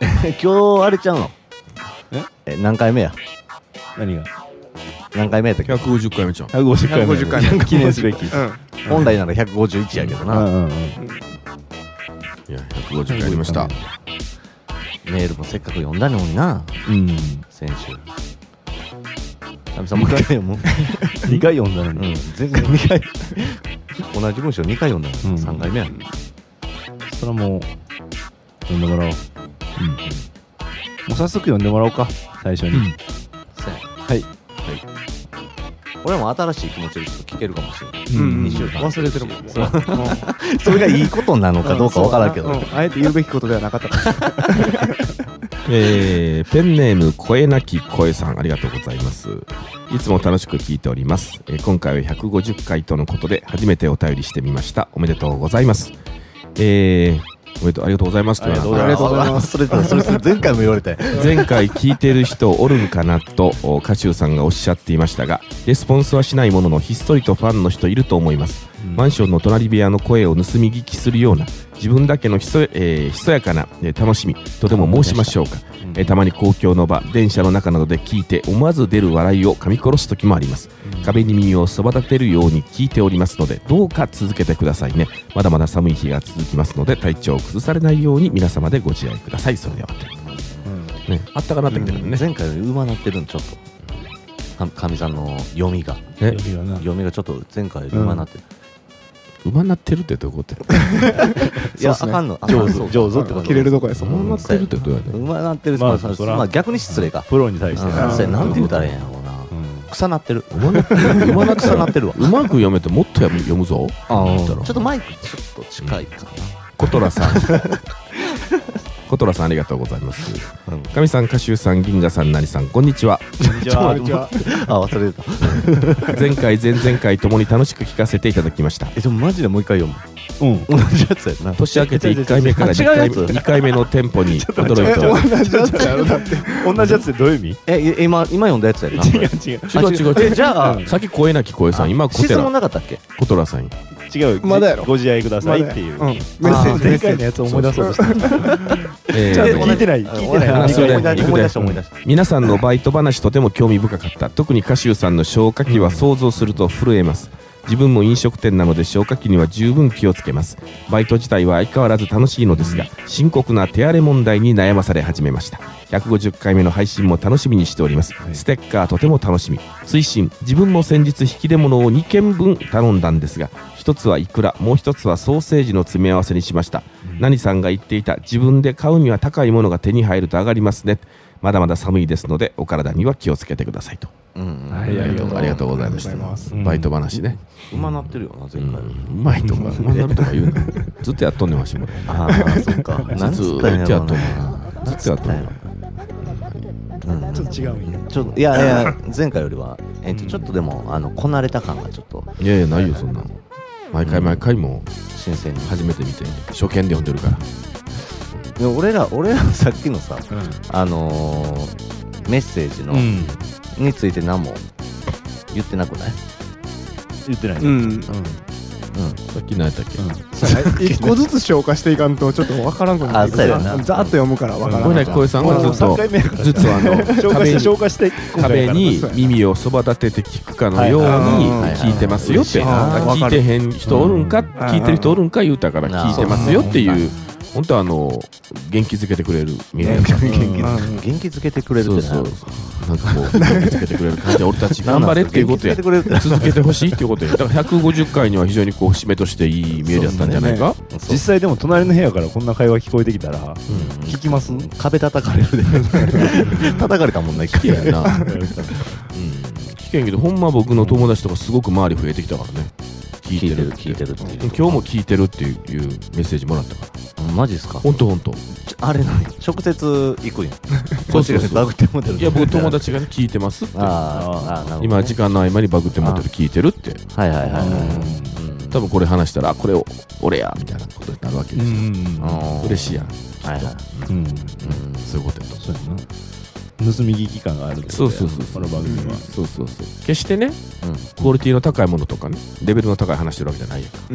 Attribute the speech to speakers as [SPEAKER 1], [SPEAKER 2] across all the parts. [SPEAKER 1] 今日あれちゃうのえ何回目や
[SPEAKER 2] 何が
[SPEAKER 1] 何回目やったっけ
[SPEAKER 3] 150回目ちゃん
[SPEAKER 2] 150回目
[SPEAKER 3] 150回 目
[SPEAKER 2] 記念すべき
[SPEAKER 3] うん
[SPEAKER 1] 本来なら151やけど
[SPEAKER 2] う
[SPEAKER 1] な、
[SPEAKER 2] んうんうん
[SPEAKER 3] いや150回やりました
[SPEAKER 1] メールもせっかく読んだのにな
[SPEAKER 2] うん
[SPEAKER 1] 先週ナミさんもう一回読む
[SPEAKER 2] 2回読んだの
[SPEAKER 1] うん
[SPEAKER 2] に
[SPEAKER 1] 前回2回同じ文章2回読んだの、
[SPEAKER 2] うん
[SPEAKER 1] 3回目や
[SPEAKER 2] それはもう読んでもらおううんもう早速読んでもらおうか最初に
[SPEAKER 1] そうや
[SPEAKER 2] はい
[SPEAKER 1] 俺も新しい気持ちでちょっと聞けるかもしれない、
[SPEAKER 2] うん
[SPEAKER 3] うん
[SPEAKER 1] 二週間
[SPEAKER 3] 忘れてるもんもう
[SPEAKER 1] そうそれがいいことなのかどうかわからんけど、
[SPEAKER 3] うんあえて言うべきことではなかった
[SPEAKER 4] えーペンネーム声なき声さんありがとうございますいつも楽しく聞いております、えー今回は150回とのことで初めてお便りしてみましたおめでとうございますえーおめでとうありがとうございますというのは
[SPEAKER 1] ありがとうございます。それと、それ、それ前回も言われて。
[SPEAKER 4] 前回聞いてる人おるんかなとお歌手さんがおっしゃっていましたがレスポンスはしないもののひっそりとファンの人いると思います、マンションの隣部屋の声を盗み聞きするような自分だけのひそ,、えーひそやかな、えー楽しみとでも申しましょうか、えーたまに公共の場電車の中などで聞いて思わず出る笑いを噛み殺す時もあります、壁に耳をそば立てるように聞いておりますのでどうか続けてくださいねまだまだ寒い日が続きますので体調を崩されないように皆様でご自愛くださいそれではね、あったかなってきてるんでね、
[SPEAKER 1] 前回より上手なってるん、ちょっと。かかみさんの読みが。
[SPEAKER 4] え
[SPEAKER 2] 読みはな
[SPEAKER 1] 読みがちょっと前回より上手なってる。
[SPEAKER 4] 馬になってるってどういうことや
[SPEAKER 1] いや、
[SPEAKER 3] そうっす
[SPEAKER 1] あ
[SPEAKER 3] ね
[SPEAKER 1] かんの。あ
[SPEAKER 3] 上手
[SPEAKER 1] そう上手ってこと。
[SPEAKER 3] 切れるとこやそ
[SPEAKER 4] 馬になってるってどうやね
[SPEAKER 1] 上手なってる。
[SPEAKER 2] まあ
[SPEAKER 1] まあそ
[SPEAKER 2] そら
[SPEAKER 1] まあ逆に失礼か。
[SPEAKER 2] プロに対
[SPEAKER 1] うん
[SPEAKER 2] し
[SPEAKER 1] そ
[SPEAKER 2] て
[SPEAKER 1] うや
[SPEAKER 2] な
[SPEAKER 1] なんて言うたらええんやろうな。
[SPEAKER 2] うん
[SPEAKER 1] 草なってる。
[SPEAKER 4] 馬なってる馬なって
[SPEAKER 1] 草なってるわ。
[SPEAKER 4] うまく読めてもっと読むぞ
[SPEAKER 1] ち
[SPEAKER 4] だ
[SPEAKER 1] ょ
[SPEAKER 4] ろ
[SPEAKER 1] っとマイクちょっと近いか
[SPEAKER 4] 小虎さん小虎さんありがとうございます
[SPEAKER 1] な。うん
[SPEAKER 4] かみさん歌手さん銀河さんなりさんこんにちは
[SPEAKER 2] じゃあじゃあ
[SPEAKER 1] あ、忘れてた。
[SPEAKER 4] 前回前々回ともに楽しく聞かせていただきました
[SPEAKER 1] え、でもマジでもう一回読む。
[SPEAKER 2] うん
[SPEAKER 1] 同じやつやな。
[SPEAKER 4] 年明けて1回目から2
[SPEAKER 1] 違うや
[SPEAKER 4] 回
[SPEAKER 1] つ
[SPEAKER 4] 目二回目の店舗に驚いており
[SPEAKER 2] 同じやつってどういう意味
[SPEAKER 1] え、い今、今読んだやつやな。違う
[SPEAKER 2] 違う
[SPEAKER 4] 違う違う違う
[SPEAKER 1] じゃあ、
[SPEAKER 4] さっき声なき声さん今小
[SPEAKER 1] 質問
[SPEAKER 4] 寺
[SPEAKER 1] なかったっけ
[SPEAKER 4] 小虎さんに
[SPEAKER 2] 違う
[SPEAKER 3] まだやろ
[SPEAKER 2] ご自愛くださいっていう
[SPEAKER 3] メッセ
[SPEAKER 1] あ
[SPEAKER 3] ー
[SPEAKER 1] ー
[SPEAKER 3] ジメッセージ
[SPEAKER 2] やつ思い出そうとした
[SPEAKER 4] えー
[SPEAKER 2] じゃあ
[SPEAKER 1] 同じ
[SPEAKER 2] 聞いてない聞いてない
[SPEAKER 1] 思
[SPEAKER 4] あ
[SPEAKER 1] い
[SPEAKER 4] そ
[SPEAKER 1] 出
[SPEAKER 4] うだよ
[SPEAKER 1] した思い出した思い出した。
[SPEAKER 4] 皆さんのバイト話とても興味深かった特に歌手さんの消火器は想像すると震えます自分も飲食店なので消火器には十分気をつけますバイト自体は相変わらず楽しいのですが深刻な手荒れ問題に悩まされ始めました150回目の配信も楽しみにしておりますステッカーとても楽しみ推進自分も先日引き出物を2件分頼んだんですが一つはいくらもう一つはソーセージの詰め合わせにしました、何さんが言っていた自分で買うには高いものが手に入ると上がりますねまだまだ寒いですのでお体には気をつけてくださいと
[SPEAKER 1] うん
[SPEAKER 2] は
[SPEAKER 4] あり
[SPEAKER 2] いありが
[SPEAKER 4] がと
[SPEAKER 2] と
[SPEAKER 4] う
[SPEAKER 2] う
[SPEAKER 4] ありがとうございまし
[SPEAKER 3] ありがとうございま
[SPEAKER 4] た
[SPEAKER 2] うん
[SPEAKER 4] バイト話ね
[SPEAKER 1] 馬なってるよな、
[SPEAKER 4] う
[SPEAKER 1] 前回より。
[SPEAKER 4] んうまいとかうまなるとか言うな ずっとやっとんねんわしも
[SPEAKER 1] ああ、そっか。なん
[SPEAKER 4] ず
[SPEAKER 1] つ
[SPEAKER 4] ー
[SPEAKER 1] っんや
[SPEAKER 4] ったとや
[SPEAKER 1] ろ
[SPEAKER 4] っ
[SPEAKER 1] う
[SPEAKER 4] とんね
[SPEAKER 1] な。
[SPEAKER 4] んずっとやっとんねん
[SPEAKER 1] うん
[SPEAKER 3] ちょっと違うんや
[SPEAKER 1] ちょっといやいや、前回よりは、えっと、ちょっとでも、あの、こなれた感がちょっと
[SPEAKER 4] いやいやないよそんなの毎回毎回もう
[SPEAKER 1] 新鮮に。
[SPEAKER 4] 初めて見て初見で読んでるから
[SPEAKER 1] で俺ら、俺らさっきのさ、あのー、メッセージの、
[SPEAKER 2] うん
[SPEAKER 1] について何も言ってなくない
[SPEAKER 2] 言ってない
[SPEAKER 3] うん
[SPEAKER 1] う
[SPEAKER 4] さっき何やったっけ
[SPEAKER 3] 一個ずつ消化していかんとちょっと分からんくなってくる
[SPEAKER 1] あそうやな
[SPEAKER 3] ざーっと読むから分から
[SPEAKER 4] 小
[SPEAKER 3] ん
[SPEAKER 4] 柳小さん
[SPEAKER 2] もう
[SPEAKER 4] はずっ
[SPEAKER 2] 3
[SPEAKER 4] と
[SPEAKER 2] 回目やから
[SPEAKER 4] ずっとあの
[SPEAKER 2] 消化
[SPEAKER 4] 壁
[SPEAKER 2] して
[SPEAKER 4] に
[SPEAKER 2] 消化して
[SPEAKER 4] 壁に
[SPEAKER 3] そうやな
[SPEAKER 4] 耳をそば立てて聞くかのように聞いてますよって
[SPEAKER 1] はい
[SPEAKER 3] はいはい
[SPEAKER 4] 聞いてへん人おるんか聞いてる人おるんか言うたから聞いてますよっていう本当はあの元気づけてくれるみんなやから
[SPEAKER 1] ん。元気づ
[SPEAKER 3] うん
[SPEAKER 1] 元気づけてくれるって
[SPEAKER 4] そう
[SPEAKER 1] な
[SPEAKER 4] そうそうなんかこう元気づけてくれ る感じで俺たち頑張れっていうことや
[SPEAKER 1] 元気づけてくれるってな
[SPEAKER 4] 続けてほしいっていうことやだから150回には非常にこう節目としていいメールやったんじゃないか
[SPEAKER 1] そう
[SPEAKER 2] 実際でも隣の部屋からこんな会話聞こえてきたら聞きます
[SPEAKER 1] 壁叩かれるで。叩かれたもんな、一
[SPEAKER 4] い
[SPEAKER 1] 回。
[SPEAKER 4] やな聞けんけどほんま僕の友達とかすごく周り増えてきたからね聞い
[SPEAKER 1] 聞い
[SPEAKER 4] て
[SPEAKER 1] て
[SPEAKER 4] る
[SPEAKER 1] る、
[SPEAKER 4] って
[SPEAKER 1] 聞いてるっていう。
[SPEAKER 4] 今日も聞いてるっていうメッセージもらったから
[SPEAKER 1] マジっすか
[SPEAKER 4] 本当 本当
[SPEAKER 1] ちょあれな直接行くんや。
[SPEAKER 4] そうそうそう
[SPEAKER 1] バグってもてる。
[SPEAKER 4] いや僕友。達がね聞いてますって
[SPEAKER 1] あーあー、なるほど、ね。
[SPEAKER 4] 今時間の合間にバグって持ってる聞いてるって
[SPEAKER 1] はいはいはいはい。
[SPEAKER 4] 多分これ話したらあこれを俺やみたいなことになるわけですよ
[SPEAKER 1] うん
[SPEAKER 4] 嬉しいやん
[SPEAKER 1] はいはい。
[SPEAKER 2] うん
[SPEAKER 4] そういうことやと
[SPEAKER 2] そうやな盗み聞き感があるってこと
[SPEAKER 4] そう
[SPEAKER 2] や
[SPEAKER 4] そうそう
[SPEAKER 2] この番組は、
[SPEAKER 4] そうそうそう決してね
[SPEAKER 1] うん
[SPEAKER 4] クオリティの高いものとかねレベルの高い話してるわけじゃないやんか
[SPEAKER 3] う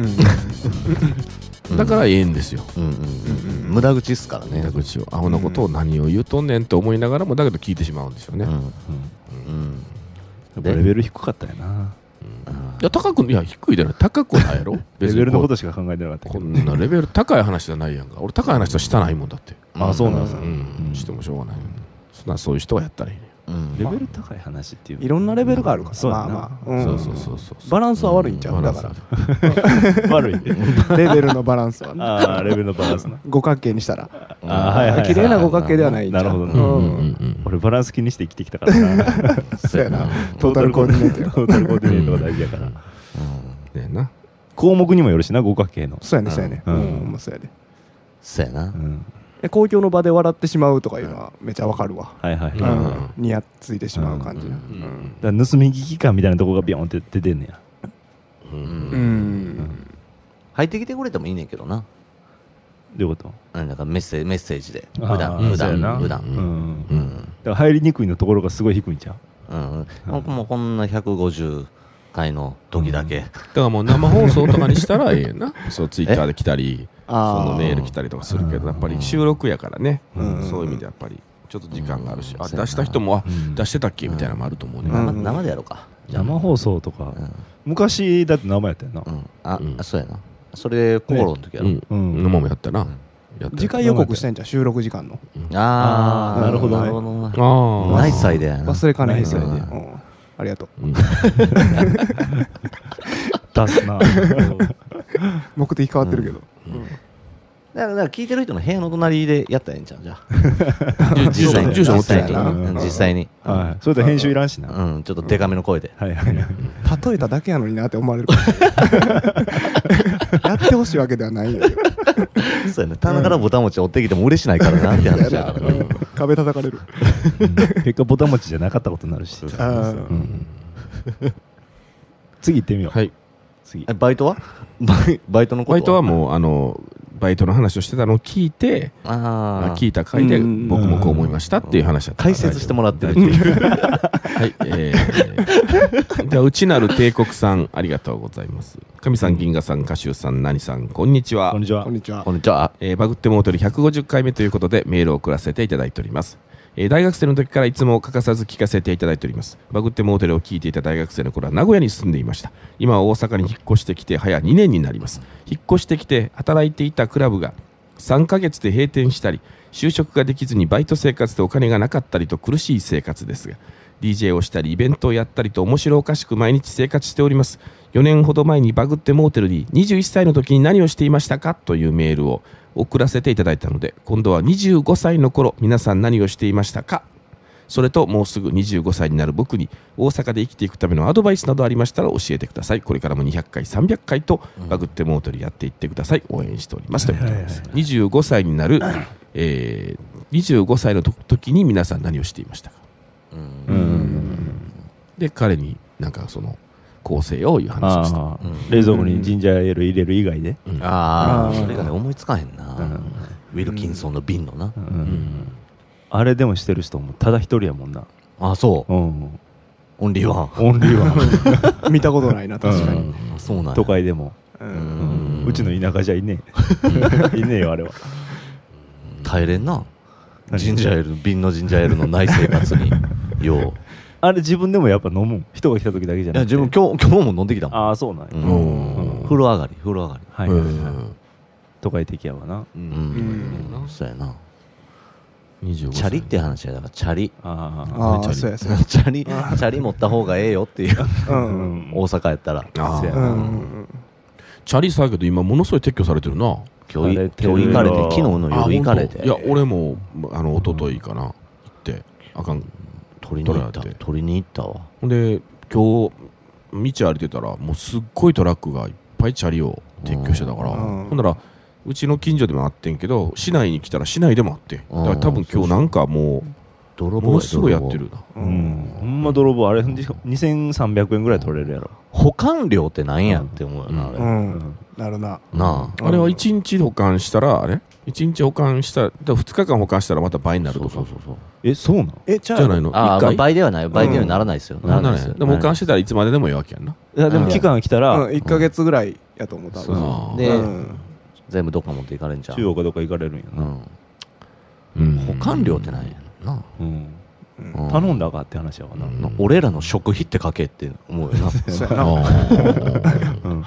[SPEAKER 1] う
[SPEAKER 3] ん
[SPEAKER 1] ん
[SPEAKER 4] だからええんですよ
[SPEAKER 1] うんうんうん
[SPEAKER 3] うんうん
[SPEAKER 1] 無駄口っすからね
[SPEAKER 4] 無駄口をアホなことを何を言うとんねんと思いながらもだけど聞いてしまうんですよね、
[SPEAKER 1] う
[SPEAKER 4] い
[SPEAKER 1] ん
[SPEAKER 2] うん
[SPEAKER 1] うん
[SPEAKER 2] やっぱレベル低かったよな
[SPEAKER 4] や高くいや低いだろ高くはないやろ
[SPEAKER 2] レベルのこ
[SPEAKER 4] こと
[SPEAKER 2] しか考えてなかったけ
[SPEAKER 4] こ
[SPEAKER 2] ど
[SPEAKER 4] んなレベル高い話じゃないやんか俺高い話はしたないもんだって
[SPEAKER 2] あそうなんです
[SPEAKER 4] う
[SPEAKER 2] ね
[SPEAKER 4] ん、
[SPEAKER 2] うん
[SPEAKER 4] してもしょうがないよねそんなそういう人はやったらいいね
[SPEAKER 1] うん
[SPEAKER 2] レベル高い話っていう
[SPEAKER 3] いろんなレベルがあるから
[SPEAKER 2] そうや
[SPEAKER 3] ま
[SPEAKER 2] な
[SPEAKER 3] あまあ、
[SPEAKER 4] そ
[SPEAKER 3] ん
[SPEAKER 4] うそうそうそう
[SPEAKER 3] バランスは悪いんちゃう、だから
[SPEAKER 2] 悪い
[SPEAKER 3] レベルのバランスは、ね、
[SPEAKER 2] ああレベルのバランスな
[SPEAKER 3] 五角形にしたら
[SPEAKER 2] あーはいはいはい
[SPEAKER 3] 綺麗な五角形ではないんちゃう
[SPEAKER 2] なるほど
[SPEAKER 4] う
[SPEAKER 2] ね
[SPEAKER 4] ん
[SPEAKER 3] う
[SPEAKER 4] うんんうんうん
[SPEAKER 2] 俺バランス気にして生きてきたからな
[SPEAKER 3] そうやなトータルコーディネートや
[SPEAKER 2] トータルコーディネートが大事やから
[SPEAKER 4] ねえな
[SPEAKER 2] 項目にもよるしな合格系の
[SPEAKER 3] そうやねそうやね
[SPEAKER 2] う
[SPEAKER 3] うんん、ほんまそうやで
[SPEAKER 1] そうやな
[SPEAKER 2] うん
[SPEAKER 3] で公共の場で笑ってしまうとかいうのはめちゃわかるわ、
[SPEAKER 2] はいはい、
[SPEAKER 4] う
[SPEAKER 3] うん
[SPEAKER 2] だか
[SPEAKER 3] ん、にやっついてしまう感じなうん
[SPEAKER 2] ら盗み聞き感みたいなとこがビョンって出てんねや
[SPEAKER 4] う
[SPEAKER 3] うんん
[SPEAKER 1] 入ってきてくれてもいいねんけどな
[SPEAKER 2] どういうこと
[SPEAKER 1] うんなんかメッセージメッセージで普
[SPEAKER 2] あ
[SPEAKER 1] 段
[SPEAKER 2] ー
[SPEAKER 1] 普
[SPEAKER 2] そうやな
[SPEAKER 1] 段普
[SPEAKER 2] うん、
[SPEAKER 1] 段
[SPEAKER 2] だから入りにくいのところがすごい低いんちゃう
[SPEAKER 1] うんうんもうこんな150回の時だけ
[SPEAKER 4] だからもう生放送とかにしたらええなそうツイッターで来たりそ
[SPEAKER 3] あ
[SPEAKER 4] の
[SPEAKER 3] あ
[SPEAKER 4] メール来たりとかするけどやっぱり収録やからね
[SPEAKER 3] うん
[SPEAKER 4] そういう意味でやっぱりちょっと時間があるし
[SPEAKER 1] うん
[SPEAKER 4] あ
[SPEAKER 1] そうやな
[SPEAKER 4] 出した人もあ
[SPEAKER 2] うん
[SPEAKER 4] 出してたっけみたいなのもあると思うね
[SPEAKER 3] うん
[SPEAKER 1] 生生でやろうかじゃあ
[SPEAKER 2] 生放送とか、
[SPEAKER 1] うん
[SPEAKER 2] 昔だって生やったよな
[SPEAKER 1] うんあ
[SPEAKER 4] うん
[SPEAKER 1] あそうやなそれ心の時や
[SPEAKER 4] う
[SPEAKER 1] ろ
[SPEAKER 4] ん
[SPEAKER 2] うん、
[SPEAKER 4] 生もやったなやった
[SPEAKER 3] 次回予告してんじゃん収録時間の
[SPEAKER 1] あ
[SPEAKER 3] あー
[SPEAKER 1] あ
[SPEAKER 3] なるほどね
[SPEAKER 1] なるほどな
[SPEAKER 4] あー
[SPEAKER 1] ナイスアイデアやな
[SPEAKER 3] 忘れかねへん
[SPEAKER 1] ナイスアイデア
[SPEAKER 3] うんありがと
[SPEAKER 4] うん
[SPEAKER 2] 出すな
[SPEAKER 3] う目的変わってるけど、うん
[SPEAKER 1] だからだから聞いてる人の部屋の隣でやったらええんちゃうじゃあ
[SPEAKER 4] 住所住所
[SPEAKER 1] 実
[SPEAKER 4] 持って
[SPEAKER 1] 際
[SPEAKER 4] や
[SPEAKER 1] に
[SPEAKER 4] な
[SPEAKER 1] うん実際に
[SPEAKER 2] はいそれで編集いらんしな、は
[SPEAKER 1] うんちょっとデカめの声で
[SPEAKER 2] いはいはい
[SPEAKER 3] 例えただけやのになって思われるか もしれないやってほしいわけではないんやけど
[SPEAKER 1] そうやね棚からボタン持ち追ってきても嬉しないからなって話やからね
[SPEAKER 3] うん壁叩かれる
[SPEAKER 2] 結果ボタン持ちじゃなかったことになるし、
[SPEAKER 3] あ
[SPEAKER 2] う
[SPEAKER 3] ー
[SPEAKER 2] ん、次行ってみよう、
[SPEAKER 4] はい
[SPEAKER 2] 次
[SPEAKER 1] えバイトはバイバイトのこと
[SPEAKER 4] バイトはもうあのバイトの話をしてたのを聞いて
[SPEAKER 1] ああ
[SPEAKER 4] 聞いた回で
[SPEAKER 3] うん
[SPEAKER 4] 僕もこう思いましたっていう話だった
[SPEAKER 1] 解説してもらってるっていう
[SPEAKER 4] はい、えー、では内なる帝国さん、ありがとうございます。神さん、銀河さん、歌手さん、何さん、こんにちは
[SPEAKER 2] こん。にちは
[SPEAKER 3] こんにちは
[SPEAKER 1] こんにちは
[SPEAKER 4] えーバグってもうとり150回目ということでメールを送らせていただいております。えー大学生の時からいつも欠かさず聞かせていただいております。バグってモーテルを聞いていた大学生の頃は名古屋に住んでいました。今は大阪に引っ越してきて早2年になります。引っ越してきて働いていたクラブが3ヶ月で閉店したり、就職ができずにバイト生活でお金がなかったりと苦しい生活ですが、DJ をしたりイベントをやったりと面白おかしく毎日生活しております。4年ほど前にバグってモーテルに21歳の時に何をしていましたかというメールを送らせていただいたので今度は25歳の頃皆さん何をしていましたかそれともうすぐ25歳になる僕に大阪で生きていくためのアドバイスなどありましたら教えてくださいこれからも200回300回とバグってモーテルやっていってください応援しておりますということです25歳になる、えー、25歳のと時に皆さん何をしていましたか
[SPEAKER 1] うん
[SPEAKER 4] で彼になんかその構成をいう話をして
[SPEAKER 2] ああ、
[SPEAKER 1] うん
[SPEAKER 2] 冷蔵庫にジンジャーエール入れる以外で、
[SPEAKER 4] うん
[SPEAKER 1] あ
[SPEAKER 3] あ
[SPEAKER 1] あ
[SPEAKER 3] ー
[SPEAKER 1] それがね思いつかへんな
[SPEAKER 2] うん
[SPEAKER 1] ウィルキンソンの瓶のな
[SPEAKER 2] うん
[SPEAKER 4] うん
[SPEAKER 2] あれでもしてる人もただ一人やもんな、
[SPEAKER 1] あそう
[SPEAKER 2] うん、
[SPEAKER 1] オンリーワン
[SPEAKER 2] オンリーワ ン
[SPEAKER 3] 見たことないな確かに、
[SPEAKER 1] あそうなんや
[SPEAKER 2] 都会でも、
[SPEAKER 3] う
[SPEAKER 1] うんん
[SPEAKER 2] うちの田舎じゃいねえ いねえよあれは
[SPEAKER 1] 耐えれんな
[SPEAKER 2] 何
[SPEAKER 1] ジンジャーエール瓶のジンジャーエールのない生活によう
[SPEAKER 2] あれ自分でもやっぱ飲むん人が来た時だけじゃ
[SPEAKER 1] い
[SPEAKER 2] な
[SPEAKER 1] や
[SPEAKER 2] く
[SPEAKER 1] 自
[SPEAKER 2] て
[SPEAKER 1] 分今日今日も飲んできたもん
[SPEAKER 2] ああそうなんや、
[SPEAKER 1] うん
[SPEAKER 4] うん
[SPEAKER 1] 風呂上がり風呂上がり
[SPEAKER 2] はい、
[SPEAKER 4] う
[SPEAKER 2] はいはい
[SPEAKER 4] ん
[SPEAKER 2] 都会的やわな
[SPEAKER 1] う
[SPEAKER 3] うん
[SPEAKER 1] んそうやな
[SPEAKER 4] 25
[SPEAKER 1] チャリって話やだからチャリ
[SPEAKER 2] ああ
[SPEAKER 3] あ
[SPEAKER 4] チャ
[SPEAKER 3] あ
[SPEAKER 4] リ
[SPEAKER 3] そうやそうや
[SPEAKER 1] チャリチャリ持った方がええよっていう
[SPEAKER 3] う
[SPEAKER 2] うんん
[SPEAKER 1] 大阪やったら
[SPEAKER 4] あ
[SPEAKER 2] せ
[SPEAKER 4] ー
[SPEAKER 2] や
[SPEAKER 3] う
[SPEAKER 2] なん
[SPEAKER 4] チャリさやけど今ものすごい撤去されてるな
[SPEAKER 1] 今
[SPEAKER 2] あれ
[SPEAKER 1] 日今日行かれて昨日の
[SPEAKER 4] あ
[SPEAKER 1] 夜行かれて
[SPEAKER 4] ほんといや俺もあの一昨日かな行ってあかん
[SPEAKER 1] 取りに行った
[SPEAKER 4] 取られて
[SPEAKER 1] 取りに行ったわ
[SPEAKER 4] ほんで今日道歩いてたらもうすっごいトラックがいっぱいチャリを撤去してたから
[SPEAKER 3] うん
[SPEAKER 4] ほんならうちの近所でもあってんけど市内に来たら市内でもあってんだから多分今日なんかも
[SPEAKER 1] 泥
[SPEAKER 4] う
[SPEAKER 1] 棒
[SPEAKER 4] ものすごいやってるな
[SPEAKER 3] う
[SPEAKER 2] うんん、ほんま泥棒あれ2300円ぐらい取れるやろ、
[SPEAKER 1] 保管料ってなんやって思うよなあれ
[SPEAKER 3] うんなるな
[SPEAKER 1] な
[SPEAKER 3] うん
[SPEAKER 4] あれは1日保管したらあれ1日保管したら2日間保管したらまた倍になるとか
[SPEAKER 1] そうそうそうそう
[SPEAKER 2] えそうなの
[SPEAKER 3] え、じゃ
[SPEAKER 4] じゃない
[SPEAKER 3] い
[SPEAKER 4] の
[SPEAKER 1] あ
[SPEAKER 4] 一
[SPEAKER 1] ーまあ
[SPEAKER 4] 回
[SPEAKER 1] 倍ではない倍ではならないですよ、
[SPEAKER 4] うん
[SPEAKER 1] なら
[SPEAKER 4] な
[SPEAKER 1] ない
[SPEAKER 4] ら
[SPEAKER 1] で
[SPEAKER 4] な
[SPEAKER 1] す
[SPEAKER 4] い
[SPEAKER 1] よ
[SPEAKER 4] でも保管してたらいつまででもいいわけやんな
[SPEAKER 2] あでも期間が来たら、
[SPEAKER 3] うん、1ヶ月ぐらいやと思う、多
[SPEAKER 1] そう
[SPEAKER 3] 分。
[SPEAKER 1] そう
[SPEAKER 4] で
[SPEAKER 1] で
[SPEAKER 3] うん
[SPEAKER 1] 全部どっか持っていかれんじゃん
[SPEAKER 2] 中央かどっか行かれるんや
[SPEAKER 1] う
[SPEAKER 2] な、
[SPEAKER 1] ん保管料ってなんやろな、
[SPEAKER 2] うん
[SPEAKER 3] うん
[SPEAKER 1] うん
[SPEAKER 2] 頼んだかって話やわ
[SPEAKER 1] う
[SPEAKER 2] な、
[SPEAKER 1] ん俺らの食費って書けって思うよ な
[SPEAKER 3] そうやな
[SPEAKER 4] あ
[SPEAKER 2] うん
[SPEAKER 1] うん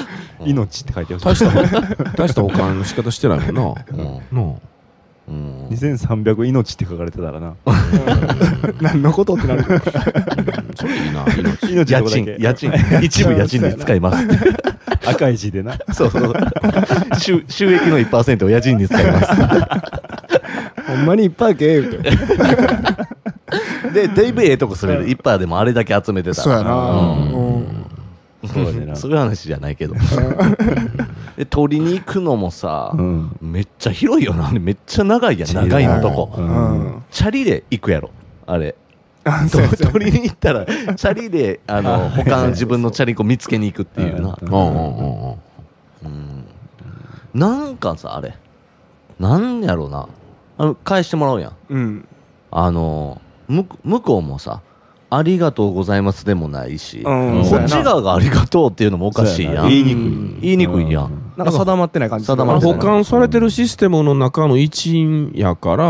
[SPEAKER 2] 命って書いて
[SPEAKER 4] ー
[SPEAKER 2] ほ
[SPEAKER 4] 大
[SPEAKER 2] しい
[SPEAKER 4] した大した保管の仕方してないもん
[SPEAKER 1] う
[SPEAKER 4] なんの
[SPEAKER 1] うん
[SPEAKER 2] 2300命って書かれてたらな
[SPEAKER 3] 何のことってなる けど。
[SPEAKER 4] それいいな命
[SPEAKER 2] 命って
[SPEAKER 1] 家
[SPEAKER 2] ことだ
[SPEAKER 1] 賃
[SPEAKER 2] け
[SPEAKER 1] 家賃 一部家賃で使います
[SPEAKER 2] 赤い字でな
[SPEAKER 1] そうそう収収益の1%を家賃に使います
[SPEAKER 3] ほんまにいっぱいけえ言うて。
[SPEAKER 1] で、だいぶええとこするよ。一杯でもあれだけ集めてた
[SPEAKER 3] そうや
[SPEAKER 1] ら。
[SPEAKER 3] な。
[SPEAKER 1] うん
[SPEAKER 3] うん
[SPEAKER 2] そうだねな
[SPEAKER 1] そういう話じゃないけど。で、取りに行くのもさ
[SPEAKER 2] う、ん
[SPEAKER 1] めっちゃ広いよな。あれめっちゃ長いやん。
[SPEAKER 2] 長い
[SPEAKER 1] 長いのと
[SPEAKER 2] う
[SPEAKER 1] こ。
[SPEAKER 3] うんん。
[SPEAKER 1] チャリで行くやろ。あれ。
[SPEAKER 3] あ そうやそうや
[SPEAKER 1] 取りに行ったら、チャリで、あの、
[SPEAKER 2] はい
[SPEAKER 1] 他の自分のチャリコ見つけに行くって いうな
[SPEAKER 2] う。ん
[SPEAKER 4] うんうんうんうん
[SPEAKER 1] うんなんかさ、あれ。なんやろうな。あの、返してもらうやん。
[SPEAKER 3] うん。
[SPEAKER 1] あの、むく向こうもさ、ありがとうございますでもないし。
[SPEAKER 3] うん。
[SPEAKER 1] こ
[SPEAKER 3] そう
[SPEAKER 1] っ
[SPEAKER 3] や
[SPEAKER 1] ち
[SPEAKER 3] な
[SPEAKER 1] 側がありがとうっていうのもおかしいやん。
[SPEAKER 2] そう
[SPEAKER 1] 言
[SPEAKER 2] や
[SPEAKER 1] いに
[SPEAKER 2] な
[SPEAKER 3] うん
[SPEAKER 1] 言いにくいやん。
[SPEAKER 3] なんか定まってない感じする
[SPEAKER 1] 定ま
[SPEAKER 4] あ
[SPEAKER 1] ら
[SPEAKER 4] 保
[SPEAKER 1] ない
[SPEAKER 4] 管されてるシステムの中の一員やから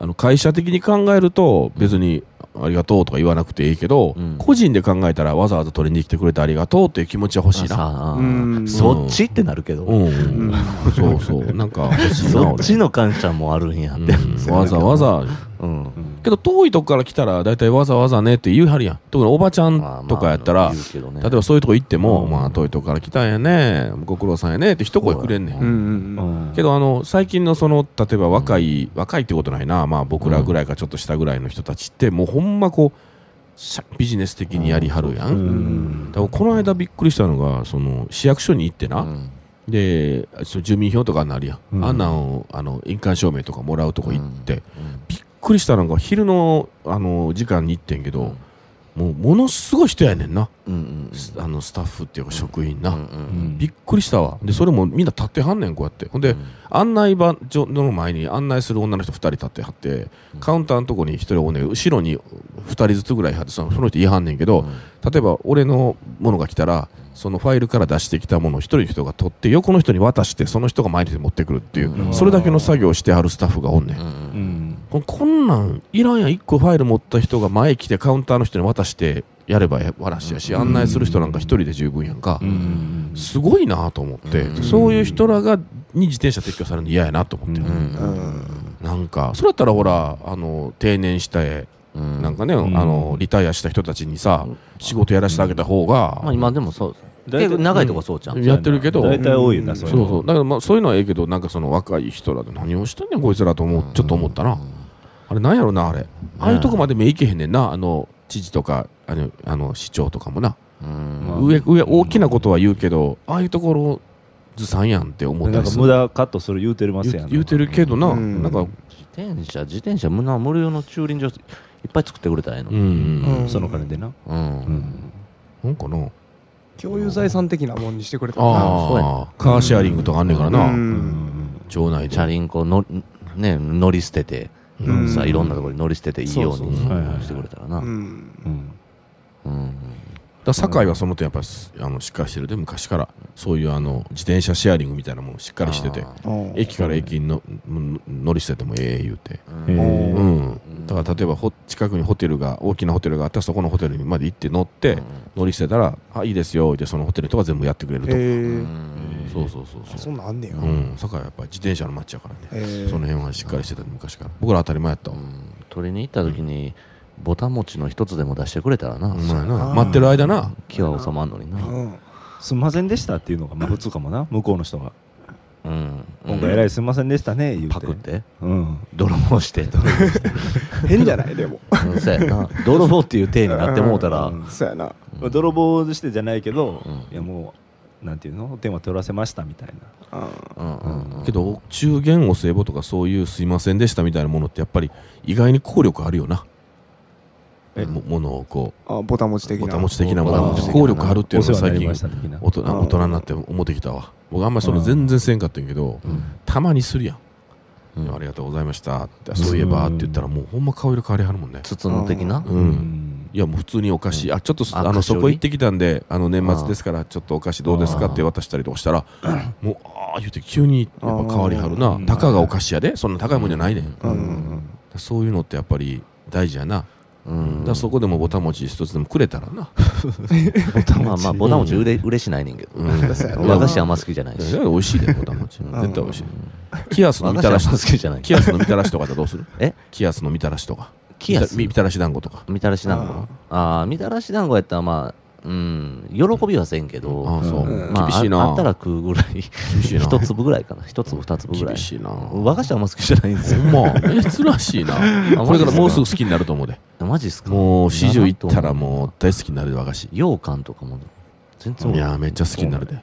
[SPEAKER 4] あの会社的に考えると別にありがとうとか言わなくていいけど、
[SPEAKER 1] うん
[SPEAKER 4] 個人で考えたらわざわざ取りに来てくれてありがとうっていう気持ちは欲しいな。
[SPEAKER 1] さあ
[SPEAKER 3] うん
[SPEAKER 1] そっちってなるけ
[SPEAKER 4] う
[SPEAKER 1] ど、
[SPEAKER 4] ん、
[SPEAKER 3] うん
[SPEAKER 4] そうそうなんか欲しいな
[SPEAKER 1] そっ
[SPEAKER 4] 俺
[SPEAKER 1] ちの感謝もあるんやって。
[SPEAKER 4] うんわざわざ
[SPEAKER 1] うん。
[SPEAKER 4] けど遠いとこから来たら大体わざわざねって言うはるやん特におばちゃ
[SPEAKER 1] まあ
[SPEAKER 4] ん
[SPEAKER 1] まあ
[SPEAKER 4] とかやったら、
[SPEAKER 1] 言うけどね
[SPEAKER 4] 例えばそういうとこ行っても、
[SPEAKER 2] うん
[SPEAKER 4] まあ遠いとこから来たんやねご苦労さんやねって一声くれんねん
[SPEAKER 3] うんうん
[SPEAKER 2] う
[SPEAKER 3] うん。
[SPEAKER 2] ん
[SPEAKER 4] けどあの最近のその例えば若い、若いってことないな、まあ、僕らぐらいかちょっと下ぐらいの人たちってもうほんまこうしゃビジネス的にやりはるやん、
[SPEAKER 2] うん
[SPEAKER 4] だからこの間びっくりしたのがその市役所に行ってな、
[SPEAKER 1] うん
[SPEAKER 4] でその住民票とかになるやん、
[SPEAKER 2] うん
[SPEAKER 4] あんなんをあの印鑑証明とかもらうとこ行って、びっくりしたのが昼のあの時間に行ってんけど、もうものすごい人やねんな、
[SPEAKER 1] うんうん
[SPEAKER 4] すあのスタッフっていうか職員
[SPEAKER 1] う
[SPEAKER 4] な、
[SPEAKER 1] んう
[SPEAKER 2] うんん
[SPEAKER 4] びっくりしたわでそれもみんな立ってはんねんこうやってほんで、案内場所の前に案内する女の人2人立ってはって
[SPEAKER 1] うん
[SPEAKER 4] カウンターのとこに1人おんねん後ろに2人ずつぐらいはってそのその人言いはんねんけ
[SPEAKER 1] う
[SPEAKER 4] ど、
[SPEAKER 1] ん
[SPEAKER 4] 例えば俺のものが来たらそのファイルから出してきたものを1人の人が取って横の人に渡してその人が前に出て持ってくるっていう、
[SPEAKER 1] うん
[SPEAKER 4] それだけの作業をしてはるスタッフがおんねん、
[SPEAKER 1] うんう
[SPEAKER 2] うんん
[SPEAKER 4] ここんなんいらんやん1個ファイル持った人が前来てカウンターの人に渡してやればええ話やし、
[SPEAKER 2] うん
[SPEAKER 4] 案内する人なんか1人で十分やんか、
[SPEAKER 2] うん
[SPEAKER 4] すごいなと思って、
[SPEAKER 1] うん
[SPEAKER 4] そういう人らがに自転車撤去されるの嫌やなと思って、
[SPEAKER 2] う
[SPEAKER 1] うんん
[SPEAKER 4] なんかそれやったらほらあの定年したえ
[SPEAKER 1] うん
[SPEAKER 4] なんかね、
[SPEAKER 2] うん
[SPEAKER 4] あのリタイアした人たちにさ、
[SPEAKER 1] うん
[SPEAKER 4] 仕事やらせてあげた方が、
[SPEAKER 1] まあ今でもそう
[SPEAKER 2] 大
[SPEAKER 1] 結
[SPEAKER 2] 体
[SPEAKER 1] 構長いとこそうじゃん。
[SPEAKER 4] やってるけど
[SPEAKER 2] 大体多いよな
[SPEAKER 3] うん
[SPEAKER 2] そ
[SPEAKER 4] そうう
[SPEAKER 2] いうの
[SPEAKER 4] そうだからまあそういうのはええけどなんかその若い人らで何をしてんねんこいつらと思う、ちょっと思ったな、あれなんやろなあれああいうとこまで目いけへんねんなあの知事とかあのあの市長とかもな、
[SPEAKER 1] うん
[SPEAKER 2] まあ
[SPEAKER 4] 上上大きなことは言うけどああいうところずさんやんって思った
[SPEAKER 2] なん
[SPEAKER 4] り
[SPEAKER 2] か
[SPEAKER 4] する
[SPEAKER 2] 無駄カットする言うてるま
[SPEAKER 4] 言
[SPEAKER 2] すやん
[SPEAKER 4] う言うてるけどな、
[SPEAKER 3] うん
[SPEAKER 4] なんか、
[SPEAKER 1] 自転車、自転車、無な無料の駐輪場いっぱい作ってくれたらええの
[SPEAKER 4] うん、う。ん
[SPEAKER 2] その金でな
[SPEAKER 1] うん
[SPEAKER 4] なんかな、
[SPEAKER 3] 共有財産的なもんにしてくれたらな。
[SPEAKER 1] そうや
[SPEAKER 4] ああ、カーシェアリングとかあんねんからな、
[SPEAKER 3] うん
[SPEAKER 4] 町内で。
[SPEAKER 1] チャリンコの、ね、乗り捨てて、
[SPEAKER 3] うん
[SPEAKER 1] さいろんなところに乗り捨てていいよう
[SPEAKER 3] そう
[SPEAKER 1] に
[SPEAKER 3] そう
[SPEAKER 2] そうはいはい
[SPEAKER 1] してくれたらな、
[SPEAKER 3] う
[SPEAKER 1] うん
[SPEAKER 3] ん。
[SPEAKER 4] だ堺はその点やっぱすあのしっかりしてるで昔からそういうあの自転車シェアリングみたいなものしっかりしてて
[SPEAKER 1] あ
[SPEAKER 3] うん
[SPEAKER 4] 駅から駅にのの乗り捨ててもええ言うて、
[SPEAKER 1] ー
[SPEAKER 2] え
[SPEAKER 3] う
[SPEAKER 4] うんん、だから例えばほ近くにホテルが大きなホテルがあったらそこのホテルにまで行って乗って乗り捨てたら「あいいですよ」ってそのホテルとか全部やってくれるとか、
[SPEAKER 1] う
[SPEAKER 3] ええ。
[SPEAKER 1] ん
[SPEAKER 4] そうそうそうそ
[SPEAKER 3] あそんなんあんねや
[SPEAKER 4] う、。うん、堺はやっぱ自転車の街やからね、
[SPEAKER 3] ええ
[SPEAKER 4] その辺はしっかりしてた昔から僕ら当たり前やったわ
[SPEAKER 1] 取りに行った時にボタン持ちの一つでも出してくれたらな、
[SPEAKER 4] お前
[SPEAKER 3] あ
[SPEAKER 4] な
[SPEAKER 3] ー
[SPEAKER 4] 待ってる間な
[SPEAKER 1] 気は収まんのにな、
[SPEAKER 3] うん。
[SPEAKER 2] すんませんでしたっていうのがまあ普通かもな向こうの人が
[SPEAKER 1] うん、
[SPEAKER 2] 今回えらいすんませんでしたね言うて
[SPEAKER 1] パクって
[SPEAKER 2] うん
[SPEAKER 1] 泥棒して
[SPEAKER 3] 変じゃないでも。
[SPEAKER 1] うんそうやな泥棒っていう体になってもうたら、
[SPEAKER 2] うん
[SPEAKER 3] そうやな。
[SPEAKER 2] まあ泥棒してじゃないけど、
[SPEAKER 1] うん
[SPEAKER 2] いやもうなんていうの電話取らせましたみたいな
[SPEAKER 3] うん
[SPEAKER 1] うんうんうん
[SPEAKER 4] けどお中元お歳暮とかそういうすいませんでしたみたいなものってやっぱり意外に効力あるよなえも物をこ
[SPEAKER 3] あボタン持ち
[SPEAKER 4] う
[SPEAKER 3] 的な
[SPEAKER 4] ボタン持ち的なも
[SPEAKER 1] ボタン
[SPEAKER 4] の
[SPEAKER 1] 持ち的な
[SPEAKER 4] 効力あるってい
[SPEAKER 2] お
[SPEAKER 4] うの
[SPEAKER 2] 世
[SPEAKER 4] が
[SPEAKER 2] 話にな
[SPEAKER 4] 最
[SPEAKER 2] り
[SPEAKER 4] 近
[SPEAKER 2] ました的な
[SPEAKER 4] 大人
[SPEAKER 3] あー
[SPEAKER 4] 大人になって思ってきたわ僕あんまりそれ
[SPEAKER 2] うん
[SPEAKER 4] 全然せんかったんやけど
[SPEAKER 1] うん
[SPEAKER 4] たまにするやん、
[SPEAKER 1] うん
[SPEAKER 4] ありがとうございましたってそういえばって言ったらもうほんま顔色変わりはるもんね
[SPEAKER 1] 筒の的な
[SPEAKER 4] うん、いやもう普通にお菓子、あちょっと
[SPEAKER 1] あ
[SPEAKER 4] あの
[SPEAKER 1] 菓子折り
[SPEAKER 4] そこ行ってきたんであの年末ですからちょっとお菓子どうですかって渡したりとかし たらもうああ言うて急にやっぱ変わりはる
[SPEAKER 2] あ
[SPEAKER 4] な
[SPEAKER 2] ー
[SPEAKER 4] たかがお菓子やでそんな高いもんじゃないね、
[SPEAKER 3] うんうん
[SPEAKER 4] そういうのってやっぱり大事やな、
[SPEAKER 1] うん
[SPEAKER 4] だからそこでもボタン餅一つでもくれたらな、
[SPEAKER 2] ボタ
[SPEAKER 1] まあ まあボタン持ちうれ嬉しないねんけど
[SPEAKER 4] うん、い
[SPEAKER 3] そうやろ
[SPEAKER 1] 和菓子あんま好きじゃないし
[SPEAKER 4] や美味しいでボタン
[SPEAKER 1] う
[SPEAKER 4] 餅
[SPEAKER 1] ん
[SPEAKER 4] 絶対美味しいキアスの
[SPEAKER 1] 和
[SPEAKER 4] み
[SPEAKER 1] 菓子
[SPEAKER 4] た
[SPEAKER 1] あんま
[SPEAKER 4] らし
[SPEAKER 1] 好きじゃない
[SPEAKER 4] キアスのみたらしとかだったらどうする
[SPEAKER 1] え
[SPEAKER 4] キアスのみたらしとか
[SPEAKER 1] キアス
[SPEAKER 4] みみたらし団子とか
[SPEAKER 1] みたらし団子
[SPEAKER 3] あ
[SPEAKER 1] ああみたらし団子やったらまあうん喜びはせんけ
[SPEAKER 4] あ
[SPEAKER 1] ど
[SPEAKER 4] あそう、
[SPEAKER 3] うん
[SPEAKER 1] ま
[SPEAKER 4] 厳
[SPEAKER 1] あ
[SPEAKER 4] しいな
[SPEAKER 1] ああったら食うぐらい
[SPEAKER 4] 厳しい な
[SPEAKER 1] 一粒ぐらいかな一粒二粒ぐらい
[SPEAKER 4] 厳しいな
[SPEAKER 1] 和菓子あんま好きじゃないんです
[SPEAKER 4] ほ
[SPEAKER 1] よ
[SPEAKER 4] んま珍しいな
[SPEAKER 1] あ
[SPEAKER 4] これか
[SPEAKER 1] マ
[SPEAKER 4] ら
[SPEAKER 1] ジっすか
[SPEAKER 4] もうすぐ好きになると思うで
[SPEAKER 1] マジっすか
[SPEAKER 4] もう四十いっ
[SPEAKER 1] 行
[SPEAKER 4] たらもう大好きになるで和菓子い
[SPEAKER 1] 羊羹とかも全然
[SPEAKER 4] やーめっちゃ好きになるで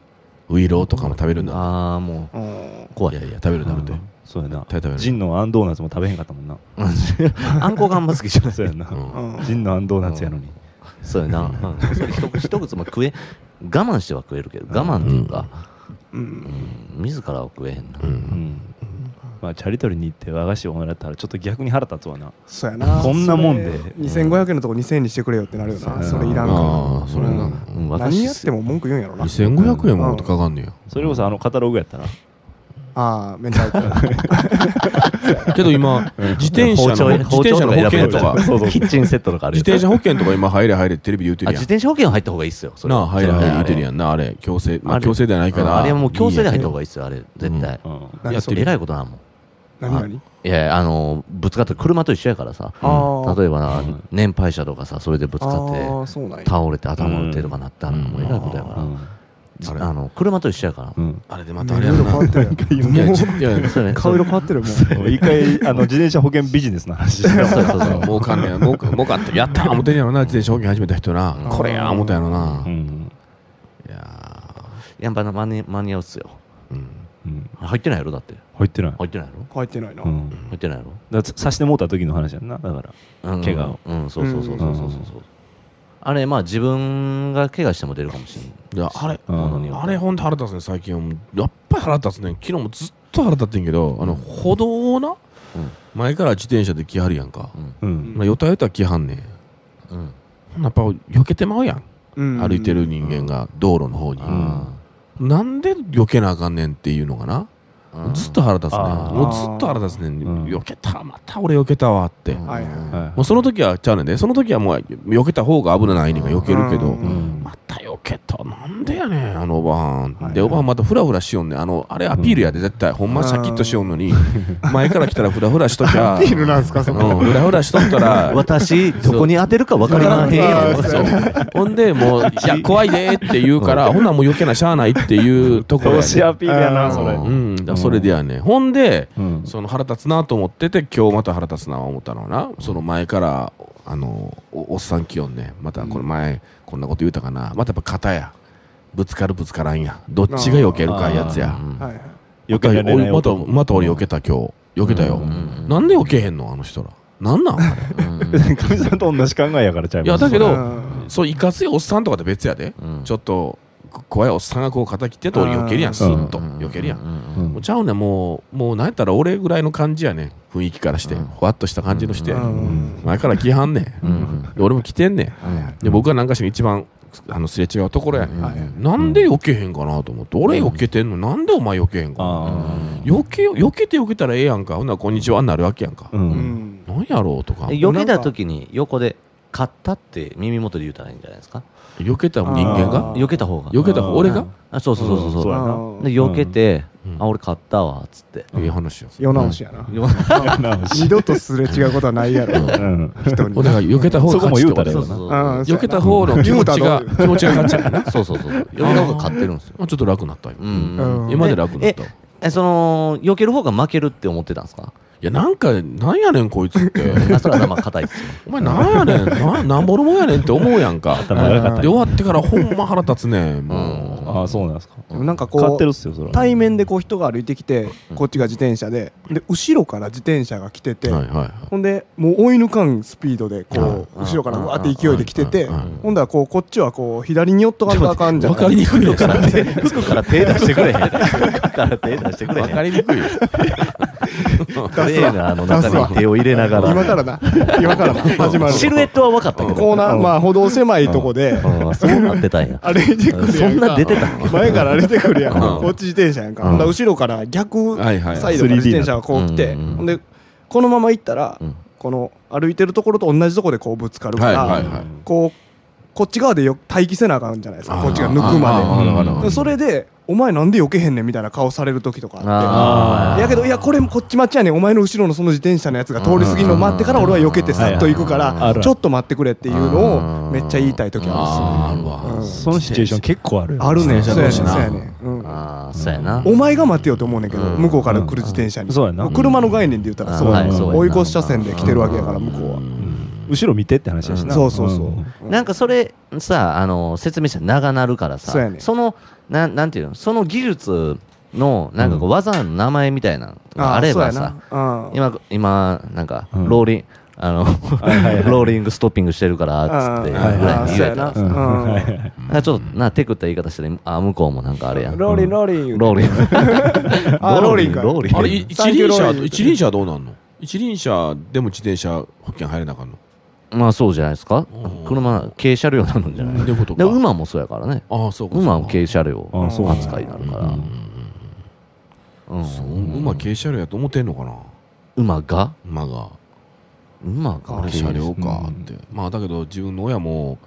[SPEAKER 4] ウイローとかも食べるんだ
[SPEAKER 1] ああも
[SPEAKER 3] うん
[SPEAKER 1] う怖
[SPEAKER 4] い
[SPEAKER 1] い
[SPEAKER 4] やいや食べるなるで
[SPEAKER 2] そうやな
[SPEAKER 4] 絶対食べ
[SPEAKER 2] ジ
[SPEAKER 4] る
[SPEAKER 2] ンのあんドーナツも食べへんかったもんな
[SPEAKER 1] あんこがあんま好きじゃない
[SPEAKER 2] そうやな
[SPEAKER 4] うん
[SPEAKER 3] うん
[SPEAKER 2] ジンのあんドーナツやのに
[SPEAKER 1] そうやなうんそれ一口一口も食え我慢しては食えるけど我慢っていうか
[SPEAKER 3] うん
[SPEAKER 1] うん自らは食えへんな
[SPEAKER 4] うん
[SPEAKER 2] まあチャリトリに行って和菓子をもらったらちょっと逆に腹立つわな
[SPEAKER 3] そうやな
[SPEAKER 2] こんなもんで
[SPEAKER 3] それ2500円のとこ2000円にしてくれよってなるよ
[SPEAKER 2] そうや
[SPEAKER 3] な
[SPEAKER 2] な
[SPEAKER 3] それいらんか
[SPEAKER 4] ああそれな
[SPEAKER 3] うん
[SPEAKER 1] うん
[SPEAKER 3] ら
[SPEAKER 1] 私
[SPEAKER 3] 何やっても文句言うんやろな
[SPEAKER 4] 2500円もかかんねや
[SPEAKER 2] それこそあのカタログやったら
[SPEAKER 3] ああ明太子
[SPEAKER 4] けど今自転車
[SPEAKER 1] 包丁
[SPEAKER 4] の自転車の保険とか
[SPEAKER 1] 包丁選べるキッチンセットとかある
[SPEAKER 4] 自
[SPEAKER 1] やつ
[SPEAKER 4] 転車保険とか今入れ入れテレビ言うて
[SPEAKER 1] あ
[SPEAKER 4] るや
[SPEAKER 1] 自
[SPEAKER 4] ん
[SPEAKER 1] 転車保険は入った方がいいっすよそれ
[SPEAKER 4] なあ入れ入れ言うてるや
[SPEAKER 1] ん
[SPEAKER 4] んなあれ強制まあ強制ではないから
[SPEAKER 1] あれはもう強制で入った方
[SPEAKER 4] が
[SPEAKER 1] がいいっすよあれ絶対
[SPEAKER 2] うん
[SPEAKER 3] 何
[SPEAKER 4] やっ
[SPEAKER 3] そ
[SPEAKER 4] て
[SPEAKER 3] れ
[SPEAKER 4] る
[SPEAKER 1] えらいことなんもん
[SPEAKER 3] 何何
[SPEAKER 1] いやいやあのぶつかって車と一緒やからさ
[SPEAKER 3] ああ
[SPEAKER 1] 例えばな
[SPEAKER 2] うん
[SPEAKER 1] 年配者とかさそれでぶつかって
[SPEAKER 3] ああそうなんや
[SPEAKER 1] 倒れて頭打ってとかなったらもうえらいことや
[SPEAKER 2] う
[SPEAKER 1] か
[SPEAKER 2] ん
[SPEAKER 4] うん
[SPEAKER 1] らあの車と一緒やから
[SPEAKER 2] うん
[SPEAKER 4] あれでま
[SPEAKER 3] ま
[SPEAKER 4] た
[SPEAKER 3] た
[SPEAKER 4] あれ
[SPEAKER 3] あ
[SPEAKER 4] や
[SPEAKER 3] れや
[SPEAKER 4] ん
[SPEAKER 3] ろ
[SPEAKER 4] な
[SPEAKER 3] な
[SPEAKER 4] いやちいや
[SPEAKER 1] そうやね
[SPEAKER 3] 顔色変わってるよ もう
[SPEAKER 2] もう一回あの自転車保険ビジネスの話して
[SPEAKER 1] そうそうそう
[SPEAKER 4] 儲かんねや儲か儲かってやったー思てんやろな自転車保険始めた人な
[SPEAKER 1] うん
[SPEAKER 4] これやー思ったやろな
[SPEAKER 2] たうん
[SPEAKER 4] いや
[SPEAKER 1] やっぱな間に間に合うっすよ
[SPEAKER 4] ーうん
[SPEAKER 2] うん
[SPEAKER 1] 入ってないやろだって
[SPEAKER 2] 入ってない
[SPEAKER 1] 入ってないやろ
[SPEAKER 3] 入ってないな
[SPEAKER 2] うん
[SPEAKER 1] 入ってないやろ
[SPEAKER 2] だから刺してもうた時の話やんなだから
[SPEAKER 1] うん
[SPEAKER 2] 怪我を
[SPEAKER 1] うんそうそうそうそうそうそうそうあれまあ自分が怪我しても出るかもしれない
[SPEAKER 4] いやあれ
[SPEAKER 2] うん
[SPEAKER 1] ものによって
[SPEAKER 4] あれほんと腹立つね最近はもうやっぱり腹立つね昨日もずっと腹立ってんけどあの歩道をな
[SPEAKER 1] うん
[SPEAKER 4] 前から自転車で来はるやんか
[SPEAKER 1] うん
[SPEAKER 2] うん
[SPEAKER 4] まあよたよた来はんねん
[SPEAKER 1] うん
[SPEAKER 4] ほんなやっぱ避けてまうやん
[SPEAKER 3] うん
[SPEAKER 4] 歩いてる人間が道路の方に
[SPEAKER 1] あ
[SPEAKER 4] なんで避けなあかんねんっていうのか
[SPEAKER 1] ー
[SPEAKER 4] な
[SPEAKER 1] うん
[SPEAKER 4] ずっと腹立つねん
[SPEAKER 2] あー
[SPEAKER 4] もうずっと腹立つねん
[SPEAKER 2] うん
[SPEAKER 4] 避けたまた俺避けたわって
[SPEAKER 1] うん
[SPEAKER 3] はいはい
[SPEAKER 2] はい
[SPEAKER 4] もうその時はちゃうねんで、その時はもう避けた方が危ないねんから避けるけど、
[SPEAKER 3] うん
[SPEAKER 2] うん
[SPEAKER 4] また避けた、なんでやねん、あのおばはん。
[SPEAKER 3] いはい
[SPEAKER 4] で、おばはんまたフラフラしよんねん、あの、あれアピールやで、絶対、ほんまシャキッとしよんのに、 前から来たらフラフラしときゃ、
[SPEAKER 3] アピールなんすかそこ
[SPEAKER 4] うんフラフラしとった ら、
[SPEAKER 1] 私どこに当てるか分かりまへんやん
[SPEAKER 3] そう
[SPEAKER 4] そうほんで、もう、いや、怖いでって言うから、ほんならもう避けなしゃあないっていうところ
[SPEAKER 2] 投
[SPEAKER 4] やね
[SPEAKER 2] 資アピールや
[SPEAKER 3] あ
[SPEAKER 2] な
[SPEAKER 3] ー
[SPEAKER 2] それ
[SPEAKER 4] うん、だからそれでやねん。ほんで、
[SPEAKER 2] うん
[SPEAKER 4] その腹立つなと思ってて今日また腹立つな思ったのはなその前からあのおおっさん気温ねまたこの前こんなこと言うたかなまたやっぱ肩やぶつかるぶつからんやどっちが避けるかやつや
[SPEAKER 1] うん
[SPEAKER 3] はいはい
[SPEAKER 2] 避けられない
[SPEAKER 4] また
[SPEAKER 2] 男
[SPEAKER 4] またまた俺避けた今日避けたよ、
[SPEAKER 1] うんうん
[SPEAKER 4] なんで避けへんのあの人らなんなんあれ
[SPEAKER 1] うん
[SPEAKER 2] かみさんと同じ考えやからちゃい
[SPEAKER 4] いや
[SPEAKER 2] ます
[SPEAKER 4] だけ
[SPEAKER 3] う
[SPEAKER 4] ど
[SPEAKER 3] ん
[SPEAKER 4] そういかついおっさんとかって別やで、
[SPEAKER 1] うん
[SPEAKER 4] ちょっとこ怖いおっさんがこう肩切ってと俺避けるやんスッと避けるやん
[SPEAKER 1] ん
[SPEAKER 4] もうちゃうねんもうもうなんやったら俺ぐらいの感じやね雰囲気からして
[SPEAKER 1] うん
[SPEAKER 4] ふわっとした感じのして、
[SPEAKER 3] うん
[SPEAKER 4] 前から来はんねん、
[SPEAKER 1] うん
[SPEAKER 4] で俺も来てんねん
[SPEAKER 1] うん
[SPEAKER 4] で僕は何かしら一番あのすれ違うところやねん、
[SPEAKER 1] うん
[SPEAKER 3] はいはい
[SPEAKER 4] なんで避けへんかなと思って俺避けてんのなんでお前避けへんか
[SPEAKER 2] あ
[SPEAKER 4] な避けよ避けて避けたらええやんかほんならこんにちはになるわけやんか、
[SPEAKER 2] あう
[SPEAKER 3] うんん
[SPEAKER 4] なんやろうとか
[SPEAKER 1] え避けた時に横で「買った」って耳元で言うたらいいんじゃないですか
[SPEAKER 4] 避けた人間が
[SPEAKER 3] あー
[SPEAKER 1] 避けた方が
[SPEAKER 4] 避けた方俺が、
[SPEAKER 1] あそうそうそうそう
[SPEAKER 2] そう
[SPEAKER 1] そ
[SPEAKER 2] や
[SPEAKER 1] う
[SPEAKER 2] な
[SPEAKER 3] うん
[SPEAKER 1] で避けて
[SPEAKER 4] うん
[SPEAKER 1] 「あ俺買ったわ」っつって
[SPEAKER 4] ええ話やそれ
[SPEAKER 3] 世直しやな
[SPEAKER 2] なん
[SPEAKER 3] 二度とすれ違うことはないや
[SPEAKER 2] う
[SPEAKER 3] ろ
[SPEAKER 2] ん
[SPEAKER 3] 人に
[SPEAKER 4] お互い避けた方が
[SPEAKER 2] そこも
[SPEAKER 4] 勝ちっ
[SPEAKER 2] 言
[SPEAKER 4] て
[SPEAKER 2] うた
[SPEAKER 4] こと
[SPEAKER 2] ら
[SPEAKER 4] や
[SPEAKER 2] よ
[SPEAKER 1] そうそう
[SPEAKER 2] な
[SPEAKER 1] そう
[SPEAKER 4] 避けた方の気持ちが
[SPEAKER 3] 言うたらどう
[SPEAKER 4] 気持ちが勝ちや からな
[SPEAKER 1] そうそうそう避けた方が買ってるんですよ
[SPEAKER 4] あちょっと楽になったよ、
[SPEAKER 1] うん
[SPEAKER 3] うん
[SPEAKER 4] 今まで楽になったわ
[SPEAKER 1] えその避ける方が負けるって思ってたんですか
[SPEAKER 4] いやなんかなんやねんこいつって
[SPEAKER 1] あそれはまあ硬いっすよ
[SPEAKER 4] お前なんやねんななんぼのもんやねんって思うやんか
[SPEAKER 2] 頭が硬い
[SPEAKER 4] で終わってからほんま腹立つねんもう、
[SPEAKER 1] うん
[SPEAKER 2] ああそうなんですか
[SPEAKER 3] でもなんか
[SPEAKER 2] 変わ
[SPEAKER 3] こ
[SPEAKER 2] ってる
[SPEAKER 3] う
[SPEAKER 2] っすよそれは
[SPEAKER 3] 対面でこう人が歩いてきて
[SPEAKER 1] うん
[SPEAKER 3] こっちが自転車でで後ろから自転車が来てて、
[SPEAKER 4] はいはいはい
[SPEAKER 3] ほんでもう追い抜かんスピードでこう
[SPEAKER 1] はい
[SPEAKER 3] 後ろからわーって勢いで来て
[SPEAKER 4] は
[SPEAKER 3] て
[SPEAKER 4] いはい
[SPEAKER 1] はい
[SPEAKER 3] ほんだらこうこっちはこう左に寄っとかんとあかんじゃ
[SPEAKER 4] わ
[SPEAKER 3] ん
[SPEAKER 4] かりにくいよそれ
[SPEAKER 1] 服から手出してくれへん。服から手出してくれへ
[SPEAKER 4] わ
[SPEAKER 1] ん。
[SPEAKER 4] かり にくいよ
[SPEAKER 1] トレーナーの中に手を入れながら。
[SPEAKER 3] 今からな今からな始まる
[SPEAKER 1] シルエットは分かったけど。
[SPEAKER 3] コーナーまあ歩道狭いとこで
[SPEAKER 1] ああそうなってたんや。
[SPEAKER 3] 歩いてくるやんか
[SPEAKER 1] そんな出てた
[SPEAKER 3] 前から歩いてくるやん
[SPEAKER 1] うん
[SPEAKER 3] こっち自転車やんか
[SPEAKER 1] うん
[SPEAKER 3] ほんだら後ろから逆
[SPEAKER 4] はいはい
[SPEAKER 3] サイドから自転車がこう来て
[SPEAKER 1] 3D な
[SPEAKER 3] ほんでこのまま行ったら
[SPEAKER 1] うん
[SPEAKER 3] この歩いてるところと同じとこでこうぶつかるか
[SPEAKER 4] はい
[SPEAKER 3] ら
[SPEAKER 4] はい
[SPEAKER 3] こうこっち側でよ待機せなあかんじゃないですかこっちが抜く
[SPEAKER 4] あーあ
[SPEAKER 3] ま
[SPEAKER 4] ーなるほど
[SPEAKER 3] ででそれでお前なんで避けへんねんみたいな顔される時とかあって
[SPEAKER 1] ああ。
[SPEAKER 3] やけどいやこれこっち待ちやねんお前の後ろのその自転車のやつが通り過ぎるの待ってから俺は避けてさっと行く
[SPEAKER 1] は
[SPEAKER 3] か
[SPEAKER 1] いはい
[SPEAKER 2] はいあ
[SPEAKER 3] ら
[SPEAKER 2] る
[SPEAKER 3] ちょっと待ってくれっていうのをめっちゃ言いたい時あ
[SPEAKER 4] あーあるわ、
[SPEAKER 3] うん
[SPEAKER 2] そのシチュエーション結構ある
[SPEAKER 3] る
[SPEAKER 2] よ
[SPEAKER 3] んですよあるねんそう
[SPEAKER 4] 自転
[SPEAKER 3] やねんそ
[SPEAKER 4] 車
[SPEAKER 3] う
[SPEAKER 4] 同士
[SPEAKER 3] やね
[SPEAKER 4] なん
[SPEAKER 3] うん
[SPEAKER 1] ああ、そうやな。
[SPEAKER 3] お前が待てよと思うねんけど
[SPEAKER 1] うん
[SPEAKER 3] 向こうから来る自転車に
[SPEAKER 2] そうやな
[SPEAKER 3] 車の概念で言ったらそう
[SPEAKER 2] うんはい
[SPEAKER 3] や
[SPEAKER 2] そうや
[SPEAKER 3] ん
[SPEAKER 2] な
[SPEAKER 3] 追い越し車線で来てるわけやから向こうは
[SPEAKER 2] 後ろ見てって話やしな
[SPEAKER 3] そうそうそう
[SPEAKER 2] うん
[SPEAKER 3] うん
[SPEAKER 1] なんかそれさあの説明したら長なるからさ
[SPEAKER 3] そうやねん
[SPEAKER 1] のなんなんていうのその技術のなんかこう技の名前みたいなのがあればさ、
[SPEAKER 3] そうやなうん
[SPEAKER 1] 今今なんか
[SPEAKER 2] うん
[SPEAKER 1] ローリン、あ の
[SPEAKER 2] はいはいはい
[SPEAKER 1] ローリングストッピングしてるからっつってぐ
[SPEAKER 2] はいはい
[SPEAKER 1] らいに言えたら
[SPEAKER 3] あーそ
[SPEAKER 1] さ
[SPEAKER 3] うやなうん
[SPEAKER 2] はいはい
[SPEAKER 1] なんかちょっとなテクった言い方してあ向こうもなんかあれやん
[SPEAKER 3] ローリンローリン
[SPEAKER 1] ローリン
[SPEAKER 3] あーローリンか
[SPEAKER 1] ローリン
[SPEAKER 4] あれい一
[SPEAKER 3] サンキュー
[SPEAKER 4] 輪
[SPEAKER 3] ロ
[SPEAKER 4] 車
[SPEAKER 3] ーリン
[SPEAKER 4] 一輪車はどうなんの一輪車でも自転車保険入れなあかんの
[SPEAKER 1] まあそうじゃないですか
[SPEAKER 4] うん
[SPEAKER 1] 車軽車両なのじゃない
[SPEAKER 4] ってこと
[SPEAKER 1] で
[SPEAKER 4] か
[SPEAKER 1] 馬もそうやからね
[SPEAKER 4] ああそうかそうか
[SPEAKER 1] 馬も軽車両
[SPEAKER 2] あそうなんや
[SPEAKER 1] 扱いになるか
[SPEAKER 4] うん
[SPEAKER 1] ら
[SPEAKER 4] うんう
[SPEAKER 1] う
[SPEAKER 4] ん
[SPEAKER 1] ん
[SPEAKER 4] そう馬軽車両やと思ってんのかな
[SPEAKER 1] 馬が
[SPEAKER 4] 馬が
[SPEAKER 1] 馬
[SPEAKER 3] あ
[SPEAKER 1] が
[SPEAKER 4] 軽
[SPEAKER 1] 軽
[SPEAKER 4] 車両かってまあだけど自分の親も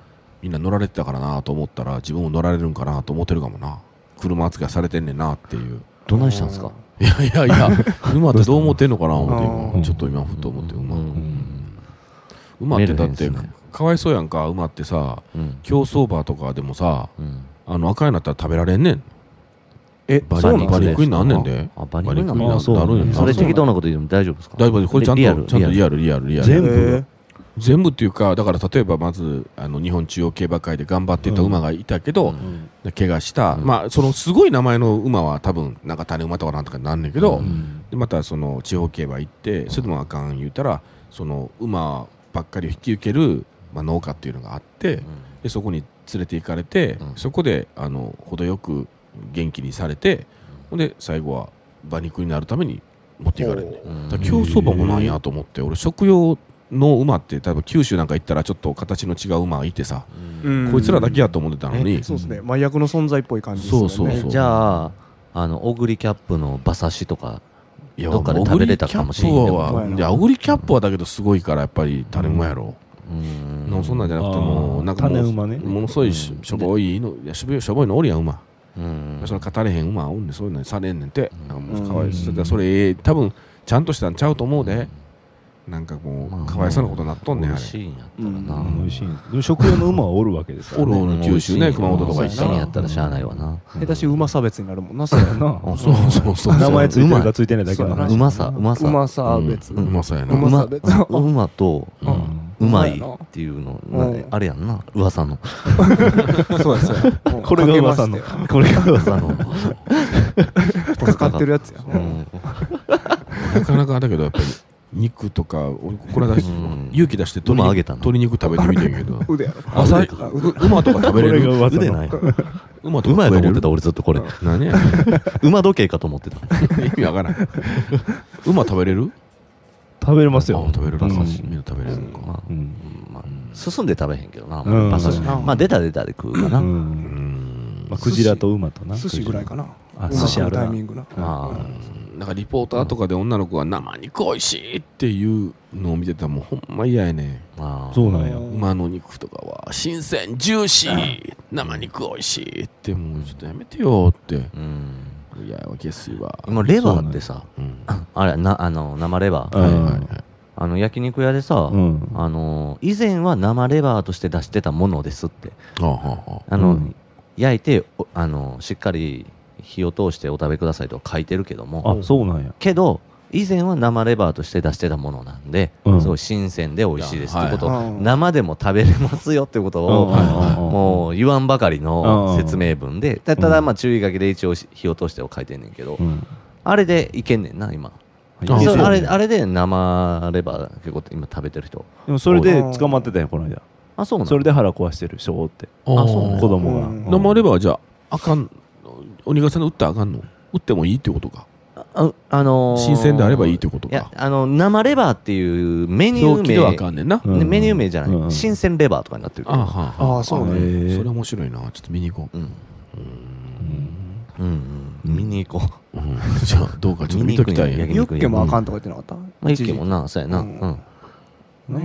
[SPEAKER 4] みんな乗られてたからなと思ったら自分も乗られるんかなと思ってるかもな車扱いされてんねんなっていう
[SPEAKER 1] どないしたんですか
[SPEAKER 4] いやいやいや馬ってどう思ってんのかな思って
[SPEAKER 2] う
[SPEAKER 4] 今
[SPEAKER 2] ん
[SPEAKER 4] ちょっと今ふと思って馬
[SPEAKER 1] うん
[SPEAKER 4] 馬ってだ
[SPEAKER 1] 見
[SPEAKER 4] っ
[SPEAKER 1] れへ
[SPEAKER 4] て
[SPEAKER 1] んっすね
[SPEAKER 4] かわいそうやんか馬ってさ
[SPEAKER 1] うん
[SPEAKER 4] 競走馬とかでもさ
[SPEAKER 1] うん
[SPEAKER 4] あの赤いなったら食べられんねん
[SPEAKER 3] え
[SPEAKER 4] 馬
[SPEAKER 1] そうなん
[SPEAKER 4] 馬肉になんねんで
[SPEAKER 1] あ馬肉になんねん
[SPEAKER 4] 馬
[SPEAKER 2] あそう
[SPEAKER 4] なるんやな
[SPEAKER 1] それ適当なこと言うの大丈夫ですか
[SPEAKER 4] 大丈夫これちゃん
[SPEAKER 1] リア
[SPEAKER 4] と
[SPEAKER 1] ル
[SPEAKER 4] ちゃんと
[SPEAKER 1] リ
[SPEAKER 4] リアルリアルリアル
[SPEAKER 2] 全部
[SPEAKER 3] え
[SPEAKER 4] 全部っていうかだから例えばまずあの日本中央競馬会で頑張ってた馬がいたけど、
[SPEAKER 1] うん
[SPEAKER 4] 怪我した、
[SPEAKER 1] うん
[SPEAKER 4] まあそのすごい名前の馬は多分なんか種馬とかなんとかなんねんけど、
[SPEAKER 1] うん
[SPEAKER 4] でまたその地方競馬行ってそれでもあかん言うたらその馬ばっかりを引き受ける、まあ、農家っていうのがあってでそこに連れて行かれて、
[SPEAKER 1] うん
[SPEAKER 4] そこであの程よく元気にされてほんで最後は馬肉になるために持っていかれるねん
[SPEAKER 1] うん
[SPEAKER 4] だから競走馬もなんやと思って俺食用の馬って多分九州なんか行ったらちょっと形の違う馬がいてさ、
[SPEAKER 3] うん
[SPEAKER 4] こいつらだけやと思ってたのに、
[SPEAKER 3] そうですね麻薬の存在っぽい感じですよね
[SPEAKER 4] そうそう
[SPEAKER 1] えじゃああのオグリキャップの馬刺しとか
[SPEAKER 4] いや
[SPEAKER 1] どっかで食べれたかもしれんけど
[SPEAKER 4] オグリキャップは
[SPEAKER 3] うん
[SPEAKER 4] いやオグリキャップはだけどすごいからやっぱり種馬やろ、
[SPEAKER 1] う
[SPEAKER 4] うんん、そんなんじゃなくても
[SPEAKER 2] あー
[SPEAKER 4] うなんかも
[SPEAKER 2] 種
[SPEAKER 4] う
[SPEAKER 2] 馬ね
[SPEAKER 4] ものすごい
[SPEAKER 1] う
[SPEAKER 4] し,、
[SPEAKER 1] ん
[SPEAKER 4] ょぼいのいやしょぼいしょぼいのおるやん馬、
[SPEAKER 1] うん
[SPEAKER 4] その語れへん馬おんねんそういうのにされんねんて、
[SPEAKER 1] うん
[SPEAKER 4] なんかもうかわいそううんだからそれええ多分ちゃんとしたんちゃうと思うで、なんかもうかわいそうなことなっとんねんあ
[SPEAKER 1] 美
[SPEAKER 4] れ
[SPEAKER 1] 味しいんやったらな
[SPEAKER 2] うん美味しいでも食用の馬はおるわけですから
[SPEAKER 4] おるおる九州ね熊本とか行
[SPEAKER 1] 美
[SPEAKER 4] っ
[SPEAKER 1] 味
[SPEAKER 4] た
[SPEAKER 1] しいん
[SPEAKER 4] ら
[SPEAKER 1] やったらしゃあないわな
[SPEAKER 3] 下手し馬差別になるもんなそれ
[SPEAKER 2] な
[SPEAKER 1] あ
[SPEAKER 4] そうそうそう
[SPEAKER 2] 名前ついてる
[SPEAKER 1] うま
[SPEAKER 2] かついてないだけの
[SPEAKER 1] う
[SPEAKER 2] 話
[SPEAKER 1] まさうまさ
[SPEAKER 3] うまさ別
[SPEAKER 4] うんうまそうやな
[SPEAKER 3] うまさ
[SPEAKER 1] 馬
[SPEAKER 3] 別の
[SPEAKER 1] 馬と
[SPEAKER 4] うん
[SPEAKER 2] うん
[SPEAKER 1] うまいっていうのなあれやんな噂の
[SPEAKER 3] そうですよ
[SPEAKER 2] これが噂のこれが噂
[SPEAKER 1] 噂
[SPEAKER 2] の
[SPEAKER 1] の
[SPEAKER 3] かかってるやつや
[SPEAKER 1] うん
[SPEAKER 4] なかなかだけどやっぱり肉とか俺これ出し
[SPEAKER 1] うん
[SPEAKER 4] 勇気出して鶏
[SPEAKER 1] 馬
[SPEAKER 4] 肉
[SPEAKER 1] あげたの
[SPEAKER 4] 鶏肉食べてみてんけど
[SPEAKER 3] 腕やろ
[SPEAKER 4] 朝
[SPEAKER 1] 腕
[SPEAKER 4] う馬とか食
[SPEAKER 2] こ
[SPEAKER 4] べれ
[SPEAKER 2] れが
[SPEAKER 4] る
[SPEAKER 2] 噂
[SPEAKER 1] 腕
[SPEAKER 2] の
[SPEAKER 1] ない
[SPEAKER 4] 馬と
[SPEAKER 1] う
[SPEAKER 4] か
[SPEAKER 1] まいと
[SPEAKER 4] 食べ
[SPEAKER 1] 思
[SPEAKER 4] れ
[SPEAKER 1] っ
[SPEAKER 4] る
[SPEAKER 1] てた俺ずっとこれ
[SPEAKER 4] 何や
[SPEAKER 1] 馬時計かと思ってた
[SPEAKER 4] 意味わからん馬食べれる
[SPEAKER 2] 食べれますよ
[SPEAKER 4] あ食べれる
[SPEAKER 1] 馬
[SPEAKER 4] の
[SPEAKER 1] 刺
[SPEAKER 4] し
[SPEAKER 1] し
[SPEAKER 4] みんな食べれるのか
[SPEAKER 1] まあ
[SPEAKER 2] うん
[SPEAKER 1] まあ進んで食べへんけどな
[SPEAKER 2] うん
[SPEAKER 1] 馬刺し
[SPEAKER 3] うん
[SPEAKER 1] まあ出た出たで食うか
[SPEAKER 2] う
[SPEAKER 1] な
[SPEAKER 4] うんん
[SPEAKER 2] まあクジラと馬とな
[SPEAKER 3] 寿司ぐらいかな
[SPEAKER 2] あ
[SPEAKER 3] うまく
[SPEAKER 2] 寿司ある
[SPEAKER 3] タ
[SPEAKER 2] な
[SPEAKER 3] イミングな
[SPEAKER 1] ま
[SPEAKER 4] なんかリポーターとかで女の子が生肉おいしいっていうのを見てたらもうほんま嫌やね
[SPEAKER 1] あまあ
[SPEAKER 2] そうなんや
[SPEAKER 4] 馬の肉とかは新鮮ジューシー生肉おいしいってもうちょっとやめてよって
[SPEAKER 1] うん
[SPEAKER 4] いやわけっすわ
[SPEAKER 1] まあレバーってさ
[SPEAKER 4] うん
[SPEAKER 1] あれなあの生レバー
[SPEAKER 2] うん
[SPEAKER 4] はいはいはい
[SPEAKER 1] あの焼肉屋でさ
[SPEAKER 2] うん
[SPEAKER 1] あの以前は生レバーとして出してたものですって
[SPEAKER 4] ああああああ
[SPEAKER 1] あの、
[SPEAKER 2] うん
[SPEAKER 1] 焼いておあのしっかり火を通してお食べくださいとは書いてるけども
[SPEAKER 2] あそうなんや
[SPEAKER 1] けど以前は生レバーとして出してたものなんで、
[SPEAKER 2] うん
[SPEAKER 1] すごい新鮮で美味しいですってこと
[SPEAKER 3] はいはいは
[SPEAKER 1] を
[SPEAKER 3] い
[SPEAKER 1] 生でも食べれますよってこと
[SPEAKER 2] うん
[SPEAKER 1] を
[SPEAKER 2] はいはいはい
[SPEAKER 1] もう言わんばかりの
[SPEAKER 2] うん
[SPEAKER 1] 説明文でたただ
[SPEAKER 2] うん
[SPEAKER 1] まあ注意書きで一応火を通してを書いてんねんけど
[SPEAKER 2] うん
[SPEAKER 1] あれでいけんねんな今
[SPEAKER 4] あ
[SPEAKER 1] そう
[SPEAKER 4] そう
[SPEAKER 1] あれあれで生レバー結構今食べてる人
[SPEAKER 2] でもそれで捕まってたよこの間
[SPEAKER 1] あそうな
[SPEAKER 2] そ
[SPEAKER 1] の
[SPEAKER 2] れで腹壊してる小って
[SPEAKER 1] あそう
[SPEAKER 2] 子
[SPEAKER 1] ね
[SPEAKER 2] 供が
[SPEAKER 3] うん
[SPEAKER 4] 生レ
[SPEAKER 2] ば
[SPEAKER 4] バーじゃああかん鬼川さんの打ったらあかんの打ってもいいってことか
[SPEAKER 1] ああのー
[SPEAKER 4] 新鮮であればいいってこと
[SPEAKER 1] いや
[SPEAKER 4] か
[SPEAKER 1] あの生レバーっていうメニュ
[SPEAKER 4] 表
[SPEAKER 1] ー
[SPEAKER 4] 記ではあ
[SPEAKER 1] 名
[SPEAKER 4] かんねんな
[SPEAKER 2] うん
[SPEAKER 1] ねメニュー名じゃない、
[SPEAKER 2] うん
[SPEAKER 1] 新鮮レバーとかになってるけど
[SPEAKER 4] あはあは
[SPEAKER 3] あそうね
[SPEAKER 4] あ
[SPEAKER 2] へえ
[SPEAKER 4] それ面白いなちょっと見に行こ
[SPEAKER 1] うん
[SPEAKER 4] うう
[SPEAKER 1] うんうん見に行こ
[SPEAKER 4] ーんうんじゃあどうかちょっと見ときた
[SPEAKER 1] 見
[SPEAKER 4] い
[SPEAKER 1] に行くんや
[SPEAKER 4] ね
[SPEAKER 3] ユッケもあかんとか言ってなかっ
[SPEAKER 1] うまあ一気もなそうやなう
[SPEAKER 3] うんんた
[SPEAKER 2] うん
[SPEAKER 3] ね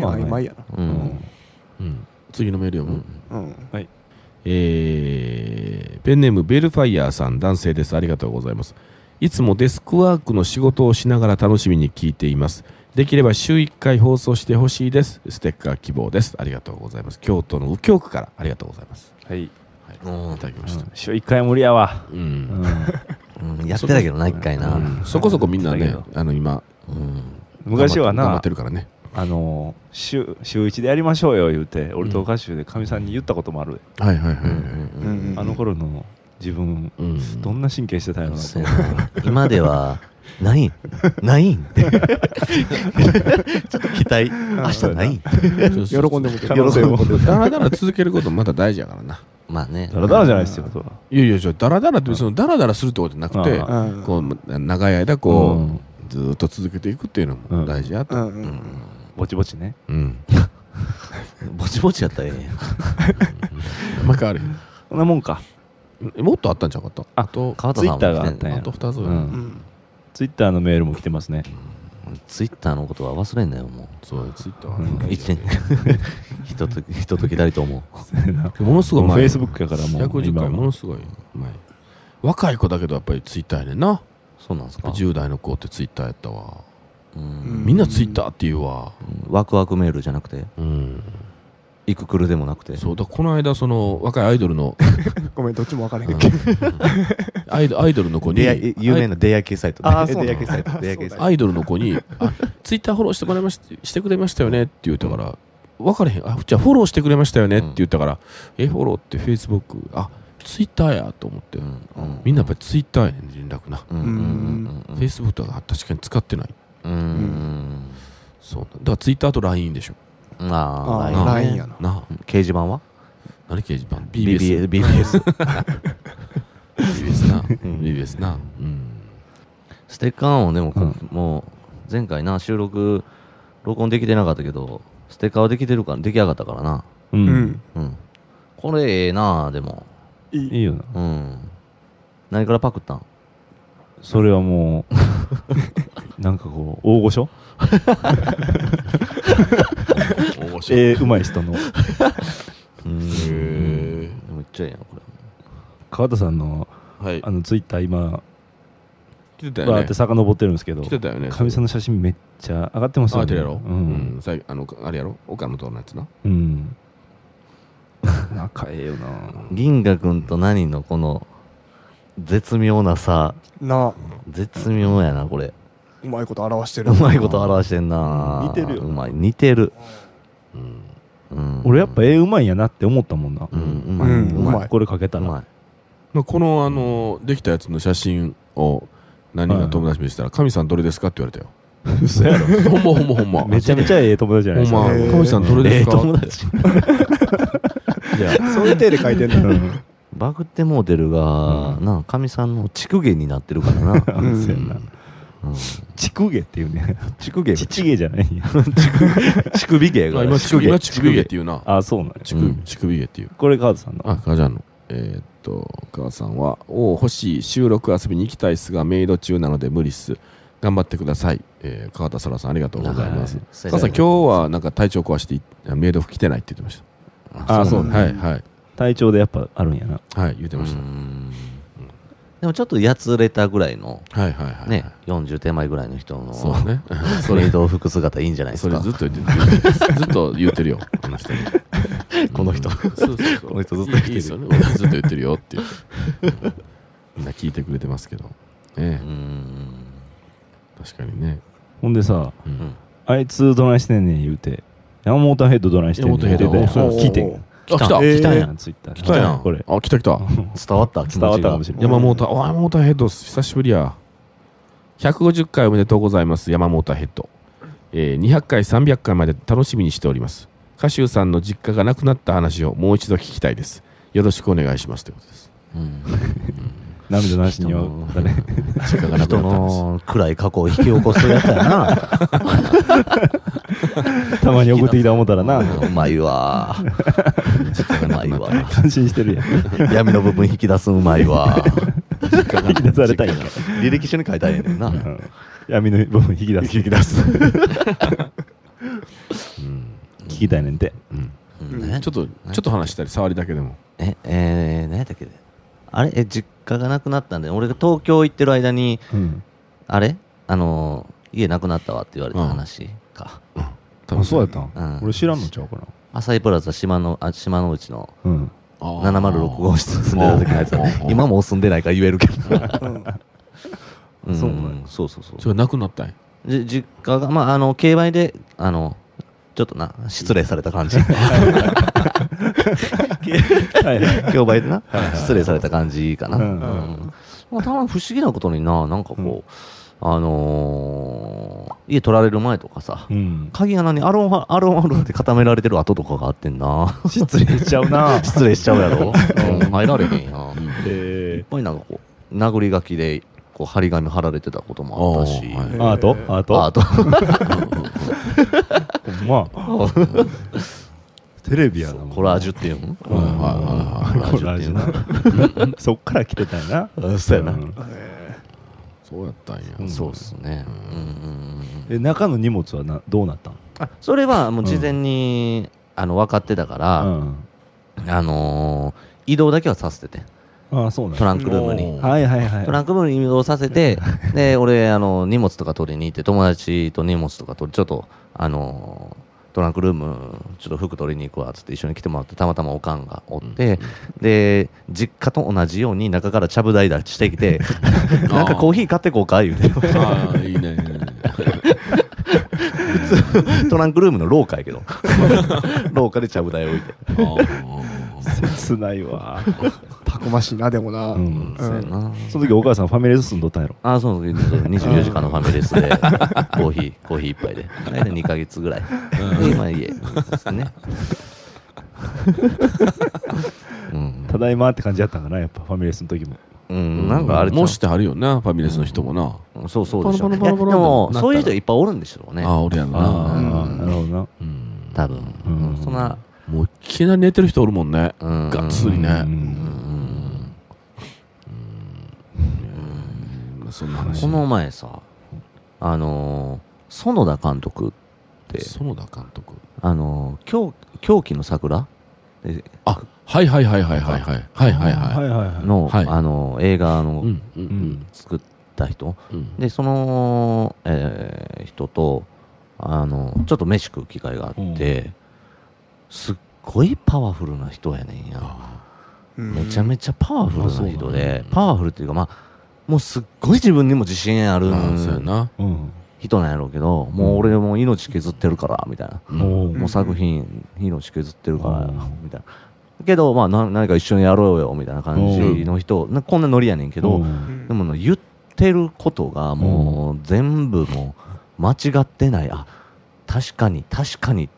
[SPEAKER 2] まあ
[SPEAKER 3] 曖昧や
[SPEAKER 1] う
[SPEAKER 2] うんん
[SPEAKER 4] うん次のメール読む
[SPEAKER 3] なうん
[SPEAKER 4] えーペンネームベルファイヤーさん男性ですありがとうございますいつもデスクワークの仕事をしながら楽しみに聞いていますできれば週1回放送してほしいですステッカー希望ですありがとうございます京都の右京区からありがとうございます、
[SPEAKER 2] はい
[SPEAKER 4] はい、いただきました、
[SPEAKER 2] 週1回無理やわ
[SPEAKER 4] うん
[SPEAKER 2] うん
[SPEAKER 1] うんやってたけどな一回な
[SPEAKER 4] うんそこそこみんなね
[SPEAKER 2] だけ
[SPEAKER 4] あの今
[SPEAKER 1] うん
[SPEAKER 2] 昔は
[SPEAKER 4] 頑張っ
[SPEAKER 2] な
[SPEAKER 4] てるからね
[SPEAKER 2] あの週週1でやりましょうよ言うて俺と歌手でかみさんに言ったこともある
[SPEAKER 4] はいはいはい
[SPEAKER 1] うんう
[SPEAKER 4] はい
[SPEAKER 1] ん
[SPEAKER 3] うん
[SPEAKER 2] あの頃の自分
[SPEAKER 4] うん
[SPEAKER 2] どんな神経してたん
[SPEAKER 1] う
[SPEAKER 2] やろ
[SPEAKER 1] ん
[SPEAKER 2] な
[SPEAKER 1] そうやな今ではないんないんってちょっと期待明日ないん
[SPEAKER 4] そう
[SPEAKER 3] 喜
[SPEAKER 4] そうん
[SPEAKER 3] でも
[SPEAKER 2] 可能性 を
[SPEAKER 4] だらだら続けることもまだ大事やからな
[SPEAKER 1] まあね
[SPEAKER 2] だらだらじゃないですよそれはい
[SPEAKER 4] やいやじゃあだらだらってそのだらだらするってことじゃなくて
[SPEAKER 2] あ
[SPEAKER 3] うん
[SPEAKER 4] こう長い間こう、
[SPEAKER 2] うん
[SPEAKER 4] ずーっと続けていくっていうのも大事やと、
[SPEAKER 3] う
[SPEAKER 4] うん
[SPEAKER 3] んうん
[SPEAKER 2] ぼちぼちね
[SPEAKER 1] ぼちぼちやったらええんや
[SPEAKER 4] まかあるよ
[SPEAKER 2] そんなもんか
[SPEAKER 4] もっとあったんちゃうかった
[SPEAKER 2] あ
[SPEAKER 4] あと
[SPEAKER 1] 川田
[SPEAKER 2] ツイ
[SPEAKER 1] さ
[SPEAKER 2] ッ
[SPEAKER 1] ん
[SPEAKER 2] ター
[SPEAKER 1] も
[SPEAKER 2] があ
[SPEAKER 1] 来
[SPEAKER 2] ってた
[SPEAKER 1] ん
[SPEAKER 2] んや
[SPEAKER 1] の
[SPEAKER 4] あと二つ
[SPEAKER 2] う
[SPEAKER 3] うんん
[SPEAKER 2] ツイッターのメールも来てますね
[SPEAKER 1] ツイッターのことは忘れんなよも
[SPEAKER 4] そうやツイッタ
[SPEAKER 2] う
[SPEAKER 1] う一年ひとときひとときだりと思う
[SPEAKER 4] ものすごい
[SPEAKER 2] フェ
[SPEAKER 4] 前
[SPEAKER 2] イスブックやからもう
[SPEAKER 4] 110
[SPEAKER 2] 今
[SPEAKER 4] 回
[SPEAKER 2] は
[SPEAKER 4] ものすごい前若い子だけどやっぱりツイッターやねんな
[SPEAKER 1] そうなんですか
[SPEAKER 4] 10代の子ってツイッターやったわ
[SPEAKER 1] うん
[SPEAKER 4] みんなツイッターって言うわ
[SPEAKER 1] ワクワクメールじゃなくて
[SPEAKER 4] うん
[SPEAKER 1] いくくるでもなくて
[SPEAKER 4] そうだからこの間その若いアイドルの
[SPEAKER 3] ごめんどっちも分から へ
[SPEAKER 1] うん
[SPEAKER 3] んけど
[SPEAKER 4] アイドアイドルの子に
[SPEAKER 1] 出会い有名な出会い系サイト
[SPEAKER 3] あー
[SPEAKER 1] 出
[SPEAKER 3] そうな
[SPEAKER 1] 会
[SPEAKER 3] ん
[SPEAKER 1] い
[SPEAKER 3] だ
[SPEAKER 1] 系サイト出会い系サイト
[SPEAKER 4] アイドルの子 にあ「ツイッターフォローしてもらいまししてくれましたよね」って言ったから分からへんあじゃあフォローしてくれましたよねって言ったから、えフォローってフェイスブックあツイッターやと思って、
[SPEAKER 1] うん
[SPEAKER 4] みんなやっぱりツイッターやねん連絡な、
[SPEAKER 1] うんうんうんうん
[SPEAKER 4] フェイスブックは確かに使ってない
[SPEAKER 1] うんうん
[SPEAKER 4] そうだからツイッターと LINE でしょ
[SPEAKER 1] うんあ
[SPEAKER 3] あ
[SPEAKER 1] あ
[SPEAKER 3] ー
[SPEAKER 1] な
[SPEAKER 3] LINE やな
[SPEAKER 4] なあ
[SPEAKER 1] 掲示板は
[SPEAKER 4] 何掲示板 BBS
[SPEAKER 1] BBS
[SPEAKER 4] BBS な
[SPEAKER 1] ん
[SPEAKER 4] BBS なうん
[SPEAKER 1] ステッカーもでもこ
[SPEAKER 2] うん
[SPEAKER 1] もう前回な収録録音できてなかったけどステッカーはできてるから出来上がったからな
[SPEAKER 2] う
[SPEAKER 3] うんん
[SPEAKER 1] うんこれええなあでも
[SPEAKER 3] いい
[SPEAKER 2] いいよな
[SPEAKER 1] うん何からパクったん
[SPEAKER 2] それはもうなんかこう大御所
[SPEAKER 4] 面白い
[SPEAKER 2] えーうまい人の
[SPEAKER 1] うん
[SPEAKER 4] へえ
[SPEAKER 1] めっちゃええやんこれ
[SPEAKER 2] 川田さんの
[SPEAKER 4] はい
[SPEAKER 2] あのツイッター今
[SPEAKER 4] 来てたよ
[SPEAKER 2] バーっ
[SPEAKER 4] ね
[SPEAKER 2] て遡ってるんですけど
[SPEAKER 4] 来てたよね
[SPEAKER 2] かみさんの写真めっちゃ上がってますよ
[SPEAKER 4] あ
[SPEAKER 2] ね
[SPEAKER 4] てるやろ
[SPEAKER 2] う
[SPEAKER 4] うんんさいあのあれやろ岡野とのやつな
[SPEAKER 2] うん仲ええよな
[SPEAKER 1] 銀河君と何のこの絶妙なさ
[SPEAKER 3] なあ
[SPEAKER 1] 絶妙やなこれ
[SPEAKER 3] うまいこと表してる
[SPEAKER 1] うまいこと表してんな
[SPEAKER 2] 似てるよ
[SPEAKER 1] うまい似てる、
[SPEAKER 4] うん
[SPEAKER 1] うん、
[SPEAKER 2] 俺やっぱ絵うまいんやなって思ったもんな
[SPEAKER 1] うんう
[SPEAKER 3] う
[SPEAKER 1] まい、
[SPEAKER 3] んうまい
[SPEAKER 2] これかけた
[SPEAKER 1] う
[SPEAKER 2] ら
[SPEAKER 1] まい
[SPEAKER 4] まあ、このあのできたやつの写真を何が友達にしたら「神さんどれですか?」って言われたよ。
[SPEAKER 2] 嘘やろ
[SPEAKER 4] ほんまほんまほんま。
[SPEAKER 2] めちゃめちゃええ友達じゃない
[SPEAKER 4] ほ
[SPEAKER 2] ですか
[SPEAKER 4] んま。
[SPEAKER 3] へー
[SPEAKER 4] 神さんどれですか、
[SPEAKER 1] 友達
[SPEAKER 2] じゃ
[SPEAKER 3] そういう手で書いてんだ
[SPEAKER 2] あ
[SPEAKER 1] バグってモデルが、
[SPEAKER 2] う
[SPEAKER 1] なかみさんの畜芸になってるからな、
[SPEAKER 2] う
[SPEAKER 3] うん
[SPEAKER 2] んそうやな
[SPEAKER 1] うん、
[SPEAKER 2] 畜芸っていうね
[SPEAKER 1] 畜芸
[SPEAKER 2] ち芸じゃない んや
[SPEAKER 1] 乳首芸
[SPEAKER 4] あ
[SPEAKER 1] が
[SPEAKER 4] 今乳首今乳首
[SPEAKER 1] 芸
[SPEAKER 4] 芸っていうな。
[SPEAKER 2] あそうなんや
[SPEAKER 4] 乳首乳首芸っていう。
[SPEAKER 2] これ川田さんの
[SPEAKER 4] あ母ちゃんの。えーっと母さんは「おお欲しい収録遊びに行きたいっすがメイド中なので無理っす頑張ってください」えー、川田沙羅さんありがとうございます
[SPEAKER 2] は
[SPEAKER 1] そう
[SPEAKER 4] 母さん今日はなんか体調壊していメイド服着てないって言ってまし
[SPEAKER 2] あ
[SPEAKER 4] た
[SPEAKER 2] そう
[SPEAKER 3] なん
[SPEAKER 4] は
[SPEAKER 3] や
[SPEAKER 4] いはい
[SPEAKER 2] 体調でやっぱあるんやな
[SPEAKER 4] はい言って
[SPEAKER 1] う
[SPEAKER 4] ました、
[SPEAKER 1] んでもちょっとやつれたぐらいの
[SPEAKER 4] はいはいはい、
[SPEAKER 1] ね、40手前ぐらいの人の
[SPEAKER 4] そう ね
[SPEAKER 1] それと服姿いいんじゃないで
[SPEAKER 4] そ
[SPEAKER 1] す
[SPEAKER 4] れ
[SPEAKER 1] か
[SPEAKER 4] ずっと言ってるずっと言ってるよあの 人に
[SPEAKER 1] この人
[SPEAKER 4] うんそうそうそう
[SPEAKER 1] この人ずっと言ってる
[SPEAKER 4] いいですよね俺ずっと言ってるよって言ってうんみんな聞いてくれてますけどね
[SPEAKER 1] うーん
[SPEAKER 4] 確かにね。
[SPEAKER 2] ほんでさ、
[SPEAKER 4] うん
[SPEAKER 2] あいつどないしてんねん言うて、山本ヘッドどないしてんねん言うてたやん
[SPEAKER 1] 山本ヘ
[SPEAKER 3] ッド
[SPEAKER 2] 聞いてん。
[SPEAKER 4] あ、
[SPEAKER 2] え
[SPEAKER 4] 来た
[SPEAKER 2] ー
[SPEAKER 1] 来た
[SPEAKER 2] や
[SPEAKER 1] やん
[SPEAKER 2] ん、ツイッターで。
[SPEAKER 4] 来たやん。
[SPEAKER 2] これ。
[SPEAKER 4] あ、来た来た。
[SPEAKER 1] 伝わった気
[SPEAKER 2] 伝
[SPEAKER 1] 持
[SPEAKER 2] わっ
[SPEAKER 1] ち
[SPEAKER 2] た
[SPEAKER 1] が
[SPEAKER 2] かもしれない。
[SPEAKER 4] 山本、あ山本ヘッド、久しぶりや。150回おめでとうございます、山本ヘッド。えー200回、300回まで楽しみにしております。歌手さんの実家が亡くなった話をもう一度聞きたいです。よろしくお願いしますということです。
[SPEAKER 1] うん
[SPEAKER 2] 涙なしには、ね、
[SPEAKER 4] 実家
[SPEAKER 1] 人
[SPEAKER 4] が亡くなった話。
[SPEAKER 1] の暗い過去を引き起こすやつやな
[SPEAKER 2] たまに送ってきた思ったら な、
[SPEAKER 1] うまいわうまいわ
[SPEAKER 2] 感心してるやん。
[SPEAKER 1] 闇の部分引き出すうまいわ
[SPEAKER 2] 引き出されたいんや。
[SPEAKER 1] 履歴書に書いたらええねんな
[SPEAKER 2] うん闇の部分引き出す。引き出 す。聞きたいねんて。
[SPEAKER 4] うん
[SPEAKER 1] うんね
[SPEAKER 4] ちょっと、ちょっと話したり、触りだけでも。
[SPEAKER 1] ええー、何やったっけあれえ実家がなくなったんで俺が東京行ってる間に
[SPEAKER 2] うん。
[SPEAKER 1] あれあのー家なくなったわって言われた話か、
[SPEAKER 2] あ、そうやった
[SPEAKER 1] うん
[SPEAKER 2] ん俺知らんのちゃうかな。
[SPEAKER 1] 浅井プラザ島のあ島の内の
[SPEAKER 2] うん。
[SPEAKER 1] 706号室に住んでた時のやつだね
[SPEAKER 4] あー
[SPEAKER 1] 今もう住んでないから言えるけどう
[SPEAKER 3] うん
[SPEAKER 1] ん
[SPEAKER 2] そうなん
[SPEAKER 1] そうそうそう
[SPEAKER 4] それ亡くなったんや
[SPEAKER 1] じ実家がまああの競売であのちょっとな失礼された感じ
[SPEAKER 2] はいはい。
[SPEAKER 1] 競売でな失礼された感じかな、
[SPEAKER 2] うん
[SPEAKER 1] うんまあ、たまに不思議なことにななんかこう、あのー家取られる前とかさ、
[SPEAKER 2] うん。
[SPEAKER 1] 鍵穴にアロンハアロンアロンって固められてる跡とかがあってんな
[SPEAKER 2] 失礼しちゃう な。
[SPEAKER 1] 失礼しちゃうや ろ、うん、入られへんやんいっ
[SPEAKER 2] え
[SPEAKER 1] ぱいなんかこう殴り書きでこう張り紙貼られてたこともあったし、
[SPEAKER 4] おー
[SPEAKER 2] ー、アートアート
[SPEAKER 1] あと
[SPEAKER 2] ほんまテレビやなもう
[SPEAKER 1] コラージュっていうん
[SPEAKER 2] うん
[SPEAKER 4] はい
[SPEAKER 1] は
[SPEAKER 4] はい
[SPEAKER 1] い
[SPEAKER 2] コラージュな そっから来てたんやな
[SPEAKER 1] あそうやな、
[SPEAKER 2] ん
[SPEAKER 4] そうやったんや。
[SPEAKER 1] そうっすね、うんうんうんうん
[SPEAKER 2] え中の荷物はなどうなったん
[SPEAKER 1] あそれはもう事前に、あの分かってたから、
[SPEAKER 2] うん
[SPEAKER 1] あのー移動だけはさせてて
[SPEAKER 2] ああそうなん
[SPEAKER 1] ト
[SPEAKER 2] や
[SPEAKER 1] ランクルームに
[SPEAKER 4] お
[SPEAKER 2] はいはいはい
[SPEAKER 1] トランクルームに移動させ てで俺あの荷物とか取りに行って友達と荷物とか取りちょっとあのートランクルームちょっと服取りに行くわっつって一緒に来てもらってたまたまおかんがおって、で実家と同じように中からちゃぶ台出してき てなんかコーヒー買ってこうか言うて
[SPEAKER 4] ああ、いい ね。
[SPEAKER 1] トランクルームの廊下やけど 廊下でちゃぶ台置いて
[SPEAKER 4] あー
[SPEAKER 2] 切ないわ
[SPEAKER 3] たくましいなでもな、
[SPEAKER 2] うん
[SPEAKER 1] そうやな
[SPEAKER 2] その時お母さんファミレス住んどったんやろ
[SPEAKER 1] あそうそうそう24時間のファミレスでコーヒーコーヒー一杯で大体2か月ぐらいで今家ですねうん
[SPEAKER 2] ただいまって感じやったんかなやっぱファミレスの時も
[SPEAKER 1] うんなんかあれちゃう
[SPEAKER 4] もしてあるよな、ファミレスの人もな。
[SPEAKER 1] そうそうでしょ
[SPEAKER 4] パ
[SPEAKER 1] い
[SPEAKER 4] ラ
[SPEAKER 1] やで
[SPEAKER 4] パラパラパラ
[SPEAKER 1] も
[SPEAKER 4] なったら
[SPEAKER 1] そういう人いっぱいおるんでしょうね
[SPEAKER 4] ああ、俺やん
[SPEAKER 2] ああ
[SPEAKER 4] な。
[SPEAKER 3] うん
[SPEAKER 2] なるほどな
[SPEAKER 4] うん
[SPEAKER 1] 多分
[SPEAKER 2] うん
[SPEAKER 1] うんそんな
[SPEAKER 4] もういきなり寝てる人おるもんね。
[SPEAKER 1] うん
[SPEAKER 4] がっつり
[SPEAKER 2] う
[SPEAKER 4] ね。
[SPEAKER 1] うんん
[SPEAKER 4] まあそんな話。
[SPEAKER 1] この前さあのー園田監督って
[SPEAKER 4] 園田監督。
[SPEAKER 1] あのー狂狂気の桜で
[SPEAKER 4] あ、はいはいはいはいはいはい。はいはいは。
[SPEAKER 2] はいいはいは
[SPEAKER 1] の、
[SPEAKER 4] はい
[SPEAKER 1] あのー映画の
[SPEAKER 4] うんうん
[SPEAKER 1] 作った人、
[SPEAKER 4] うん。
[SPEAKER 1] でその、えー人とあのちょっと飯食う機会があって、すっごいパワフルな人やねんや、
[SPEAKER 4] あ
[SPEAKER 3] うん
[SPEAKER 1] めちゃめちゃパワフルな人で、
[SPEAKER 4] うん
[SPEAKER 1] パワフルっていうかまあもうすっごい自分にも自信ある
[SPEAKER 4] ーあー、そうやな。
[SPEAKER 2] いうん
[SPEAKER 1] 人なんやろうけどもう俺もう命削ってるからみたいな、
[SPEAKER 4] うん
[SPEAKER 2] お
[SPEAKER 1] も
[SPEAKER 2] ー
[SPEAKER 1] う作品命削ってるから
[SPEAKER 2] うん
[SPEAKER 1] みたいなけどまあな何か一緒にやろうよみたいな感じの人、なこんなノリやねんけど、
[SPEAKER 2] うん
[SPEAKER 1] でもな言ってることがもう全部もう間違ってない、あ確かに確かにっ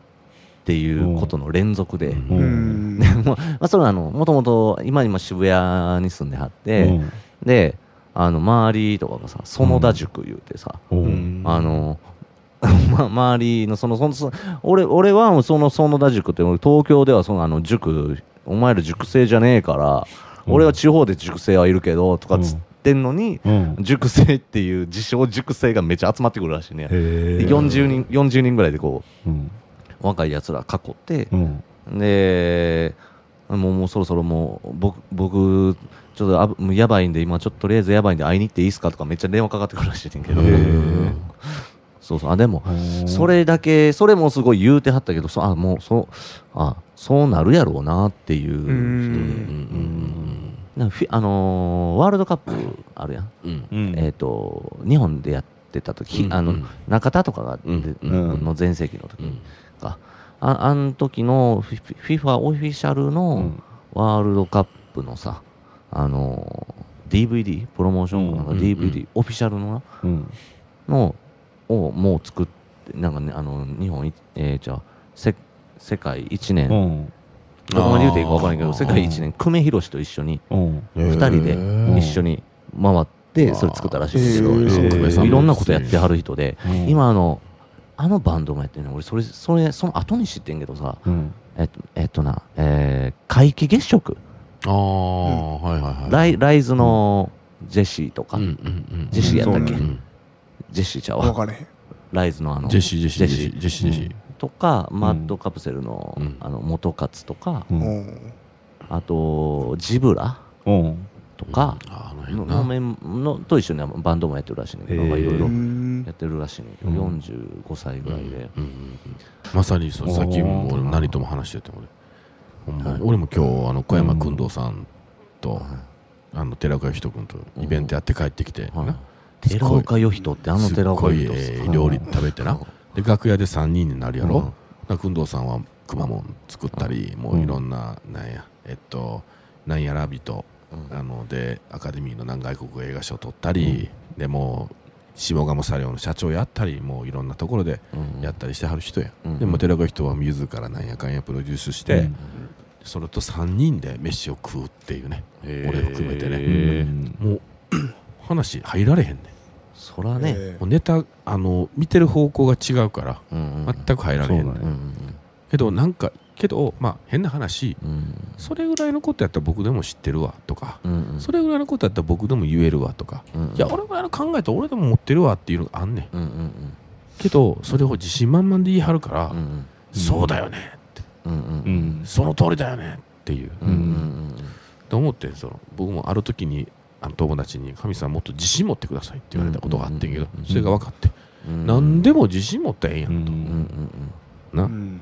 [SPEAKER 1] ていうことの連続で、
[SPEAKER 4] うん
[SPEAKER 3] う
[SPEAKER 2] うん
[SPEAKER 3] ん、
[SPEAKER 1] もうまあ、それはあのもともと今今渋谷に住んではっ
[SPEAKER 2] う
[SPEAKER 1] て、
[SPEAKER 2] ん
[SPEAKER 1] であの周りとかがさ園田塾言うてさ、
[SPEAKER 2] お
[SPEAKER 4] う
[SPEAKER 2] ー
[SPEAKER 4] ん
[SPEAKER 1] あの ま、周りのそのそのその俺俺はその園田塾って俺東京ではそのあの塾お前ら塾生じゃねえから
[SPEAKER 2] うん
[SPEAKER 1] 俺は地方で塾生はいるけどとかつってんのに、
[SPEAKER 2] うん
[SPEAKER 1] 塾生っていう自称塾生がめっちゃ集まってくるらしいね、
[SPEAKER 2] へ
[SPEAKER 1] で
[SPEAKER 2] え
[SPEAKER 1] 40人40人ぐらいでこ
[SPEAKER 2] うん
[SPEAKER 1] う若いやつら囲って
[SPEAKER 2] う、ん
[SPEAKER 1] でもうもうそろそろもう僕僕ちょっとあぶもうやばいんで今ちょっととりあえずやばいんで会いに行っていいですかとかめっちゃ電話かかってくるらしいねんけど
[SPEAKER 2] へえ
[SPEAKER 1] そうそうあでも
[SPEAKER 2] うん
[SPEAKER 1] それだけそれもすごい言うてはったけどそあもうそうあそうなるやろうなっていう
[SPEAKER 3] う
[SPEAKER 1] 人
[SPEAKER 4] うん
[SPEAKER 3] ん
[SPEAKER 4] うん
[SPEAKER 1] なんかフィあのーワールドカップあるやん
[SPEAKER 4] うんうん。
[SPEAKER 2] うん
[SPEAKER 1] えっ、と、日本でやっってた時、
[SPEAKER 4] うん
[SPEAKER 1] あ
[SPEAKER 4] う
[SPEAKER 1] の
[SPEAKER 4] ん
[SPEAKER 1] 中田とかが、
[SPEAKER 4] うん
[SPEAKER 2] うん
[SPEAKER 1] の全盛期の時
[SPEAKER 4] うん
[SPEAKER 1] か、ああの時のフィ FIFA オフィシャル
[SPEAKER 2] う
[SPEAKER 1] の
[SPEAKER 2] ん
[SPEAKER 1] ワールドカップのさ、あのー DVD プロモーションかなんか
[SPEAKER 4] うん
[SPEAKER 1] DVD、
[SPEAKER 4] うん
[SPEAKER 1] オフィシャルのな
[SPEAKER 2] うん
[SPEAKER 1] のをもう作ってなんかねあの日本いえーじゃあせ世界一年、
[SPEAKER 2] うん
[SPEAKER 1] どこまで言うていいか分からんけど
[SPEAKER 4] あー
[SPEAKER 1] 世界一年久米宏と一緒に
[SPEAKER 2] うん
[SPEAKER 1] 二人で
[SPEAKER 4] で
[SPEAKER 1] 一緒に回ってそれ作ったらしいんですけど、
[SPEAKER 3] へー
[SPEAKER 1] そう
[SPEAKER 2] へー
[SPEAKER 1] そうそういろんなことやってはる人で、
[SPEAKER 2] うん
[SPEAKER 1] 今あのあのバンドもやってるの俺それそれその後に知ってんけどさ
[SPEAKER 2] うん
[SPEAKER 1] えっとえっとな、えー、皆既月食、
[SPEAKER 4] ああ、はいはいはい。
[SPEAKER 1] ライライズのジェシーとか、
[SPEAKER 4] うんうんうん
[SPEAKER 1] ジェシーやったっけ、
[SPEAKER 3] うん
[SPEAKER 4] うん
[SPEAKER 1] ジェシーちゃう
[SPEAKER 3] 分
[SPEAKER 1] わ
[SPEAKER 3] かれへん
[SPEAKER 1] ライズのあの
[SPEAKER 4] ジェシー、ジェシー、
[SPEAKER 1] ジ
[SPEAKER 4] ジ
[SPEAKER 1] ェシ
[SPEAKER 4] ェシ
[SPEAKER 1] ー
[SPEAKER 4] ー、ジェシー、ジェシー。
[SPEAKER 1] とか、マッドカプセルの,、
[SPEAKER 4] うん
[SPEAKER 1] あの元勝とか、
[SPEAKER 2] う
[SPEAKER 3] うんん
[SPEAKER 1] あとジブラ
[SPEAKER 2] うん
[SPEAKER 1] とか、
[SPEAKER 4] ああの
[SPEAKER 1] の
[SPEAKER 4] 辺
[SPEAKER 1] の
[SPEAKER 4] な。
[SPEAKER 1] 面のと一緒にバンドもやってるらしいんだけど、
[SPEAKER 2] へー
[SPEAKER 1] なんかいろいろや
[SPEAKER 3] うん
[SPEAKER 1] ってるらしいんだけど、
[SPEAKER 2] うん
[SPEAKER 1] 45歳ぐらいで、
[SPEAKER 4] うんうんうんまさにそうさっきも俺何とも話してて俺ほんまに俺も今日あの小山君堂さんとあの寺岡義人君とイベントやって帰ってきて
[SPEAKER 1] はい
[SPEAKER 4] なす
[SPEAKER 1] 寺
[SPEAKER 4] ごい
[SPEAKER 1] 岡よ人ってあの寺岡よ人
[SPEAKER 4] すっごいえ
[SPEAKER 1] さ
[SPEAKER 4] え料理食べてなで楽屋で3人になるや
[SPEAKER 1] うん
[SPEAKER 4] ろだから工藤さんはくまモン作ったりもういろんななんやえっとなんやら人
[SPEAKER 1] うん
[SPEAKER 4] あのでアカデミーの南外国映画賞取ったりでもう下鴨サリオの社長やったりもういろんなところで
[SPEAKER 1] うん
[SPEAKER 4] やったりしてはる人や、
[SPEAKER 1] うん
[SPEAKER 4] でも寺子人は自らなんやかんやプロデュースして、それと3人で飯を食うっていうね俺含めてね
[SPEAKER 1] へー
[SPEAKER 4] もう 話入られへんね
[SPEAKER 1] そら
[SPEAKER 3] え
[SPEAKER 1] ね、
[SPEAKER 3] え
[SPEAKER 4] もうネタあの見てる方向が違うから
[SPEAKER 1] うんうん
[SPEAKER 4] 全く入られへんね、
[SPEAKER 2] そうなん
[SPEAKER 1] う
[SPEAKER 2] や
[SPEAKER 1] ん
[SPEAKER 4] けどなんかけどまあ変な話
[SPEAKER 1] うんうん
[SPEAKER 4] それぐらいのことやったら僕でも知ってるわとか、
[SPEAKER 1] うんうん
[SPEAKER 4] それぐらいのことやったら僕でも言えるわとか、
[SPEAKER 1] うんうん
[SPEAKER 4] いや俺ぐらいの考えと俺でも持ってるわっていうのがあんねん
[SPEAKER 1] うんうんうん
[SPEAKER 4] けどそれを自信満々で言い張るから、
[SPEAKER 1] うんうん
[SPEAKER 4] そうだよね
[SPEAKER 1] うん
[SPEAKER 2] う
[SPEAKER 1] うん
[SPEAKER 2] ん
[SPEAKER 4] その通りだよねっていう、
[SPEAKER 1] うんうん
[SPEAKER 4] と思ってその僕もある時にあの友達に「神さんもっと自信持ってください」って言われたことがあってんけど
[SPEAKER 1] うんうんうん
[SPEAKER 4] それが分かって
[SPEAKER 1] うん
[SPEAKER 4] 何でも自信持ったらええんや
[SPEAKER 2] うん
[SPEAKER 4] と
[SPEAKER 1] うん
[SPEAKER 2] ん
[SPEAKER 1] うん
[SPEAKER 4] な
[SPEAKER 3] うん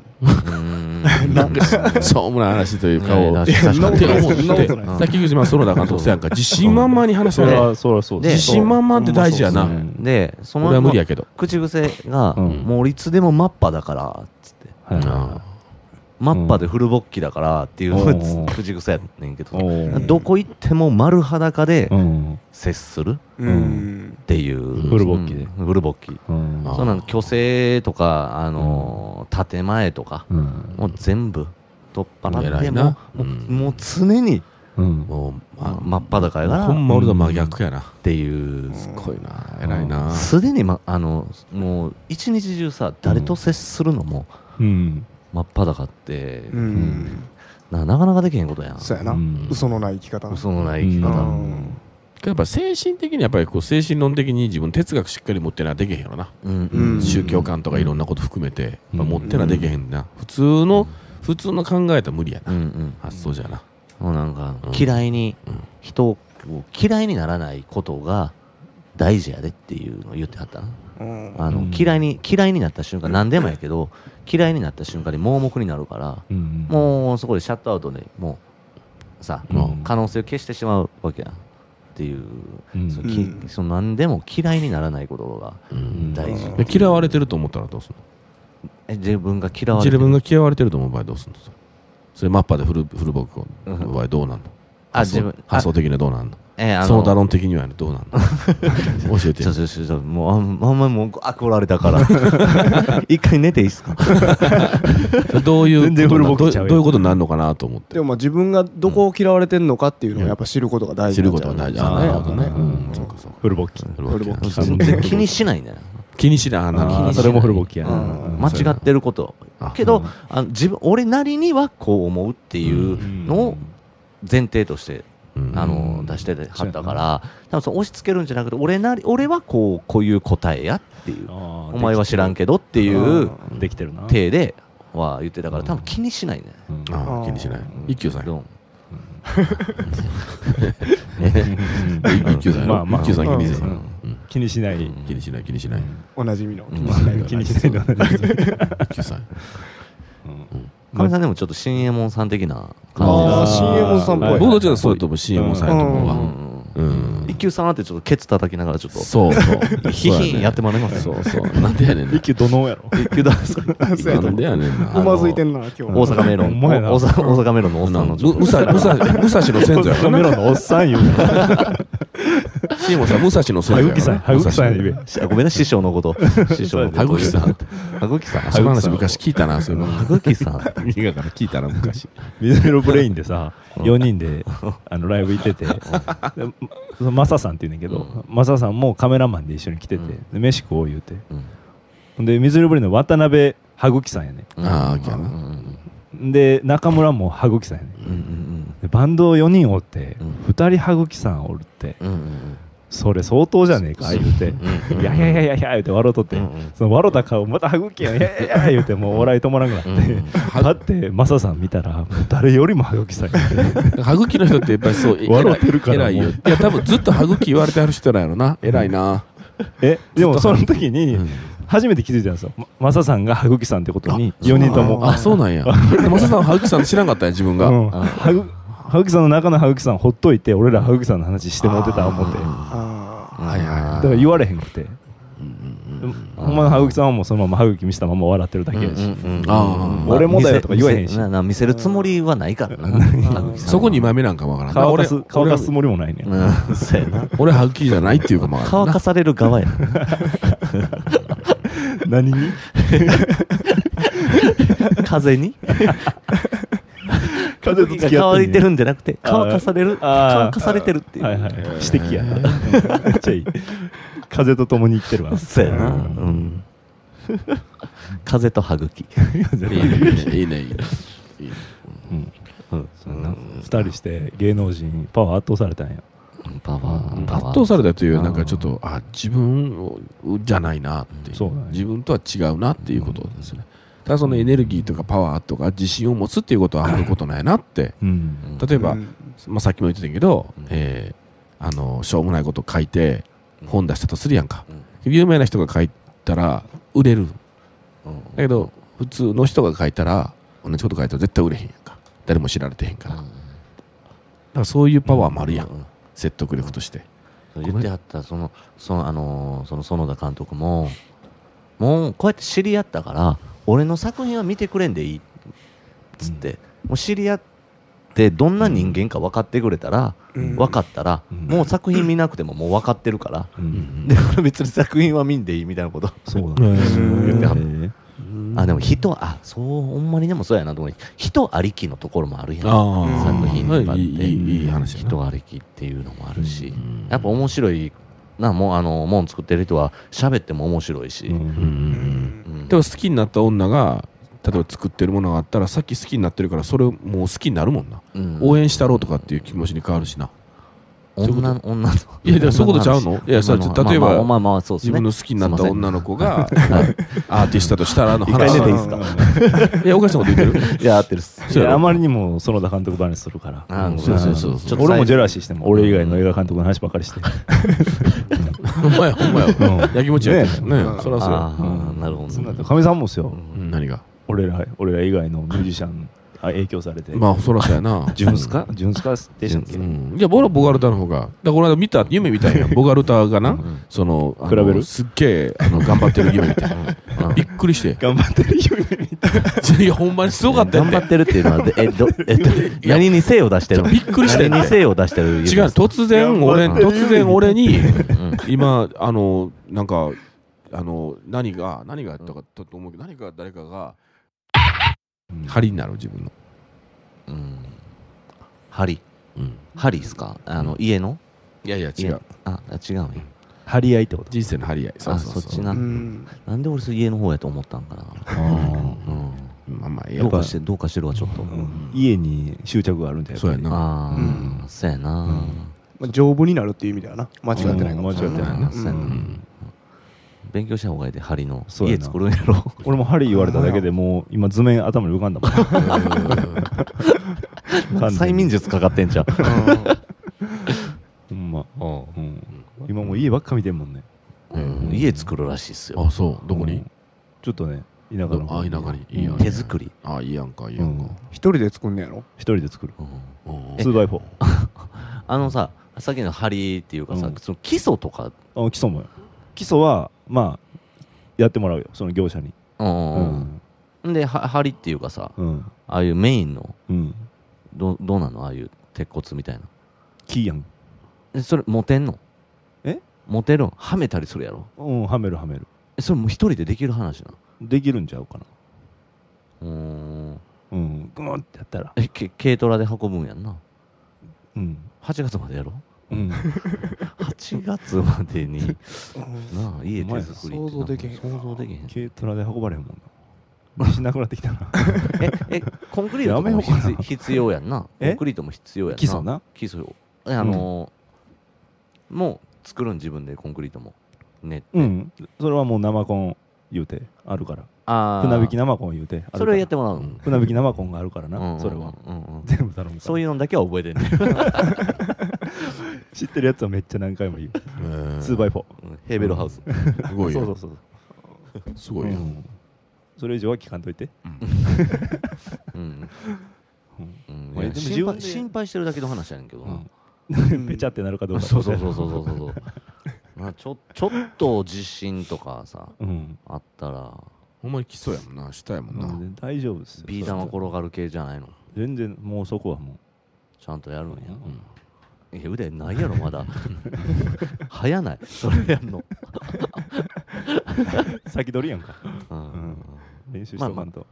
[SPEAKER 1] うん
[SPEAKER 3] なんか
[SPEAKER 4] しょうもない話というか
[SPEAKER 1] い
[SPEAKER 4] を
[SPEAKER 1] や
[SPEAKER 4] っ
[SPEAKER 1] い
[SPEAKER 4] て
[SPEAKER 1] や
[SPEAKER 4] 思
[SPEAKER 1] 確かに
[SPEAKER 3] そんな
[SPEAKER 4] っ
[SPEAKER 3] こ
[SPEAKER 4] て
[SPEAKER 3] とない
[SPEAKER 4] さっき藤間そのだからとせやんか自信満々に話せ
[SPEAKER 2] そ
[SPEAKER 4] な
[SPEAKER 2] れ
[SPEAKER 4] い
[SPEAKER 2] はそらそう
[SPEAKER 1] で
[SPEAKER 2] だ
[SPEAKER 4] 自信満々って大事や
[SPEAKER 2] そう
[SPEAKER 4] な
[SPEAKER 2] ですね
[SPEAKER 1] でそ
[SPEAKER 4] 俺は
[SPEAKER 1] の
[SPEAKER 4] 無理やけど
[SPEAKER 1] 口癖が
[SPEAKER 2] うん
[SPEAKER 1] 「もういつでもマッパだから」っつって
[SPEAKER 2] はいはい
[SPEAKER 4] あ
[SPEAKER 2] は
[SPEAKER 1] 「マッパでフルボッキだから」っていう
[SPEAKER 2] う ん
[SPEAKER 1] 口癖やねんけ
[SPEAKER 2] いお
[SPEAKER 1] ど
[SPEAKER 2] ー
[SPEAKER 1] どこ行っても丸裸で
[SPEAKER 2] うん
[SPEAKER 1] 接する
[SPEAKER 3] うん
[SPEAKER 1] っていう
[SPEAKER 2] フルボッキで
[SPEAKER 1] うんフルボッキ
[SPEAKER 2] うん
[SPEAKER 4] あ
[SPEAKER 1] そうなの虚勢とか、あのー建前とか、
[SPEAKER 2] うん
[SPEAKER 1] もう全部取っ払っ
[SPEAKER 4] 偉
[SPEAKER 1] て
[SPEAKER 4] い
[SPEAKER 1] も
[SPEAKER 4] な
[SPEAKER 1] う、
[SPEAKER 4] うん
[SPEAKER 1] もう常に
[SPEAKER 2] うん
[SPEAKER 4] もうま
[SPEAKER 1] 真っ裸やか
[SPEAKER 4] あ
[SPEAKER 1] ら
[SPEAKER 4] ほん
[SPEAKER 1] っ
[SPEAKER 4] ま俺と真逆やな
[SPEAKER 1] ていう、
[SPEAKER 3] す
[SPEAKER 4] すごいな偉いな
[SPEAKER 1] すでに、ま、あのもう一日中さ、誰と接するのも
[SPEAKER 2] うん
[SPEAKER 1] 真っ裸って、
[SPEAKER 3] うん
[SPEAKER 1] ななかなかできへんことやん、
[SPEAKER 3] そうやな
[SPEAKER 2] うん
[SPEAKER 3] 嘘のない生き方
[SPEAKER 1] 嘘のない生き
[SPEAKER 2] う
[SPEAKER 1] 方、
[SPEAKER 2] ん
[SPEAKER 4] やっぱ精神的にやっぱりこう精神論的に自分哲学しっかり持ってなできへんやろな
[SPEAKER 1] うん
[SPEAKER 3] うん
[SPEAKER 4] 宗教観とかいろんなこと含めて、やっぱ持ってなできへんな、普通
[SPEAKER 1] うん
[SPEAKER 4] の普通の考えたら無理や
[SPEAKER 1] う
[SPEAKER 4] な、
[SPEAKER 1] んうん、
[SPEAKER 4] 発想じゃな、
[SPEAKER 1] もうなんか、
[SPEAKER 4] うん
[SPEAKER 1] 嫌いに、
[SPEAKER 4] うん
[SPEAKER 1] 人を嫌いにならないことが大事やでっていうのを言ってはったな。
[SPEAKER 3] うん
[SPEAKER 1] あの
[SPEAKER 2] うん
[SPEAKER 1] 嫌いに嫌いになった瞬間何でもやけど嫌いになった瞬間に盲目になるから
[SPEAKER 2] うん
[SPEAKER 1] もうそこでシャットアウトでもうさ
[SPEAKER 2] うん
[SPEAKER 1] 可能性を消してしまうわけやんっていう
[SPEAKER 2] うん
[SPEAKER 1] そのき
[SPEAKER 3] うん
[SPEAKER 1] その何でも嫌いにならないことが
[SPEAKER 4] うん
[SPEAKER 1] 大事
[SPEAKER 4] で嫌われてると思ったらどうする
[SPEAKER 1] え自分が嫌
[SPEAKER 4] の
[SPEAKER 1] われ
[SPEAKER 4] 自
[SPEAKER 1] て
[SPEAKER 4] 分
[SPEAKER 1] る
[SPEAKER 4] が嫌われてると思う場合どうするのそれそれマッパでフルフルボッコ
[SPEAKER 1] うん
[SPEAKER 4] の場合どうなんの、
[SPEAKER 1] あ
[SPEAKER 4] 発
[SPEAKER 1] 自
[SPEAKER 4] 想
[SPEAKER 1] 分あ
[SPEAKER 4] 発想的にはどうなんの
[SPEAKER 1] えあ
[SPEAKER 4] そのダロン的にはどう なんの教えて
[SPEAKER 1] そ
[SPEAKER 4] よ
[SPEAKER 1] うそうそうそうもうあんあんまりもうあ来られたから 一回寝ていいっすか
[SPEAKER 4] それ どういう
[SPEAKER 2] 全然
[SPEAKER 4] ことな
[SPEAKER 2] フルボッコちゃう
[SPEAKER 4] どう
[SPEAKER 2] よ
[SPEAKER 4] どういうことになるのかなと思って
[SPEAKER 3] でもまあ自分がどこを嫌われてんのかっていうのをやっぱ知ることが大事
[SPEAKER 4] 知る
[SPEAKER 3] なん
[SPEAKER 4] こ
[SPEAKER 3] じ
[SPEAKER 4] と
[SPEAKER 3] ゃ
[SPEAKER 4] は大
[SPEAKER 3] ない
[SPEAKER 4] 事だ
[SPEAKER 2] そ
[SPEAKER 4] な
[SPEAKER 2] う
[SPEAKER 4] な
[SPEAKER 2] や
[SPEAKER 4] る
[SPEAKER 2] な
[SPEAKER 4] ほどね
[SPEAKER 2] うん
[SPEAKER 4] うんそうかそうか
[SPEAKER 2] フルボッキ
[SPEAKER 4] フルボッコ
[SPEAKER 3] フルボッ
[SPEAKER 1] 全然気にしないんだよ
[SPEAKER 4] 気にしなあなるほ
[SPEAKER 1] 気に
[SPEAKER 2] あ
[SPEAKER 4] ど
[SPEAKER 2] ー
[SPEAKER 1] し
[SPEAKER 2] それもフルボッキやな
[SPEAKER 3] うん
[SPEAKER 1] 間違ってること
[SPEAKER 4] あ
[SPEAKER 1] けどあの自分俺なりにはこう思うっていうのを前提として、
[SPEAKER 4] うん
[SPEAKER 1] あの出してはったから多分その押し付けるんじゃなくて俺なり俺はこうこういう答えやっていうお前は知らん
[SPEAKER 2] け
[SPEAKER 1] けどっていう
[SPEAKER 2] できてるな
[SPEAKER 1] 体では言ってたから
[SPEAKER 4] うん
[SPEAKER 1] 多分気にしないね、
[SPEAKER 2] うん
[SPEAKER 4] あー気にしない一休さん
[SPEAKER 1] どう
[SPEAKER 4] 一休さんやろ
[SPEAKER 2] まあまあ
[SPEAKER 4] 一休さん気にせ
[SPEAKER 2] うん
[SPEAKER 4] うん
[SPEAKER 2] 気にしない
[SPEAKER 4] 気にしない気にしない
[SPEAKER 3] おなじみの
[SPEAKER 1] うん
[SPEAKER 2] 気にしないの
[SPEAKER 4] 一休さん
[SPEAKER 1] かみさんでもちょっと新右衛門さん的な感じ
[SPEAKER 3] ああ
[SPEAKER 1] が
[SPEAKER 3] 新右衛門さんっぽい
[SPEAKER 4] 僕どっちかというとそうやと思う CM さんやと思う
[SPEAKER 1] う
[SPEAKER 4] わ
[SPEAKER 1] ん
[SPEAKER 4] うん
[SPEAKER 1] 一級さんってちょっとケツ叩きながらちょっと
[SPEAKER 4] そうそう。
[SPEAKER 1] ヒヒンやってもらえます
[SPEAKER 4] そうやねそうそう。なんでやねんな。
[SPEAKER 2] 一級どのやろ
[SPEAKER 1] 一級だそう
[SPEAKER 3] そうや
[SPEAKER 4] な
[SPEAKER 3] と
[SPEAKER 4] んでやねんな。
[SPEAKER 3] うまずいてんな今日
[SPEAKER 1] 大阪メロ
[SPEAKER 2] ほ
[SPEAKER 1] ン
[SPEAKER 2] んまやな
[SPEAKER 1] 大阪大阪メロンのおっさんの
[SPEAKER 4] の
[SPEAKER 1] ちょっ
[SPEAKER 4] 武蔵武蔵武蔵の先祖やろ
[SPEAKER 2] メ
[SPEAKER 4] な。
[SPEAKER 2] ロンのおっさん言うな。
[SPEAKER 4] シーモンさん武蔵の先祖
[SPEAKER 2] は
[SPEAKER 4] やろ
[SPEAKER 2] ぐきさん、はぐきさんや
[SPEAKER 4] 武
[SPEAKER 2] で
[SPEAKER 4] 蔵の。
[SPEAKER 1] とあごめんな師匠のこと師匠のこと
[SPEAKER 4] はぐきさん。
[SPEAKER 1] はぐきさん
[SPEAKER 4] その話昔聞いたな、そういうの。
[SPEAKER 1] はぐきさん
[SPEAKER 4] 映画から聞いたな、昔。
[SPEAKER 2] 水色ブレインでさ、4人であのライブ行ってて、でそのマサさんって言うねんけど、マサさんもカメラマンで一緒に来てて、
[SPEAKER 1] うん
[SPEAKER 2] で飯食おう言うて。
[SPEAKER 1] うん
[SPEAKER 2] ほんで、水色ブレインの渡辺はぐきさんやね
[SPEAKER 4] ああ、きゃ
[SPEAKER 1] うんう
[SPEAKER 4] な。
[SPEAKER 1] ん
[SPEAKER 2] ん。で、中村もはぐきさんやねん。
[SPEAKER 1] うんうん
[SPEAKER 2] でバンド4人おって
[SPEAKER 1] うん、
[SPEAKER 2] 2人はぐきさんおるって、
[SPEAKER 1] うんうんうん
[SPEAKER 2] それ相当じゃねえか、言うて。
[SPEAKER 1] うんうん
[SPEAKER 2] いやいやいやいやいや、言うて笑うとって
[SPEAKER 1] うんうん、
[SPEAKER 2] その笑うた顔、またはぐきやん、いやいやいや、言うて、もう笑い止まらなくなっ
[SPEAKER 1] う
[SPEAKER 2] て
[SPEAKER 1] ん。
[SPEAKER 2] だってマサさん見たらもう誰よりも歯茎さんやって
[SPEAKER 4] 歯茎の人ってやっぱり そう、え
[SPEAKER 2] 笑ってるから
[SPEAKER 4] 偉い
[SPEAKER 2] も
[SPEAKER 4] よ。
[SPEAKER 2] う
[SPEAKER 4] いや、多分ずっと歯茎言われてはる人なんや ろな。偉いな。
[SPEAKER 2] えでもその時に
[SPEAKER 4] うん
[SPEAKER 2] 初めて気づいたんですよまマサさんが歯茎さんってことに
[SPEAKER 4] あそ
[SPEAKER 2] 4
[SPEAKER 4] うなんや
[SPEAKER 2] 人とも
[SPEAKER 4] あ、そうな んや。マサさん、歯茎さんって知らんかったんや、自分が。
[SPEAKER 2] うん歯ぐ歯茎さんの中の歯茎さんほっといて俺ら歯茎さんの話してもらってた思ってだか
[SPEAKER 3] あ
[SPEAKER 1] はい
[SPEAKER 4] は
[SPEAKER 2] ら言われへんくてほんまの歯茎さんはもうそのまま歯茎見せたまま笑ってるだけやし
[SPEAKER 4] あー
[SPEAKER 2] 俺もだよとか言わへんし
[SPEAKER 1] 見せなな見せるつもりはないからな
[SPEAKER 3] あ ー
[SPEAKER 4] そこに今目なんかもわからんな。
[SPEAKER 2] 乾かす
[SPEAKER 4] 俺
[SPEAKER 2] 乾かすつもりもないね
[SPEAKER 1] うんそうやな
[SPEAKER 4] 俺、歯茎じゃないっていうかもわからん
[SPEAKER 1] 乾
[SPEAKER 4] な
[SPEAKER 1] かされる側や
[SPEAKER 2] 何に
[SPEAKER 1] 風に
[SPEAKER 2] 風と付き合って
[SPEAKER 1] 乾
[SPEAKER 2] ん
[SPEAKER 1] い
[SPEAKER 2] ね
[SPEAKER 1] て
[SPEAKER 2] ん
[SPEAKER 1] るんじゃなくて乾かされる乾
[SPEAKER 2] あー
[SPEAKER 1] かされてるっていう
[SPEAKER 2] はいはい指摘やなめっちゃいい風と共に生きてるわ
[SPEAKER 1] そうやなうん風と歯茎
[SPEAKER 4] いいね、いいね、いいね。いいね
[SPEAKER 2] うん
[SPEAKER 1] うん
[SPEAKER 2] そんな2人して芸能人パワー圧倒されたんや
[SPEAKER 1] パワーパ
[SPEAKER 4] 圧
[SPEAKER 1] ワー
[SPEAKER 4] 倒されたというよりなん
[SPEAKER 1] う
[SPEAKER 4] か
[SPEAKER 1] ん
[SPEAKER 4] ちょっとあ自分をじゃないなっていう
[SPEAKER 2] そうだね
[SPEAKER 4] 自分とは違うなっていうことですねただそのエネルギーとかパワーとか自信を持つっていうことはあることないなって
[SPEAKER 2] うん
[SPEAKER 4] 例えば、
[SPEAKER 3] うん
[SPEAKER 4] まあ、さっきも言ってたけど、
[SPEAKER 1] うん
[SPEAKER 4] えーあのしょうもないこと書いて
[SPEAKER 1] うん
[SPEAKER 4] 本出したとするやんか
[SPEAKER 1] うん
[SPEAKER 4] 有名な人が書いたら売れるだ
[SPEAKER 1] うん
[SPEAKER 4] けど普通の人が書いたら同じこと書いたら絶対売れへんやんか誰も知られてへんからだからそういうパワーもあるやん
[SPEAKER 1] う
[SPEAKER 4] 説得力として
[SPEAKER 1] 言ってはったそのそのあのーその園田監督ももうこうやって知り合ったから俺の作品は見てくれんでいいっつって、もう知り合ってどんな人間か分かってくれたら、
[SPEAKER 3] うん
[SPEAKER 1] 分かったら、
[SPEAKER 2] うん
[SPEAKER 1] もう作品見なくてももう分かってるから、
[SPEAKER 2] うん
[SPEAKER 1] で俺別に作品は見んでいいみたいなこと
[SPEAKER 2] そうだね
[SPEAKER 3] うん
[SPEAKER 2] 言ってはった
[SPEAKER 1] あでも人あそうほんまにでもそうやなと思う人ありきのところもあるやん
[SPEAKER 4] あ
[SPEAKER 1] 作品とかって
[SPEAKER 4] いいいいいい話やな
[SPEAKER 1] 人ありきっていうのもあるし、
[SPEAKER 4] うん
[SPEAKER 1] やっぱ面白いなもうあのもん作ってる人は喋っても面白いし、
[SPEAKER 4] う
[SPEAKER 3] うんん
[SPEAKER 1] うん
[SPEAKER 4] でも好きになった女が例えば作ってるものがあったらさっき好きになってるからそれをもう好きになるもんな、
[SPEAKER 1] うん
[SPEAKER 4] 応援したろうとかっていう気持ちに変わるしなそういうこと
[SPEAKER 1] 女の女の
[SPEAKER 4] いやでもそういうことちゃうのいやそう
[SPEAKER 1] 女
[SPEAKER 4] 例え
[SPEAKER 1] まあま
[SPEAKER 4] ば
[SPEAKER 1] あまあまあそうです
[SPEAKER 4] 自
[SPEAKER 1] ね
[SPEAKER 4] 分の好きになった女の子が
[SPEAKER 1] すいません
[SPEAKER 4] アーティストだとしたらの
[SPEAKER 1] 一回
[SPEAKER 4] 話
[SPEAKER 1] 出
[SPEAKER 4] い
[SPEAKER 1] ていいっ
[SPEAKER 4] や
[SPEAKER 1] すか
[SPEAKER 4] おかしなこと言ってる
[SPEAKER 1] いや合ってるっす
[SPEAKER 4] そうやろ
[SPEAKER 2] あまりにも園田監督話するから
[SPEAKER 1] あー
[SPEAKER 4] そうそうそう
[SPEAKER 1] ちょっと
[SPEAKER 2] 俺もジェラ
[SPEAKER 1] シ
[SPEAKER 2] シーしても俺以外の映画監督の話ばっかりして
[SPEAKER 4] ほんまやほんまや
[SPEAKER 2] うん
[SPEAKER 4] やきもちやってるね
[SPEAKER 3] ね
[SPEAKER 4] そりゃそうや
[SPEAKER 1] あーなるほど、
[SPEAKER 2] そんなかみさんもですよ
[SPEAKER 4] うん何が
[SPEAKER 2] 俺ら俺ら以外のミュージシャンあ影響されて
[SPEAKER 4] まあそりゃそうやな
[SPEAKER 2] ジュンスカジュンスカでしたっ
[SPEAKER 4] う
[SPEAKER 2] け
[SPEAKER 4] んいや僕らボガルタの方がだからこの間見た夢みたいやんボガルタがなそのあの
[SPEAKER 2] 比べる
[SPEAKER 4] すっげえあの頑張ってる夢みたい
[SPEAKER 1] うん
[SPEAKER 4] びっくりして
[SPEAKER 2] 頑張ってる夢見た
[SPEAKER 4] いや、ほんまにすごかったよ
[SPEAKER 1] 頑張
[SPEAKER 4] ね。
[SPEAKER 1] ってるっていうのはでえどえっと何に精を出してるの
[SPEAKER 4] びっくりしたよね
[SPEAKER 1] 何に精を出してる
[SPEAKER 4] 違う、突然俺、
[SPEAKER 1] 頑張って
[SPEAKER 4] 突然俺に、
[SPEAKER 1] うん
[SPEAKER 4] 今、あの、なんか、あの、何が、何がやったかと思うけど、何か誰かが、針になる自分の。
[SPEAKER 1] うん針針っすかあの家の
[SPEAKER 4] いやいや、違
[SPEAKER 1] 家
[SPEAKER 4] う。
[SPEAKER 1] ああ違うんや
[SPEAKER 2] 張り合いってこと
[SPEAKER 4] 人生の針合い。そう
[SPEAKER 1] あ
[SPEAKER 4] そう
[SPEAKER 1] そっ
[SPEAKER 4] そ
[SPEAKER 1] ち
[SPEAKER 4] う。
[SPEAKER 1] な
[SPEAKER 3] うん
[SPEAKER 1] なんで俺それ家の方やと思ったんかなうん
[SPEAKER 4] まあまあ、や
[SPEAKER 1] ど
[SPEAKER 4] っ
[SPEAKER 1] うか
[SPEAKER 4] ぱ、
[SPEAKER 1] してどうかしてるわちょっと
[SPEAKER 2] 家に執着があるんだよ
[SPEAKER 4] そうやな。
[SPEAKER 1] あ
[SPEAKER 3] う
[SPEAKER 1] あそうやな
[SPEAKER 3] まあ丈夫になるっていう意味ではな間違ってないかもしれ
[SPEAKER 2] うん間違って
[SPEAKER 3] な
[SPEAKER 2] ないいな
[SPEAKER 1] そうやな勉強した方がいいで針の
[SPEAKER 2] そうや
[SPEAKER 1] 家
[SPEAKER 2] な
[SPEAKER 1] 作るんやろ
[SPEAKER 2] 俺も針言われただけでもう今図面頭に浮かんだも ん完全
[SPEAKER 1] 催
[SPEAKER 2] に
[SPEAKER 1] 眠術かかってんじゃん
[SPEAKER 2] ほんま、うん、今もう家ばっか見てんもんね
[SPEAKER 1] うん家作るらしいっすよ
[SPEAKER 4] あ、そう。どこ
[SPEAKER 2] う
[SPEAKER 4] に
[SPEAKER 2] んちょっとね田舎の方
[SPEAKER 4] あ、田舎に。いいやん
[SPEAKER 1] 手作り
[SPEAKER 4] あ、いいやんか、いいうやんか
[SPEAKER 2] ん。
[SPEAKER 3] 一人で作んねやろ
[SPEAKER 2] 一人で作る
[SPEAKER 1] うん
[SPEAKER 4] うん
[SPEAKER 2] 2x4
[SPEAKER 1] あのささっきの張りっていうかさ、
[SPEAKER 2] うん
[SPEAKER 1] その基礎とか、
[SPEAKER 2] あ基礎も基礎はまあやってもらうよその業者に
[SPEAKER 1] うん
[SPEAKER 2] う
[SPEAKER 1] うん
[SPEAKER 2] ん
[SPEAKER 1] うん、では張りっていうかさ
[SPEAKER 2] うん
[SPEAKER 1] ああいうメインの
[SPEAKER 2] うん
[SPEAKER 1] どどうなのああいう鉄骨みたいな
[SPEAKER 2] キーやん
[SPEAKER 1] えそれモテんの
[SPEAKER 2] え
[SPEAKER 1] モテるんはめたりするやろ
[SPEAKER 2] うんはめるはめる
[SPEAKER 1] えそれもう一人でできる話な
[SPEAKER 2] できるんちゃうかな
[SPEAKER 1] うーん
[SPEAKER 2] うんグーンってやったら
[SPEAKER 1] えけ軽トラで運ぶんやんな
[SPEAKER 2] うん
[SPEAKER 1] 8月までやろ
[SPEAKER 2] うん
[SPEAKER 1] 8月までに
[SPEAKER 3] うん
[SPEAKER 1] なあ家
[SPEAKER 2] お前
[SPEAKER 1] 手作りって
[SPEAKER 3] 想像できへん
[SPEAKER 1] 想像できへん
[SPEAKER 2] 軽トラで運ばれへんもんな しなくなってきたな
[SPEAKER 1] ええコンクリートとかも
[SPEAKER 2] やめようか
[SPEAKER 1] 必
[SPEAKER 2] な
[SPEAKER 1] 必要やんなコ
[SPEAKER 2] え
[SPEAKER 1] ンクリートも必要やんな
[SPEAKER 2] 基礎な
[SPEAKER 1] 基礎えあのーもう作るん自分でコンクリートもね
[SPEAKER 2] うんそれはもう生コン言うてあるから
[SPEAKER 1] あー
[SPEAKER 2] 船引き生コン言うてあるから
[SPEAKER 1] それをやってもらうの
[SPEAKER 2] 船引き生コンがあるから
[SPEAKER 1] うんうんう
[SPEAKER 2] なんそれ は
[SPEAKER 1] うんうん
[SPEAKER 2] 全部頼む
[SPEAKER 1] そう
[SPEAKER 2] い
[SPEAKER 1] いうのだけは覚えてんね
[SPEAKER 2] う知ってるやつはめっちゃ何回も言う
[SPEAKER 4] ー
[SPEAKER 2] 2x4
[SPEAKER 1] うんヘーベルハウス
[SPEAKER 4] すごい
[SPEAKER 2] そうそ
[SPEAKER 4] よ
[SPEAKER 2] うそう
[SPEAKER 4] すごいよ
[SPEAKER 2] うんそれ以上は聞かんといて
[SPEAKER 1] うんうん
[SPEAKER 2] まあ
[SPEAKER 1] いや心
[SPEAKER 2] でも
[SPEAKER 1] 配
[SPEAKER 2] 自分で
[SPEAKER 1] 心配してるだけの話やねんけどな
[SPEAKER 2] ペチャってなるかどうか
[SPEAKER 1] そうそうそうそうそうそう まあちょちょっと自信とかさ
[SPEAKER 2] うん
[SPEAKER 1] あったら
[SPEAKER 4] ほんまに基礎やもんな下やもん
[SPEAKER 2] 全
[SPEAKER 4] な
[SPEAKER 2] 然大丈夫ですよ
[SPEAKER 1] ビー玉転がる系じゃないの
[SPEAKER 2] 全然もうそこはも
[SPEAKER 1] ちゃんとやるんや
[SPEAKER 2] う、ん
[SPEAKER 1] うん、いや腕ないやろま だ早ないそれやんの、
[SPEAKER 2] う先取りやんか
[SPEAKER 1] うん
[SPEAKER 2] うん練習しとかんと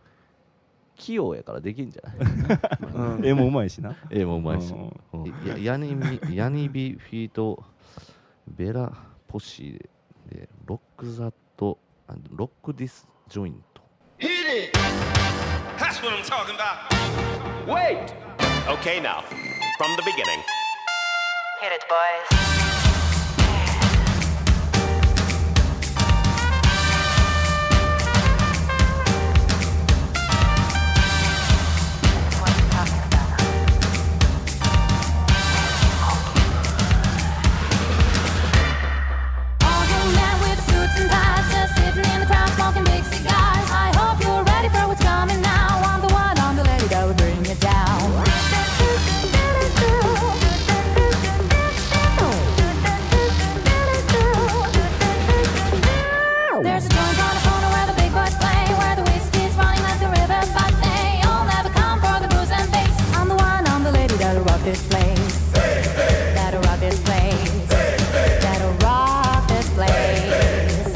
[SPEAKER 1] 器用やからできんじゃない
[SPEAKER 3] うん
[SPEAKER 2] 絵もうまいしな
[SPEAKER 1] 絵もうまいし
[SPEAKER 2] う
[SPEAKER 1] いやヤニビヤニビフィートベラポシーでロックザットあロックディスジョイント
[SPEAKER 5] That's what I'm talking about. Wait! Okay, now, from the beginning.
[SPEAKER 6] Hit it, boys. What you talking about?
[SPEAKER 7] All you men with suits and ties, just sitting in the crowd smoking big cigars. I hope you're ready for what's coming now. I'm the one, I'm the lady that will bring it down. There's a joint on the corner where the big boys play, where the whiskey's running like the river, but they all never come for the booze and bass. I'm the one, I'm the lady that'll rock this place, that'll rock this place that'll rock this place.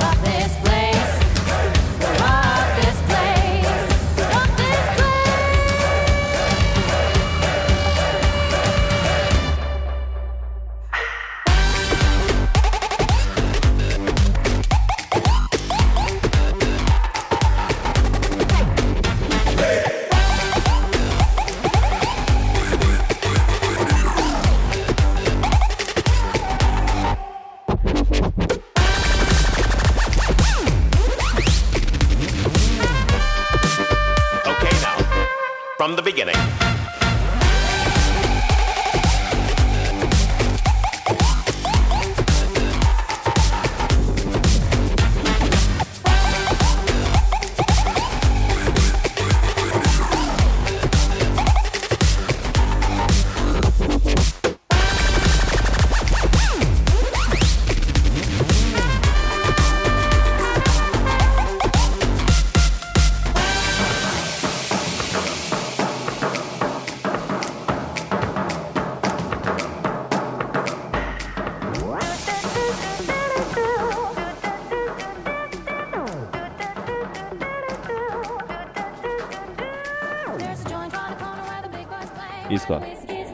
[SPEAKER 7] Rock this place. Rock this place. Rock this place.
[SPEAKER 5] 'Kay. Okay, now, from the beginning.
[SPEAKER 2] いいっすか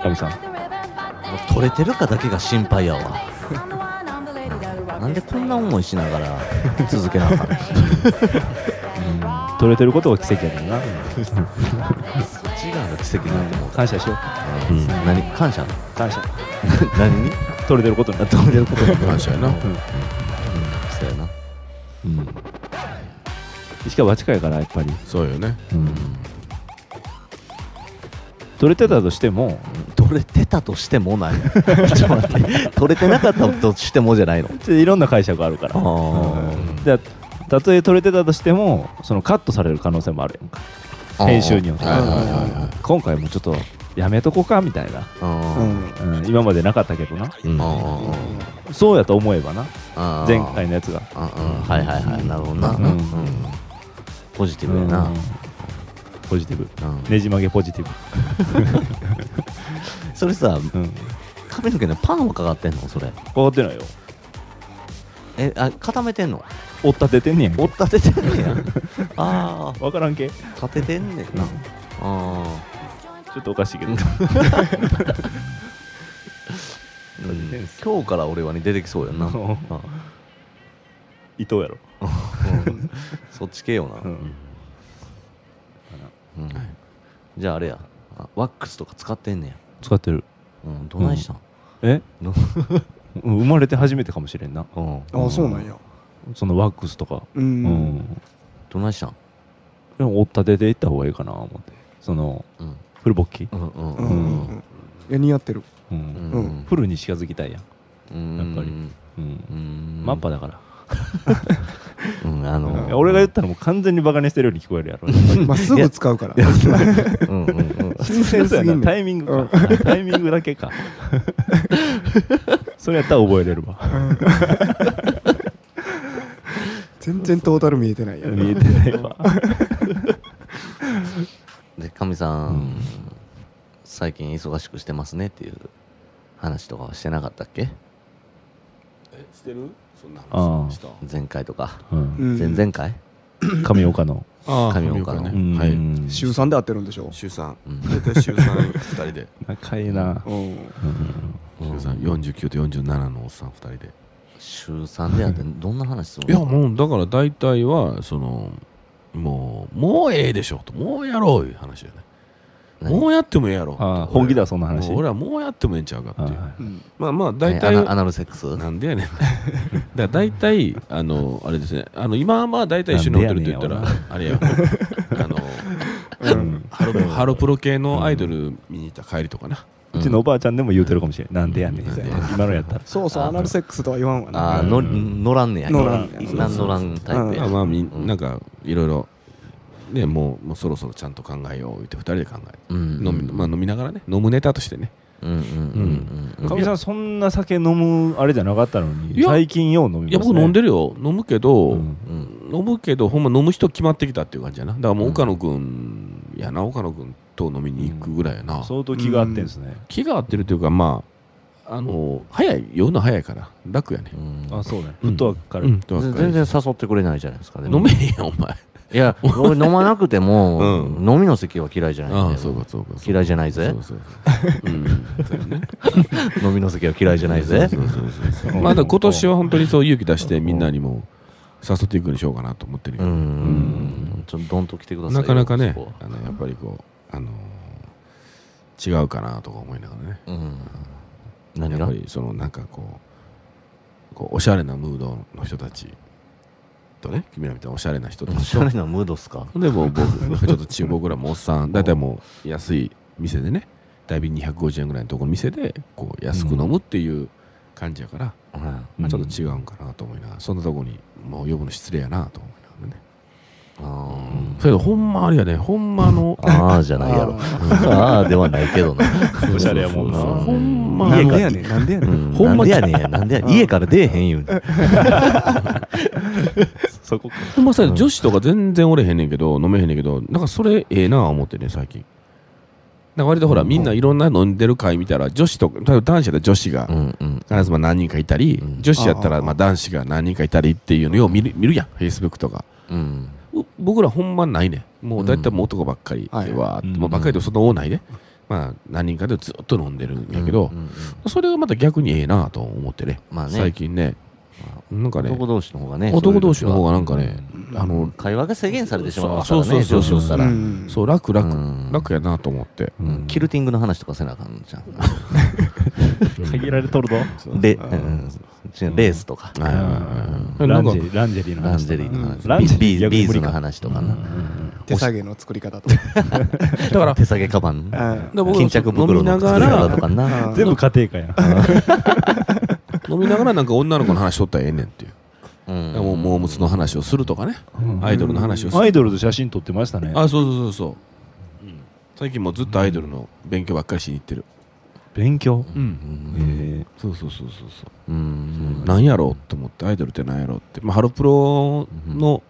[SPEAKER 2] 神さんも
[SPEAKER 1] う取れてるかだけが心配やわなんでこんな思いしながら続けな あかんの
[SPEAKER 2] 取れてることが奇跡やから
[SPEAKER 1] 違う
[SPEAKER 2] な
[SPEAKER 1] の奇跡なんてもう
[SPEAKER 2] 感謝しよう
[SPEAKER 1] うん何感謝
[SPEAKER 2] 感 謝
[SPEAKER 1] 何に
[SPEAKER 2] 取れてることに
[SPEAKER 1] あ止めることに
[SPEAKER 4] 感謝やな
[SPEAKER 1] そうやな
[SPEAKER 2] 石川は近いからやっぱり
[SPEAKER 4] そうよね
[SPEAKER 2] 取れてたとしても
[SPEAKER 1] 取れてたとしてもない ちょっと待って取れてなかったとしてもじゃないの
[SPEAKER 2] ちょいろんな解釈があるから
[SPEAKER 1] あ
[SPEAKER 2] でたとえ取れてたとしてもそのカットされる可能性もあるやんか
[SPEAKER 1] あ
[SPEAKER 2] 編集によって
[SPEAKER 4] はいはいはいはい
[SPEAKER 2] 今回もちょっとやめとこかみたいな、
[SPEAKER 1] うん
[SPEAKER 3] うん
[SPEAKER 2] うん、今までなかったけどな
[SPEAKER 4] うん
[SPEAKER 1] うん
[SPEAKER 2] そうやと思えばな
[SPEAKER 1] あー
[SPEAKER 2] 前回のやつが
[SPEAKER 1] うんうんはいはいはいなるほどな、
[SPEAKER 2] う
[SPEAKER 1] うんんポジティブやな、
[SPEAKER 2] うんポジティブ
[SPEAKER 1] うん
[SPEAKER 2] ねじ曲げポジティ
[SPEAKER 1] それさ
[SPEAKER 2] ブ、うん、
[SPEAKER 1] 髪の毛のパンはかかってんのそれ
[SPEAKER 2] かかってないよ
[SPEAKER 1] えあ固めてんの
[SPEAKER 2] 追っ立ててんねやんけ
[SPEAKER 1] 折ったててんねや あ
[SPEAKER 2] わからんけち
[SPEAKER 1] あ立ててんねんな、あ
[SPEAKER 2] ょっとおかしいけど
[SPEAKER 1] あ、うん今日から俺はね出てき そうやんな、
[SPEAKER 2] うん
[SPEAKER 1] あ
[SPEAKER 2] 伊藤やろ
[SPEAKER 1] うんそっち系よな、
[SPEAKER 2] う
[SPEAKER 1] うん
[SPEAKER 2] ん
[SPEAKER 1] うんじゃああれやあワックスとか使ってんねや、
[SPEAKER 2] 使ってる
[SPEAKER 1] うん、どないしたん、
[SPEAKER 2] え
[SPEAKER 1] の
[SPEAKER 2] うん生まれて初めてかもしれんな
[SPEAKER 1] うん
[SPEAKER 3] ああそうなんや
[SPEAKER 2] そのワックスとか
[SPEAKER 3] う
[SPEAKER 2] うんん
[SPEAKER 1] どないしたん
[SPEAKER 2] でも追っ立てていった方がいいかな思ってその
[SPEAKER 1] うん
[SPEAKER 2] フル勃起
[SPEAKER 1] うんうん
[SPEAKER 3] う
[SPEAKER 1] うん
[SPEAKER 3] うんんうんいや似合ってる
[SPEAKER 2] う
[SPEAKER 1] うんん
[SPEAKER 3] うん
[SPEAKER 2] フルに近づきたいやん
[SPEAKER 1] うん
[SPEAKER 2] やっぱりうん
[SPEAKER 1] うん
[SPEAKER 2] マッパだから
[SPEAKER 1] うんあ
[SPEAKER 2] いや
[SPEAKER 1] の
[SPEAKER 2] 俺が言ったらもう完全にバカにしてるように聞こえる やろ
[SPEAKER 3] まあすぐ使うから
[SPEAKER 1] うんうんうん
[SPEAKER 2] 新鮮そうやな タイミングかあタイミングだけか それやったら覚えれるわ
[SPEAKER 3] 全然トータル見えてないやん
[SPEAKER 2] 見えてないわ
[SPEAKER 1] でかみさん、
[SPEAKER 2] うん
[SPEAKER 1] 最近忙しくしてますねっていう話とかはしてなかったっけ
[SPEAKER 4] してるそんな
[SPEAKER 2] ああ
[SPEAKER 4] した
[SPEAKER 1] 前回とか、
[SPEAKER 2] うん
[SPEAKER 1] 前々回、
[SPEAKER 2] 神岡の
[SPEAKER 4] ああ
[SPEAKER 1] 神岡の
[SPEAKER 2] うん
[SPEAKER 4] はい
[SPEAKER 3] 週3で会ってるんでしょ
[SPEAKER 4] 週3
[SPEAKER 1] うん
[SPEAKER 4] 大体週3二人 で
[SPEAKER 2] 仲いいな
[SPEAKER 3] うん
[SPEAKER 4] 週3 49と47のおっさん二人で
[SPEAKER 1] 週3でやってどんな話する
[SPEAKER 4] いや
[SPEAKER 1] の
[SPEAKER 4] もうだから大体はそのもうもうええでしょともうやろういう話だね
[SPEAKER 1] 何
[SPEAKER 4] もうやってもええやろ
[SPEAKER 2] ああ本気だそんな話
[SPEAKER 4] もう俺はもうやってもええんちゃうかっていう
[SPEAKER 2] はい
[SPEAKER 3] うん
[SPEAKER 4] まあまあ大
[SPEAKER 1] 何ア
[SPEAKER 4] 体
[SPEAKER 1] ナアナルセックス
[SPEAKER 4] なん でやねんだから大体あのあれですねあの今はまあ大体一緒にホテルと言った
[SPEAKER 2] な
[SPEAKER 4] ら
[SPEAKER 2] んで
[SPEAKER 4] あれやあの
[SPEAKER 3] うん
[SPEAKER 4] ハロハロプロ系のアイドル見に行った帰りとかな
[SPEAKER 2] うちのおばあちゃんでも言うてるかもしれんなんでやねんみ
[SPEAKER 4] なん
[SPEAKER 2] た
[SPEAKER 4] で
[SPEAKER 2] い
[SPEAKER 4] やねん
[SPEAKER 2] な今のやったら
[SPEAKER 3] そうそうアナルセックスとは言わんわ
[SPEAKER 1] あ
[SPEAKER 3] な
[SPEAKER 1] あの乗らんねや
[SPEAKER 3] 乗らんねや
[SPEAKER 1] 一旦乗らんタイプ
[SPEAKER 4] ま
[SPEAKER 1] や
[SPEAKER 4] あまあみ
[SPEAKER 1] うん
[SPEAKER 4] なんかいろいろねもうもうそろそろちゃんと考えよう言って二人で考え
[SPEAKER 1] うんうん
[SPEAKER 4] 飲みまあ飲みながらね飲むネタとしてね
[SPEAKER 1] うんうんうんうん
[SPEAKER 2] かみさんそんな酒飲むあれじゃなかったの
[SPEAKER 4] い
[SPEAKER 2] に
[SPEAKER 4] や
[SPEAKER 2] 最近よう飲みます
[SPEAKER 4] いや僕飲んでるよ飲むけど、
[SPEAKER 2] うん
[SPEAKER 1] うん
[SPEAKER 4] 飲むけどほんま飲む人決まってきたっていう感じやなだからもう岡野君やな岡野君と飲みに行くぐらいやな、
[SPEAKER 2] 相当気が合ってんですね
[SPEAKER 4] 気が合ってるというかまああの早い酔うの早いから楽やね
[SPEAKER 1] うん
[SPEAKER 2] あそうね
[SPEAKER 4] う
[SPEAKER 2] フ
[SPEAKER 4] ん
[SPEAKER 2] ットワークから
[SPEAKER 4] うんとは
[SPEAKER 1] 全
[SPEAKER 4] かい
[SPEAKER 1] 然誘ってくれないじゃないですかでも
[SPEAKER 4] 飲めへんやんお前
[SPEAKER 1] いや俺飲まなくても
[SPEAKER 4] う
[SPEAKER 1] 飲みの席は嫌いじゃない
[SPEAKER 4] あ
[SPEAKER 1] ん
[SPEAKER 4] あ
[SPEAKER 1] だ
[SPEAKER 4] そう
[SPEAKER 1] よ
[SPEAKER 4] かそうかそうか
[SPEAKER 1] 嫌いじゃないぜ
[SPEAKER 4] そうそうそううんそうやね
[SPEAKER 1] 飲みの席は嫌いじゃないぜ
[SPEAKER 4] そうそうそうそう
[SPEAKER 2] うん
[SPEAKER 4] まあだから今年は本当にそう勇気出してみんなにも誘っていくようにしようかなと思ってる
[SPEAKER 1] う
[SPEAKER 4] よ、
[SPEAKER 1] んちょっとどんと来てください
[SPEAKER 4] な
[SPEAKER 1] よ
[SPEAKER 4] かなかね
[SPEAKER 1] そこは
[SPEAKER 4] あのやっぱりこうあのー違うかなとか思いながらね
[SPEAKER 1] うん何
[SPEAKER 4] やっ
[SPEAKER 1] が
[SPEAKER 4] ぱりそのなんかこうこうおしゃれなムードの人たちとね君らみたいなおしゃれな人た
[SPEAKER 1] お
[SPEAKER 4] ち
[SPEAKER 1] し
[SPEAKER 4] と
[SPEAKER 1] ゃれなムードっすか
[SPEAKER 4] でもう僕なんかちょっとち 僕らもおっさん大体もう安い店でね大瓶250円ぐらいのところの店でこう安く飲むっていう感じやから、
[SPEAKER 1] うん
[SPEAKER 4] まあちょっと違うんかなと思いながらそんなとこにもう呼ぶの失礼やなと思いながらね、
[SPEAKER 1] あ
[SPEAKER 4] うん、それでほんまあれやねほん まあの
[SPEAKER 1] ーあーじゃないやろああではないけどな
[SPEAKER 2] おしゃれやもんな
[SPEAKER 1] そうそうそう
[SPEAKER 4] ほんまあ
[SPEAKER 3] な
[SPEAKER 4] の
[SPEAKER 3] んでやねんなんでやね
[SPEAKER 1] うんん
[SPEAKER 4] ほ
[SPEAKER 1] なんん
[SPEAKER 4] ま
[SPEAKER 1] でやねんやなんでやねん家から出えへん言うねん
[SPEAKER 2] そこか
[SPEAKER 4] ほんまさ、女子とか全然おれへんねんけど飲めへんねんけどなんかそれええな思ってね最近なんか割とほらみんないろんな飲んでる会見たら女子とか例えば男子だったら女子が
[SPEAKER 1] うんうん
[SPEAKER 4] 必ずまあ何人かいたり、
[SPEAKER 1] うん
[SPEAKER 4] 女子やった
[SPEAKER 3] あ
[SPEAKER 4] ら
[SPEAKER 3] あ
[SPEAKER 4] まあ男子が何人かいたりっていうのを見る見るやん、フェイスブックとか。
[SPEAKER 1] うん
[SPEAKER 4] う僕らほんまないね。もう大体
[SPEAKER 1] うん
[SPEAKER 4] もう男ばっかり、
[SPEAKER 3] はい
[SPEAKER 4] わーって
[SPEAKER 2] うん
[SPEAKER 4] もうばっかりでそんな多ないね。まあ何人かでずっと飲んでるんやけど、
[SPEAKER 1] うんうんうん
[SPEAKER 4] それがまた逆にええなと思ってね。
[SPEAKER 1] まあね
[SPEAKER 4] 最近ね、なんかね、
[SPEAKER 1] 男
[SPEAKER 4] 男
[SPEAKER 1] 同士の方がね
[SPEAKER 4] 同士の方がなんかね、
[SPEAKER 3] うん
[SPEAKER 4] あの、
[SPEAKER 1] 会話が制限されてしまうから
[SPEAKER 4] そう
[SPEAKER 1] ね
[SPEAKER 4] そうそ
[SPEAKER 1] 上
[SPEAKER 4] うそ
[SPEAKER 1] 司を
[SPEAKER 4] う
[SPEAKER 1] したら
[SPEAKER 3] う
[SPEAKER 1] うん
[SPEAKER 3] ん
[SPEAKER 4] そう楽楽、
[SPEAKER 1] うん
[SPEAKER 4] 楽やなと思って。
[SPEAKER 1] うんキルティングの話とかせなあかんじゃん
[SPEAKER 2] 限られとるぞ
[SPEAKER 1] でうん違うレースとか
[SPEAKER 4] はいはいはいはい
[SPEAKER 2] ラ
[SPEAKER 4] な
[SPEAKER 2] ン
[SPEAKER 4] んか
[SPEAKER 2] ジェリーランジェリーの
[SPEAKER 1] ラン
[SPEAKER 2] 話
[SPEAKER 1] ジェリーの
[SPEAKER 2] ランジ
[SPEAKER 1] 話
[SPEAKER 2] ェリ
[SPEAKER 1] ビ
[SPEAKER 2] ー
[SPEAKER 1] ー
[SPEAKER 2] 逆
[SPEAKER 1] ビ
[SPEAKER 2] に
[SPEAKER 1] ー
[SPEAKER 2] 無
[SPEAKER 1] ズ
[SPEAKER 2] 理
[SPEAKER 1] の
[SPEAKER 2] か
[SPEAKER 1] 話とかな
[SPEAKER 3] 手下げの作り方とか
[SPEAKER 1] だから手提げカバン
[SPEAKER 3] うん
[SPEAKER 4] だから僕
[SPEAKER 1] 巾着袋の作り方とかな
[SPEAKER 2] 全部家庭科や
[SPEAKER 4] 飲みながらなんか女の子の話しとったらええねんっていう。
[SPEAKER 1] うん
[SPEAKER 4] もう、モームスの話をするとかね、アイドルの話をす
[SPEAKER 2] ア
[SPEAKER 4] る。
[SPEAKER 2] イドルと写真撮ってましたね
[SPEAKER 4] あ、そうそうそうそう。最近もうずっとアイドルの勉強ばっかりしに行ってる
[SPEAKER 2] 勉強
[SPEAKER 4] うんそうそうそうそうそう
[SPEAKER 1] うん
[SPEAKER 4] なんやろうと思ってアイドルってなんやろうって、まあ、ハロプロの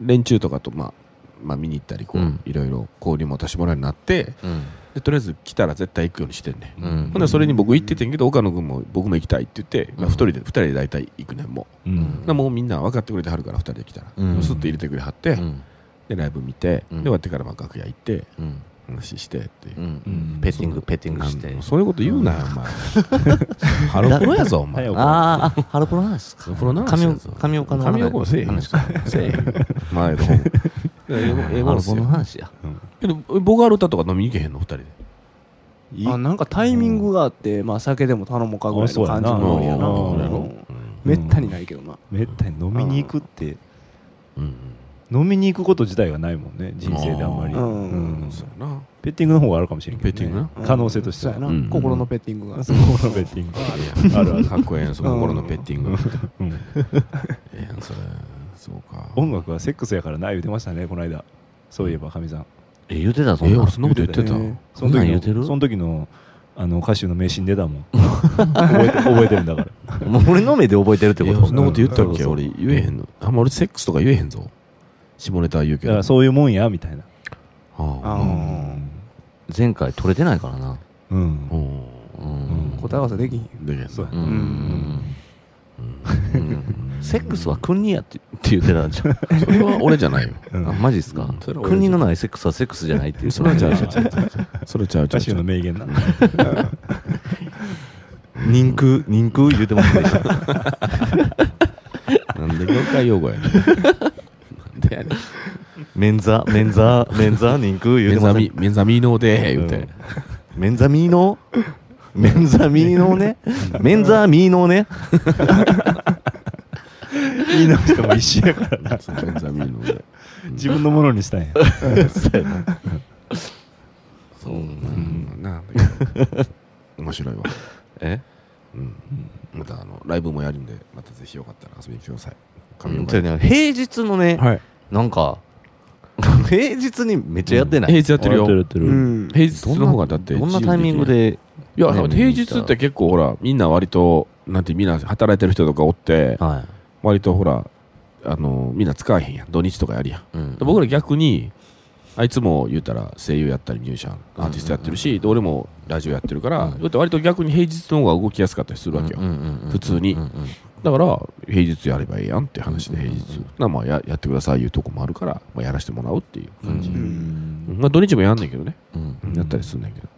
[SPEAKER 4] 連中とかと、まあまあ、見に行ったりこう、
[SPEAKER 1] うん
[SPEAKER 4] いろいろ交流も私もらうようになって
[SPEAKER 1] うん
[SPEAKER 4] でとりあえず来たら絶対行くようにしてんね、、
[SPEAKER 1] うんん
[SPEAKER 4] ほんでそれに僕行っててんけど岡野君も僕も行きたいって言って、まあ、
[SPEAKER 1] うん
[SPEAKER 4] 2人で二人で大体行くねんも
[SPEAKER 2] う
[SPEAKER 4] うんなもうみんな分かってくれてはるから2人で来たら、
[SPEAKER 1] うん
[SPEAKER 4] スッと入れてくれはって、
[SPEAKER 1] うん
[SPEAKER 4] でライブ見て、
[SPEAKER 1] うん
[SPEAKER 4] で終わってからまあ楽屋行って
[SPEAKER 1] うん
[SPEAKER 4] 話してっていう、
[SPEAKER 1] うんペッティングペッティング
[SPEAKER 4] なん
[SPEAKER 1] して
[SPEAKER 4] そういうこと言うなよ、お前 ハロプロやぞお前
[SPEAKER 2] 早く
[SPEAKER 1] あーあハロプロなんですか
[SPEAKER 4] ハロプロの話
[SPEAKER 1] 神
[SPEAKER 4] や
[SPEAKER 1] 岡
[SPEAKER 4] ぞ
[SPEAKER 1] 神岡の
[SPEAKER 4] 神岡はせえへん
[SPEAKER 1] 話か
[SPEAKER 4] せ えまあええと思うええもんええ
[SPEAKER 1] ハ
[SPEAKER 4] もん
[SPEAKER 1] ロ
[SPEAKER 4] です
[SPEAKER 1] プロの
[SPEAKER 4] よ
[SPEAKER 1] 話や
[SPEAKER 4] けどボガール歌とか飲みに行けへんの二人で
[SPEAKER 2] い
[SPEAKER 3] あなんかタイミングがあって、まあ、酒でも頼もうかぐらいの感じのノリやな
[SPEAKER 2] あそうやな
[SPEAKER 3] うん
[SPEAKER 2] うん
[SPEAKER 3] めったにないけどな、
[SPEAKER 2] めったに飲みに行くって
[SPEAKER 4] うん
[SPEAKER 2] 飲みに行くこと自体がないもんね人生であんまり、
[SPEAKER 4] う
[SPEAKER 2] う
[SPEAKER 4] んそうやな
[SPEAKER 2] ペッティングの方があるかもしれんけど、ね、
[SPEAKER 4] ペッティングな
[SPEAKER 3] うん
[SPEAKER 2] 可能性として
[SPEAKER 3] そう
[SPEAKER 2] は
[SPEAKER 3] やな、
[SPEAKER 4] うん
[SPEAKER 3] 心のペッティングが、
[SPEAKER 2] そこのベッティングあるある、
[SPEAKER 4] かっこええやんその頃のペッティング
[SPEAKER 2] うん、
[SPEAKER 4] ええやんそれそうか
[SPEAKER 2] 音楽はセックスやからな言うてましたねこの間そういえばかみさん
[SPEAKER 1] え言うてたそ
[SPEAKER 4] え
[SPEAKER 1] ん
[SPEAKER 4] え
[SPEAKER 1] な
[SPEAKER 4] 俺そんなこと言ってた
[SPEAKER 3] 言うてたよ
[SPEAKER 2] その
[SPEAKER 1] そん
[SPEAKER 2] 時
[SPEAKER 1] なん言
[SPEAKER 2] の
[SPEAKER 1] うてる
[SPEAKER 2] その時のあの歌手の名刺に出たもん覚 えて覚えてるんだから
[SPEAKER 1] もう俺の目で覚えてるって
[SPEAKER 4] え
[SPEAKER 1] こ
[SPEAKER 4] え
[SPEAKER 1] と
[SPEAKER 4] そんなこと言ったっけ
[SPEAKER 2] うん
[SPEAKER 4] 俺言えへんのあんま俺セックスとか言えへんぞ下ネタは言うけ
[SPEAKER 2] だか
[SPEAKER 4] ど
[SPEAKER 2] らそういうもんやみたいな
[SPEAKER 4] あ
[SPEAKER 3] うん
[SPEAKER 1] 前回取れてないからな
[SPEAKER 2] うん、
[SPEAKER 4] あうん
[SPEAKER 1] うん
[SPEAKER 3] 答え合わせできひん
[SPEAKER 4] でけへん
[SPEAKER 2] そうや
[SPEAKER 1] う
[SPEAKER 2] な、
[SPEAKER 1] んうんセックスは国やってって言ってたんじゃん
[SPEAKER 4] それは俺じゃないよ
[SPEAKER 2] うん
[SPEAKER 1] あマジっすか
[SPEAKER 4] それは俺
[SPEAKER 1] 国のないセックスはセックスじゃないっていう
[SPEAKER 4] それはちゃうちゃうちゃうちゃうそれちゃうち
[SPEAKER 2] 歌
[SPEAKER 4] ゃう
[SPEAKER 2] 手
[SPEAKER 4] ちゃ
[SPEAKER 2] の
[SPEAKER 4] う
[SPEAKER 2] 名言な
[SPEAKER 1] 人空人空言うてませんでした
[SPEAKER 4] なんで業界用語やねんなんでやねん
[SPEAKER 1] メンザメンザメンザ人空言う
[SPEAKER 4] 目
[SPEAKER 1] てま
[SPEAKER 4] 覚
[SPEAKER 1] せ
[SPEAKER 4] み
[SPEAKER 1] ん
[SPEAKER 4] 目覚みので言うて、
[SPEAKER 2] うん
[SPEAKER 1] メンザミーノメンザミーノねメンザミーノね
[SPEAKER 2] 言い直しても一緒やからな
[SPEAKER 4] そうメンザミーノで
[SPEAKER 2] 自分のものにしたんや
[SPEAKER 4] そううんな面白いわ
[SPEAKER 1] え
[SPEAKER 4] うんまたあのライブもやるんでまたぜひよかったら遊びに来てください神
[SPEAKER 1] うん
[SPEAKER 4] 岡
[SPEAKER 1] そうやね平日のね
[SPEAKER 4] はい
[SPEAKER 1] なんか平日にめっちゃやってない
[SPEAKER 4] 平日やってるよ
[SPEAKER 2] やってる
[SPEAKER 3] うん
[SPEAKER 4] 平日の方がだって
[SPEAKER 1] どんな
[SPEAKER 4] 自由
[SPEAKER 1] タイミング
[SPEAKER 4] き
[SPEAKER 1] で
[SPEAKER 4] るやん
[SPEAKER 1] ね
[SPEAKER 4] いや平日って結構ほらみんな割となんてみんな働いてる人とかおって
[SPEAKER 1] は
[SPEAKER 4] 割とほらあのみんな使わへんやん土日とかやるやん
[SPEAKER 1] い、うん
[SPEAKER 4] で僕ら逆にあいつも言うたら声優やったりミュージシャンアーティストやってるし、で俺もラジオやってるから、
[SPEAKER 1] うん
[SPEAKER 4] だって割と逆に平日の方が動きやすかったりするわけよ、
[SPEAKER 1] うんうんうんうん
[SPEAKER 4] 普通に
[SPEAKER 1] うんうん
[SPEAKER 4] だから平日やればいいやんって話で
[SPEAKER 1] うん
[SPEAKER 4] 平日、なまあややってくださいいうとこもあるから、まあ、やらせてもらうっていう感じ、
[SPEAKER 1] う
[SPEAKER 4] まあ、土日もやんねんけどね、
[SPEAKER 1] うん
[SPEAKER 4] やったりすんねんけど、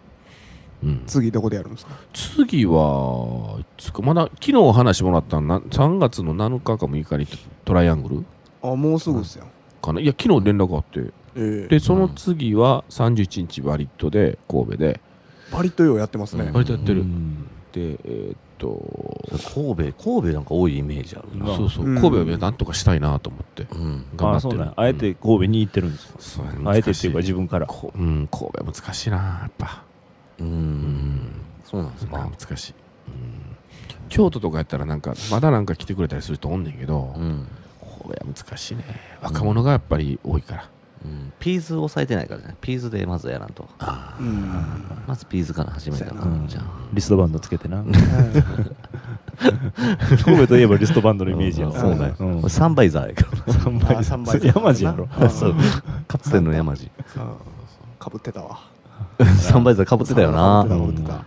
[SPEAKER 4] うん、
[SPEAKER 3] 次どこでやるんですか
[SPEAKER 4] 次はいつかまだ昨日お話もらったな3月の7日か6日にトライアングル
[SPEAKER 3] あもうすぐっすよ、
[SPEAKER 4] かないや昨日連絡あって
[SPEAKER 3] ええ
[SPEAKER 4] でその次は31日バリットで神戸で
[SPEAKER 3] バリッとようやってますね、
[SPEAKER 4] 割とやってる、
[SPEAKER 2] うん
[SPEAKER 4] でえーっと
[SPEAKER 1] 神戸神戸なんか多いイメージあるな
[SPEAKER 2] まあ
[SPEAKER 4] そうそう、
[SPEAKER 3] うん
[SPEAKER 4] 神戸はなんとかしたいなと思って
[SPEAKER 1] うん
[SPEAKER 2] あ
[SPEAKER 4] 頑張って
[SPEAKER 2] そう
[SPEAKER 4] る
[SPEAKER 2] なんやあえて神戸に行ってるんですか
[SPEAKER 4] そうやね
[SPEAKER 2] あえてっていうか
[SPEAKER 4] 難し
[SPEAKER 2] 自分から
[SPEAKER 4] こうん、神戸は難しいなやっぱ
[SPEAKER 1] う
[SPEAKER 4] うんん
[SPEAKER 1] そうなんです
[SPEAKER 4] まあ
[SPEAKER 1] か
[SPEAKER 4] 難しい、うん京都とかやったらなんかまだなんか来てくれたりする人おんねんけど、
[SPEAKER 1] うん
[SPEAKER 4] 神戸は難しいね若者がやっぱり多いから、
[SPEAKER 1] うんピーズを抑えてないからねピーズでまずやらんと
[SPEAKER 3] うん
[SPEAKER 1] まずピーズから始めたら
[SPEAKER 3] そう
[SPEAKER 2] やな
[SPEAKER 1] じゃあ
[SPEAKER 2] リストバンドつけてな神戸といえばリストバンドのイメージや
[SPEAKER 1] そうなんや
[SPEAKER 2] ん
[SPEAKER 1] 俺サンバイザーやから
[SPEAKER 2] 三
[SPEAKER 3] あ
[SPEAKER 2] 倍
[SPEAKER 3] 三倍だ
[SPEAKER 2] 山路やろ
[SPEAKER 3] あ
[SPEAKER 1] そうかつての山路
[SPEAKER 3] かぶってたわ
[SPEAKER 1] サンバイザーかぶってたよな
[SPEAKER 3] かぶってたか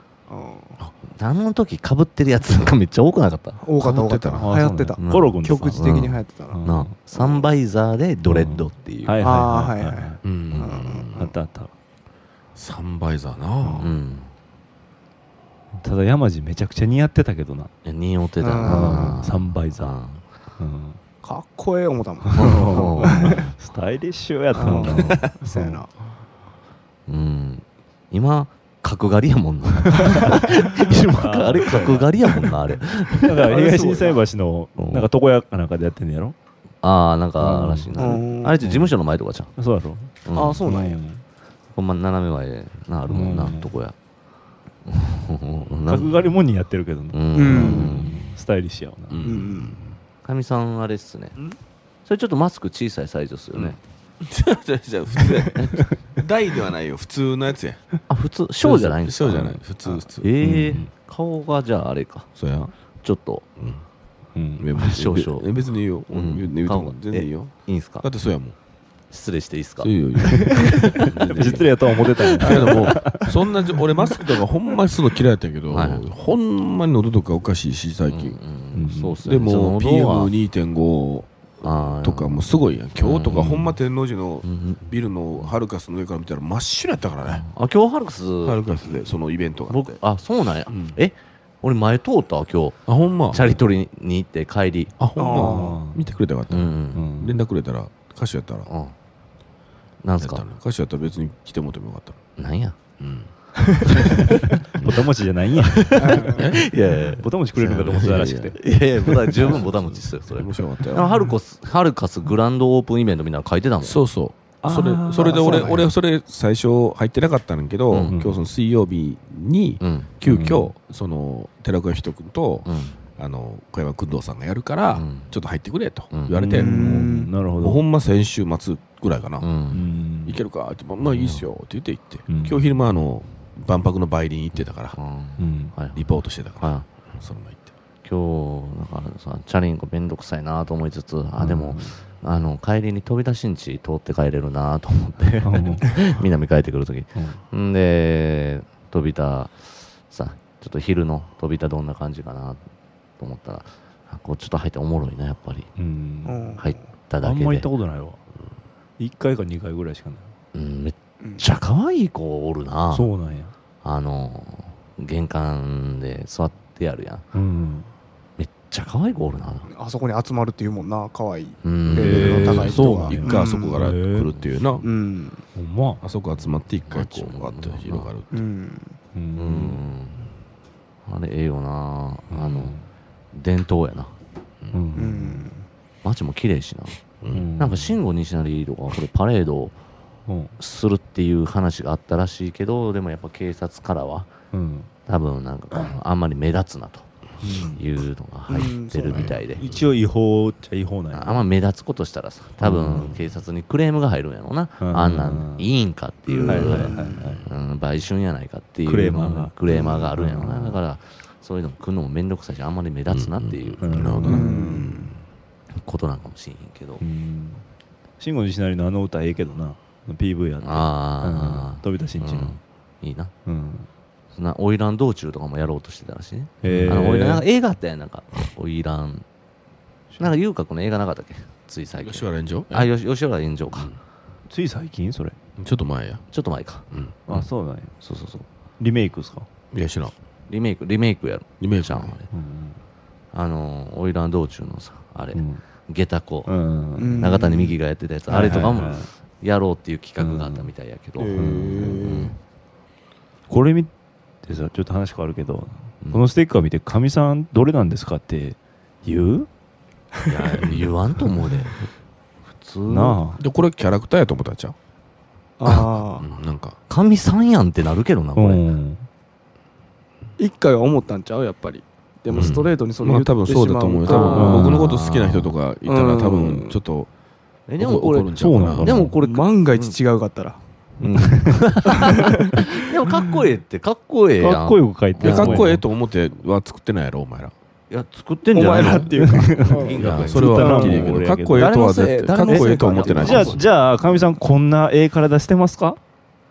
[SPEAKER 1] あの時かぶってるやつなんかめっちゃ多くなかった
[SPEAKER 3] ぶってたうん多かった多かった
[SPEAKER 4] か
[SPEAKER 2] ぶってたな
[SPEAKER 3] 流行ってた
[SPEAKER 1] うん
[SPEAKER 2] コロ君とか
[SPEAKER 3] 局地的に流行ってたな、
[SPEAKER 2] うん
[SPEAKER 1] なあサンバイザーでドレッドっていう、
[SPEAKER 2] はいいはいはい
[SPEAKER 3] あーはいはい
[SPEAKER 2] はい
[SPEAKER 4] うん
[SPEAKER 2] あったあった
[SPEAKER 4] サンバイザーな、
[SPEAKER 1] うん、
[SPEAKER 2] ただ山路めちゃくちゃ似合ってたけどな
[SPEAKER 1] え似合ってた
[SPEAKER 3] あ
[SPEAKER 1] な
[SPEAKER 2] サンバイザ
[SPEAKER 1] ザ
[SPEAKER 2] ーうん
[SPEAKER 3] かっこええ思ったもん
[SPEAKER 2] スタイリッシュやったもんな
[SPEAKER 3] そうやな
[SPEAKER 1] ーうん今角刈りやもんな今あれ角刈りやもんなあれ
[SPEAKER 2] だから東心斎橋のなんか床屋かなんかでやってんのやろ
[SPEAKER 1] ああなんからしいな、
[SPEAKER 3] うん
[SPEAKER 1] あれって事務所の前とかじゃ
[SPEAKER 2] そうだろ
[SPEAKER 1] ん、
[SPEAKER 3] あそうなんや
[SPEAKER 1] ほんま斜め前なあるもんな、
[SPEAKER 2] うん
[SPEAKER 1] とこや
[SPEAKER 2] 角刈りも似合ってるけ ど
[SPEAKER 1] う、
[SPEAKER 2] なん
[SPEAKER 3] うん
[SPEAKER 2] スタイリッシュやわ
[SPEAKER 4] う
[SPEAKER 2] なん
[SPEAKER 3] うん
[SPEAKER 1] かみさんあれっすねそれちょっとマスク小さいサイズっすよね、
[SPEAKER 4] じゃあじゃあ普通や 大ではないよ普通のやつや
[SPEAKER 1] あ普通小じゃないんですか
[SPEAKER 4] 小じゃない普通普通
[SPEAKER 1] ええ
[SPEAKER 2] うん
[SPEAKER 1] 顔がじゃああれか
[SPEAKER 4] そうや
[SPEAKER 1] ちょっと
[SPEAKER 2] うん
[SPEAKER 4] いや別に
[SPEAKER 1] 少々
[SPEAKER 4] え別にいいよ、
[SPEAKER 1] う
[SPEAKER 4] うんん、言う言うて
[SPEAKER 1] 顔が
[SPEAKER 4] も全然いいよ
[SPEAKER 1] いいんすか
[SPEAKER 4] だってそうやもん
[SPEAKER 1] 失礼していいですか
[SPEAKER 4] そういいよいいよ
[SPEAKER 2] 失礼やとは思ってたよ
[SPEAKER 4] けどもそんなじ俺マスクとかほんまにするの嫌いやったけど、
[SPEAKER 1] はい
[SPEAKER 4] ほんまに喉とかおかしいし最近、
[SPEAKER 1] うんうん
[SPEAKER 2] うん
[SPEAKER 1] そうっすよ
[SPEAKER 4] で
[SPEAKER 1] ね
[SPEAKER 4] も
[SPEAKER 1] その喉
[SPEAKER 4] PM2.5
[SPEAKER 1] は
[SPEAKER 4] とかもすごいやん今日と
[SPEAKER 1] う
[SPEAKER 4] か
[SPEAKER 1] ん
[SPEAKER 4] ほんま天王寺の
[SPEAKER 1] うんうん
[SPEAKER 4] ビルのハルカスの上から見たら真っ白やったからね
[SPEAKER 1] あ今日ハルクス
[SPEAKER 4] ハルカスでそのイベントがあって
[SPEAKER 1] 僕あそうなんや
[SPEAKER 4] うん
[SPEAKER 1] え俺前通ったわ今日
[SPEAKER 4] あほんま
[SPEAKER 1] チャリ取りに行って帰り
[SPEAKER 4] あほん
[SPEAKER 2] あ
[SPEAKER 4] ま
[SPEAKER 2] ー
[SPEAKER 4] 見てくれたかった、
[SPEAKER 1] うん
[SPEAKER 4] 連絡くれたら歌手やったら
[SPEAKER 1] うんうんなんす
[SPEAKER 4] や
[SPEAKER 1] か
[SPEAKER 4] ったの歌手やったら別に来てもらってもよかったの
[SPEAKER 1] なんや
[SPEAKER 4] うん
[SPEAKER 2] ボタン持ちじゃないんや
[SPEAKER 1] いやいや
[SPEAKER 2] ボタン持ちくれるのかと思ってたらしくて
[SPEAKER 1] いやいやボタン十分ボタン持ちっすよそれ
[SPEAKER 4] 面白かった
[SPEAKER 1] あの
[SPEAKER 4] よ
[SPEAKER 1] ハルコスハルカスグランドオープンイベントみんな書いてたもん
[SPEAKER 4] そうそう
[SPEAKER 2] あ
[SPEAKER 4] それ
[SPEAKER 2] ー
[SPEAKER 4] それで
[SPEAKER 2] そうな
[SPEAKER 4] 俺
[SPEAKER 2] んや
[SPEAKER 4] 俺それ最初入ってなかったんだけど、
[SPEAKER 1] うん
[SPEAKER 4] 今日その水曜日に
[SPEAKER 1] うん
[SPEAKER 4] 急遽、その寺岡仁君と、
[SPEAKER 1] うん
[SPEAKER 4] あの小山君堂さんがやるから、
[SPEAKER 1] うん
[SPEAKER 4] ちょっと入ってくれと
[SPEAKER 1] うん
[SPEAKER 4] 言われて、
[SPEAKER 3] うん
[SPEAKER 2] なるほ
[SPEAKER 4] もう
[SPEAKER 2] ど
[SPEAKER 4] ほんま先週末ぐらいかな、
[SPEAKER 1] うん
[SPEAKER 2] ん
[SPEAKER 4] 行けるかって、まあ、まあいいっすよって言って行って、
[SPEAKER 2] うん
[SPEAKER 4] 今日昼間あの万博の梅林行ってたから、
[SPEAKER 1] うん
[SPEAKER 2] うん
[SPEAKER 1] はい
[SPEAKER 4] リポートしてたから、
[SPEAKER 1] は
[SPEAKER 4] そのまま行って
[SPEAKER 1] い今日だからさチャリンコめんどくさいなと思いつつあでもあの帰りに飛び出しんち通って帰れるなと思って 南帰ってくるときんで飛びたさちょっと昼の飛びたどんな感じかなと思ったらあこうちょっと入っておもろいなやっぱり
[SPEAKER 2] うん
[SPEAKER 3] うん
[SPEAKER 1] 入っただ
[SPEAKER 2] あ
[SPEAKER 1] け
[SPEAKER 2] ん
[SPEAKER 1] で
[SPEAKER 2] ま行ったことないわ1回か2回ぐらいしかない
[SPEAKER 1] うん、めっちゃ可愛い子おるな
[SPEAKER 2] そうなんや
[SPEAKER 1] あの玄関で座ってやるやん
[SPEAKER 2] うん
[SPEAKER 1] めっちゃ可愛い子おるな
[SPEAKER 3] あそこに集まるっていうもんな可愛い
[SPEAKER 1] うん
[SPEAKER 3] レベルの高い人
[SPEAKER 2] へーそう
[SPEAKER 3] が
[SPEAKER 2] なんや
[SPEAKER 4] 一回あそこから来るっていうな、
[SPEAKER 3] うん
[SPEAKER 2] ほんま
[SPEAKER 4] あそこ集まって一回こうわって広がる、
[SPEAKER 3] うん
[SPEAKER 2] う
[SPEAKER 1] うんんあれええよなあの伝統やな
[SPEAKER 2] う
[SPEAKER 3] うんん
[SPEAKER 1] 街も綺麗しな
[SPEAKER 2] うん
[SPEAKER 1] なんか慎吾西成とかこれパレード
[SPEAKER 2] うん
[SPEAKER 1] するっていう話があったらしいけどでもやっぱ警察からは
[SPEAKER 2] うん
[SPEAKER 1] 多分なんかこうあんまり目立つなというのが入ってるみたいで、
[SPEAKER 2] 一応違法っちゃ違法なんや
[SPEAKER 1] ああんま目立つことしたらさ多分警察にクレームが入るんやろうな、
[SPEAKER 2] うん
[SPEAKER 1] あんなんいいんかっていう、
[SPEAKER 2] はいはいはいはい
[SPEAKER 1] うん、売春やないかっていう
[SPEAKER 2] クレーマーが
[SPEAKER 1] クレーマーがあるんやろうな、だからそういうのも来るのも面倒くさいしあんまり目立つなっていう
[SPEAKER 2] うん
[SPEAKER 4] なるほど
[SPEAKER 3] う
[SPEAKER 4] ね、
[SPEAKER 3] ん
[SPEAKER 1] ことなんかもしれへんけど、
[SPEAKER 2] うん慎吾西成のあの歌ええけどな PV やって
[SPEAKER 1] ああ、
[SPEAKER 2] うん飛び出しんちの
[SPEAKER 1] うんいいな
[SPEAKER 2] うん
[SPEAKER 1] そんな花魁道中とかもやろうとしてたらしいね
[SPEAKER 2] へー
[SPEAKER 1] あの花魁なんか映画あったやんなんか花魁なんか遊郭の映画なかったっけつい最近
[SPEAKER 4] 吉原炎上
[SPEAKER 1] あよし吉原炎上か、
[SPEAKER 2] つい最近それ
[SPEAKER 4] ちょっと前や、
[SPEAKER 1] ちょっと前か
[SPEAKER 4] うん、
[SPEAKER 2] あそうなんや
[SPEAKER 1] そうそうそう
[SPEAKER 2] リメイクですか
[SPEAKER 4] いや知らん
[SPEAKER 1] リメイクリメイクやる
[SPEAKER 4] リメイク
[SPEAKER 1] じゃんあれ
[SPEAKER 2] うん
[SPEAKER 1] あのー花魁道中のさあれ、
[SPEAKER 2] うん
[SPEAKER 1] 下駄子、
[SPEAKER 2] うん
[SPEAKER 3] うん
[SPEAKER 1] 中谷美紀がやってたやつ、
[SPEAKER 2] はい
[SPEAKER 1] あ
[SPEAKER 2] はい
[SPEAKER 1] れ
[SPEAKER 2] はい
[SPEAKER 1] とかもやろうっていう企画があったみたいやけど、
[SPEAKER 4] へー
[SPEAKER 2] これ見てさちょっと話変わるけど、このステッカー見てかみさんどれなんですかって言う
[SPEAKER 1] いや言わんと思うで普通
[SPEAKER 2] なあ
[SPEAKER 4] でこれキャラクターやと思ったんちゃ
[SPEAKER 3] あ
[SPEAKER 4] う、
[SPEAKER 3] あ
[SPEAKER 4] うん、なんか
[SPEAKER 1] 神さんやんってなるけどなこれ、
[SPEAKER 2] うん
[SPEAKER 3] 一回は思ったんちゃうやっぱりでもストレートにそれ
[SPEAKER 4] ま
[SPEAKER 3] 言
[SPEAKER 4] あ
[SPEAKER 3] って
[SPEAKER 4] 多
[SPEAKER 3] しま
[SPEAKER 4] 分
[SPEAKER 3] う
[SPEAKER 4] そうだと思うよ
[SPEAKER 3] か
[SPEAKER 4] 多分
[SPEAKER 2] うん
[SPEAKER 4] 僕のこと好きな人とかいた
[SPEAKER 3] う
[SPEAKER 4] ら
[SPEAKER 3] ん
[SPEAKER 4] 多分ちょっと
[SPEAKER 1] えでもこ
[SPEAKER 4] 怒
[SPEAKER 1] れ
[SPEAKER 4] 怒るんちゃう
[SPEAKER 2] そうな
[SPEAKER 4] か
[SPEAKER 2] の
[SPEAKER 4] な
[SPEAKER 1] でもこれ
[SPEAKER 3] 万が一違うかったら
[SPEAKER 1] でもかっこええってかっこええやん
[SPEAKER 2] かっこよく書い
[SPEAKER 4] い
[SPEAKER 2] て
[SPEAKER 4] やかっこええ
[SPEAKER 2] と
[SPEAKER 4] と思っては作ってないやろお前ら
[SPEAKER 1] いや作ってん
[SPEAKER 3] お
[SPEAKER 1] じゃない
[SPEAKER 3] 前
[SPEAKER 1] の
[SPEAKER 3] らっていうか
[SPEAKER 1] い
[SPEAKER 4] い
[SPEAKER 1] や
[SPEAKER 4] や
[SPEAKER 1] そ
[SPEAKER 4] そ
[SPEAKER 1] れ
[SPEAKER 4] れ
[SPEAKER 1] は
[SPEAKER 4] は
[SPEAKER 2] はっ
[SPEAKER 4] はっ
[SPEAKER 2] き
[SPEAKER 4] き
[SPEAKER 2] り
[SPEAKER 4] り
[SPEAKER 2] 言うけど
[SPEAKER 4] 言うけどかっこええとは絶対か
[SPEAKER 3] 誰
[SPEAKER 4] っ
[SPEAKER 3] のせい
[SPEAKER 4] こええとは思ってない
[SPEAKER 2] じゃあ
[SPEAKER 4] と思う
[SPEAKER 2] じゃあかみさんこんなええ体してますか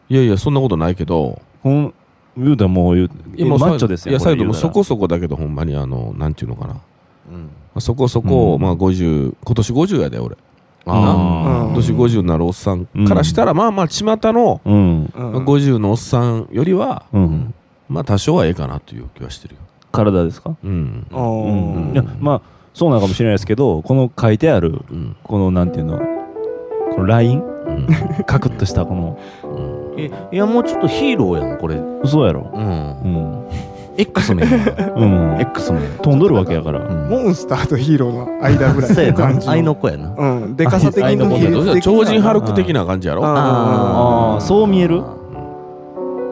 [SPEAKER 4] いやいやそんなことないけど
[SPEAKER 2] こん言うたらもう言う
[SPEAKER 4] 今
[SPEAKER 2] マッチョですよ
[SPEAKER 4] いや
[SPEAKER 2] これ
[SPEAKER 4] サイド
[SPEAKER 2] 言
[SPEAKER 4] も
[SPEAKER 2] うた
[SPEAKER 4] そ
[SPEAKER 2] ら
[SPEAKER 4] こそこだけどほんまにあのなんていうのかな
[SPEAKER 1] うん
[SPEAKER 4] そこそこ、
[SPEAKER 2] うん
[SPEAKER 4] まあ50今年50やで俺
[SPEAKER 1] あ
[SPEAKER 3] うん
[SPEAKER 4] 今年50になるおっさんからしたら、まあまあ巷の
[SPEAKER 2] うん
[SPEAKER 3] うん
[SPEAKER 4] 50のおっさんよりは、
[SPEAKER 2] うん
[SPEAKER 4] まあ多少はええかなという気はしてるよ、
[SPEAKER 2] 体ですか
[SPEAKER 4] うん
[SPEAKER 3] あー
[SPEAKER 2] いやまあそうなのかもしれないですけどこの書いてある
[SPEAKER 4] うん
[SPEAKER 2] このなんていうのこのライン
[SPEAKER 4] うん
[SPEAKER 2] カクッとしたこの
[SPEAKER 1] あえいやもうちょっとヒーローやんこれう
[SPEAKER 2] そうやろうんん
[SPEAKER 1] X メンやん
[SPEAKER 2] うん
[SPEAKER 1] X メン
[SPEAKER 2] 飛んどるわけやから
[SPEAKER 3] モンスターとヒーローの間ぐらい
[SPEAKER 1] そうや
[SPEAKER 3] の 感
[SPEAKER 1] な
[SPEAKER 3] じ
[SPEAKER 1] 愛の子やな
[SPEAKER 3] うんでかさ的
[SPEAKER 2] 愛の
[SPEAKER 3] に
[SPEAKER 2] 子
[SPEAKER 3] 比率
[SPEAKER 4] どう
[SPEAKER 3] 的
[SPEAKER 4] せ
[SPEAKER 3] な
[SPEAKER 4] 超人ハルク的な感じやろ
[SPEAKER 2] ああそう見える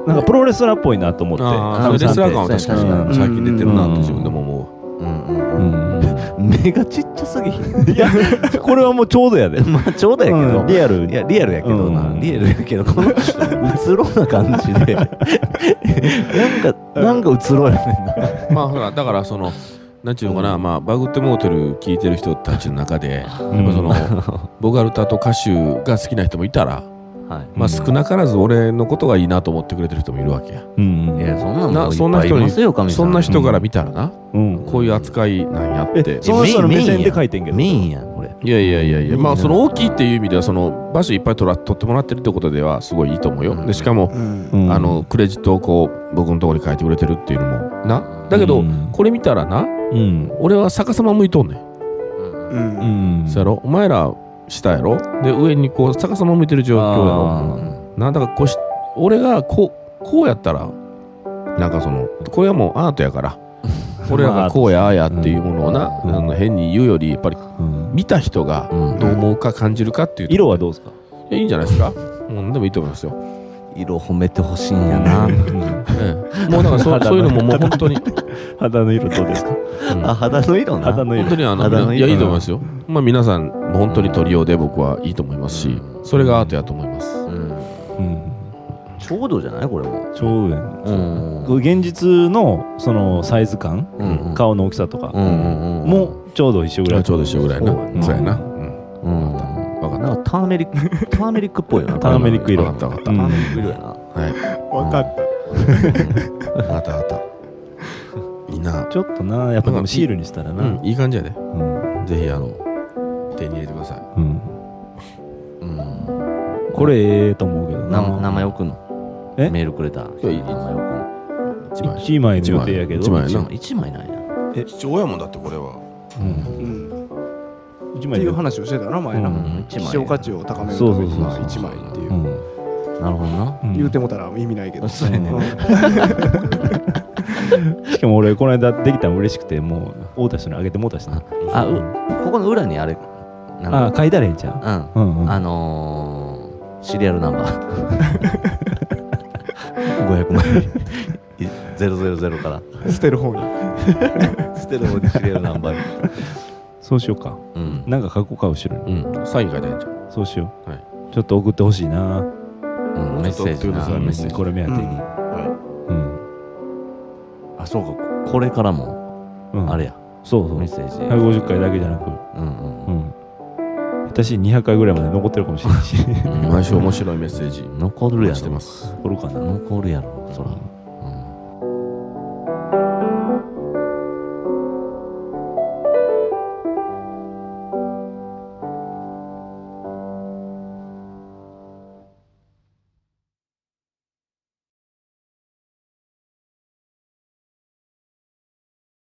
[SPEAKER 2] なんかプロレスラーっぽいなと思って
[SPEAKER 4] あ
[SPEAKER 1] カ
[SPEAKER 4] あ
[SPEAKER 1] ム
[SPEAKER 4] レ
[SPEAKER 1] さ
[SPEAKER 4] ス
[SPEAKER 1] んって
[SPEAKER 4] ラー感は確かに
[SPEAKER 1] そう
[SPEAKER 2] や確かに
[SPEAKER 4] 最近出てるなと
[SPEAKER 2] うん
[SPEAKER 4] 自分でも思う
[SPEAKER 1] うんうん
[SPEAKER 2] うん
[SPEAKER 1] 目がちっちゃすぎひん
[SPEAKER 2] いや、これはもうちょうどやで。
[SPEAKER 1] まあちょうどやけど、
[SPEAKER 2] うんリアル
[SPEAKER 1] いやリアルやけどな、
[SPEAKER 2] うん
[SPEAKER 1] リアルやけどこのうつろな感じで なんかなんかうつろやねんな
[SPEAKER 4] まあほらだからそのなんていうのかな、まあ、バグってモーテル聞いてる人たちの中で、
[SPEAKER 2] ん
[SPEAKER 4] やっぱそ のボガルタと歌手が好きな人もいたら、
[SPEAKER 1] はい
[SPEAKER 4] まあ、少なからず俺のことがいいなと思ってくれてる人もいるわけや、
[SPEAKER 2] うん
[SPEAKER 1] いやそんな
[SPEAKER 4] な
[SPEAKER 1] の
[SPEAKER 4] そん
[SPEAKER 1] いっ
[SPEAKER 4] な
[SPEAKER 1] ぱいい
[SPEAKER 4] 人に
[SPEAKER 1] ますよ神
[SPEAKER 4] そんな人から見たらな、
[SPEAKER 2] うん。
[SPEAKER 4] こういう扱いなんやっ
[SPEAKER 2] え
[SPEAKER 4] て、
[SPEAKER 2] その人の
[SPEAKER 1] メイン
[SPEAKER 2] 目線
[SPEAKER 1] メイン
[SPEAKER 2] で書いてんけど。
[SPEAKER 1] メインやんこれ
[SPEAKER 4] いやいやいやいや、ま
[SPEAKER 1] う
[SPEAKER 4] あ、
[SPEAKER 1] ん
[SPEAKER 4] その大きいっていう意味ではその場所いっぱい取ら取ってもらってるってことではすごいいいと思うよ、
[SPEAKER 1] うん
[SPEAKER 4] でしかも、
[SPEAKER 3] うん
[SPEAKER 2] うん
[SPEAKER 4] あ、のクレジットをこう僕のところに書いてくれてるっていうのもなだけ
[SPEAKER 2] う
[SPEAKER 4] ど、
[SPEAKER 2] ん
[SPEAKER 4] これ見たらな
[SPEAKER 2] うん。
[SPEAKER 4] 俺は逆さま向いとんねん、
[SPEAKER 3] う
[SPEAKER 2] うんん。
[SPEAKER 4] そやろお前ら下やろで上にこう逆さま向いてる状況やろ
[SPEAKER 2] あ
[SPEAKER 4] なんだかこうし俺がこうこうやったらなんかそのこれはもうアートやから 俺らがこうやああやっていうものをな、
[SPEAKER 2] うん
[SPEAKER 4] あの変に言うよりやっぱり
[SPEAKER 2] ーうん
[SPEAKER 4] 見た人が
[SPEAKER 1] うん
[SPEAKER 4] どう思うか感じるかっていうと、
[SPEAKER 2] 色はどうですか
[SPEAKER 4] いやいいんじゃないですかうんでもいいと思いますよ、
[SPEAKER 1] 色褒めてほしいんやな
[SPEAKER 4] ええもうだからそうそういうのももう本当に、
[SPEAKER 2] 肌の色どうですか
[SPEAKER 4] うん
[SPEAKER 1] あ肌の色な
[SPEAKER 2] 肌の
[SPEAKER 4] 本
[SPEAKER 2] 色
[SPEAKER 4] 当。にあ
[SPEAKER 1] 肌の
[SPEAKER 4] の
[SPEAKER 1] いい
[SPEAKER 4] いや
[SPEAKER 1] かない
[SPEAKER 4] いと思いますよ、まあ、皆さん本当に取りようで僕はいいと思いますしそれがアートやと思います
[SPEAKER 1] うん
[SPEAKER 2] うん
[SPEAKER 1] ちょうどじゃないこれも
[SPEAKER 2] ちょうどやね
[SPEAKER 1] うん
[SPEAKER 2] こう現実のそのサイズ感、
[SPEAKER 1] うん
[SPEAKER 2] 顔の大きさとか
[SPEAKER 1] うんうんうん
[SPEAKER 2] もちょうど一緒ぐらい。
[SPEAKER 4] ちょうど一緒ぐらいな
[SPEAKER 1] そうやな
[SPEAKER 4] そうやな、
[SPEAKER 1] うん
[SPEAKER 4] 分かった
[SPEAKER 1] なんかターメリックターメリックっぽいよな
[SPEAKER 2] ターメリック色
[SPEAKER 1] これなんかタ
[SPEAKER 2] うん
[SPEAKER 1] ーメリック色やな
[SPEAKER 4] はい
[SPEAKER 3] わかった
[SPEAKER 4] 分かった分かったいいな、
[SPEAKER 2] ちょっとな、やっぱでもシールにしたらな。
[SPEAKER 4] うん、いい感じやで
[SPEAKER 2] うん
[SPEAKER 4] ぜひあの手に入れてください
[SPEAKER 2] うん
[SPEAKER 1] うん
[SPEAKER 2] これええと思うけど
[SPEAKER 1] な
[SPEAKER 2] な。
[SPEAKER 1] 名前送んの
[SPEAKER 2] え
[SPEAKER 1] メールくれた人
[SPEAKER 4] いやいい
[SPEAKER 1] 名前送んの
[SPEAKER 4] 一枚
[SPEAKER 2] 1枚の予定やけど。
[SPEAKER 4] 一
[SPEAKER 1] 一
[SPEAKER 4] 枚一枚
[SPEAKER 1] 枚一枚なんや
[SPEAKER 4] 貴重やもんだってこれは
[SPEAKER 2] うん
[SPEAKER 3] うん
[SPEAKER 2] 一
[SPEAKER 3] って
[SPEAKER 2] 枚
[SPEAKER 3] い
[SPEAKER 2] で
[SPEAKER 3] う話をしてたな前
[SPEAKER 2] う
[SPEAKER 3] なん
[SPEAKER 1] 一
[SPEAKER 3] 希
[SPEAKER 1] 枚
[SPEAKER 3] 少価値を高めるためにまあ
[SPEAKER 2] そう
[SPEAKER 3] 一枚っていううん
[SPEAKER 1] なるほどな
[SPEAKER 2] うん
[SPEAKER 3] 言うてもたら意味ないけど
[SPEAKER 1] そうやね
[SPEAKER 3] ん
[SPEAKER 2] しかも俺この間できたの嬉しくてもう太田人にあげてもうたしな
[SPEAKER 1] あうここの裏にあれなん
[SPEAKER 2] あ
[SPEAKER 1] か
[SPEAKER 2] 書いたらええんちゃう
[SPEAKER 1] うん
[SPEAKER 2] うんうん
[SPEAKER 1] あのー、シリアルナンバー500万い000から
[SPEAKER 3] 捨てる方に
[SPEAKER 1] 捨てる方にシリアルナンバーに
[SPEAKER 2] そうしようか
[SPEAKER 1] うん
[SPEAKER 2] なんか書こうか後ろに
[SPEAKER 4] うんサイン書いてあるじゃん
[SPEAKER 2] そうしよう、
[SPEAKER 4] はい
[SPEAKER 2] ちょっと送ってほしいな
[SPEAKER 1] うんメッセージ
[SPEAKER 4] ちょっと送ってくだ
[SPEAKER 1] な
[SPEAKER 4] さい
[SPEAKER 1] メッセー
[SPEAKER 2] うん
[SPEAKER 1] ジ
[SPEAKER 2] これ目当てにうん、
[SPEAKER 1] あそうかこれからも
[SPEAKER 2] うん
[SPEAKER 1] あれや
[SPEAKER 2] そうそう
[SPEAKER 1] メッセージ
[SPEAKER 2] 150回だけじゃなく
[SPEAKER 1] うんうん
[SPEAKER 2] うん私200回ぐらいまで残ってるかもしれないし
[SPEAKER 4] 毎週面白いメッセージ
[SPEAKER 1] 残るや
[SPEAKER 4] 出してま
[SPEAKER 1] ろ
[SPEAKER 4] す
[SPEAKER 2] 残るかな
[SPEAKER 1] 残るやろそら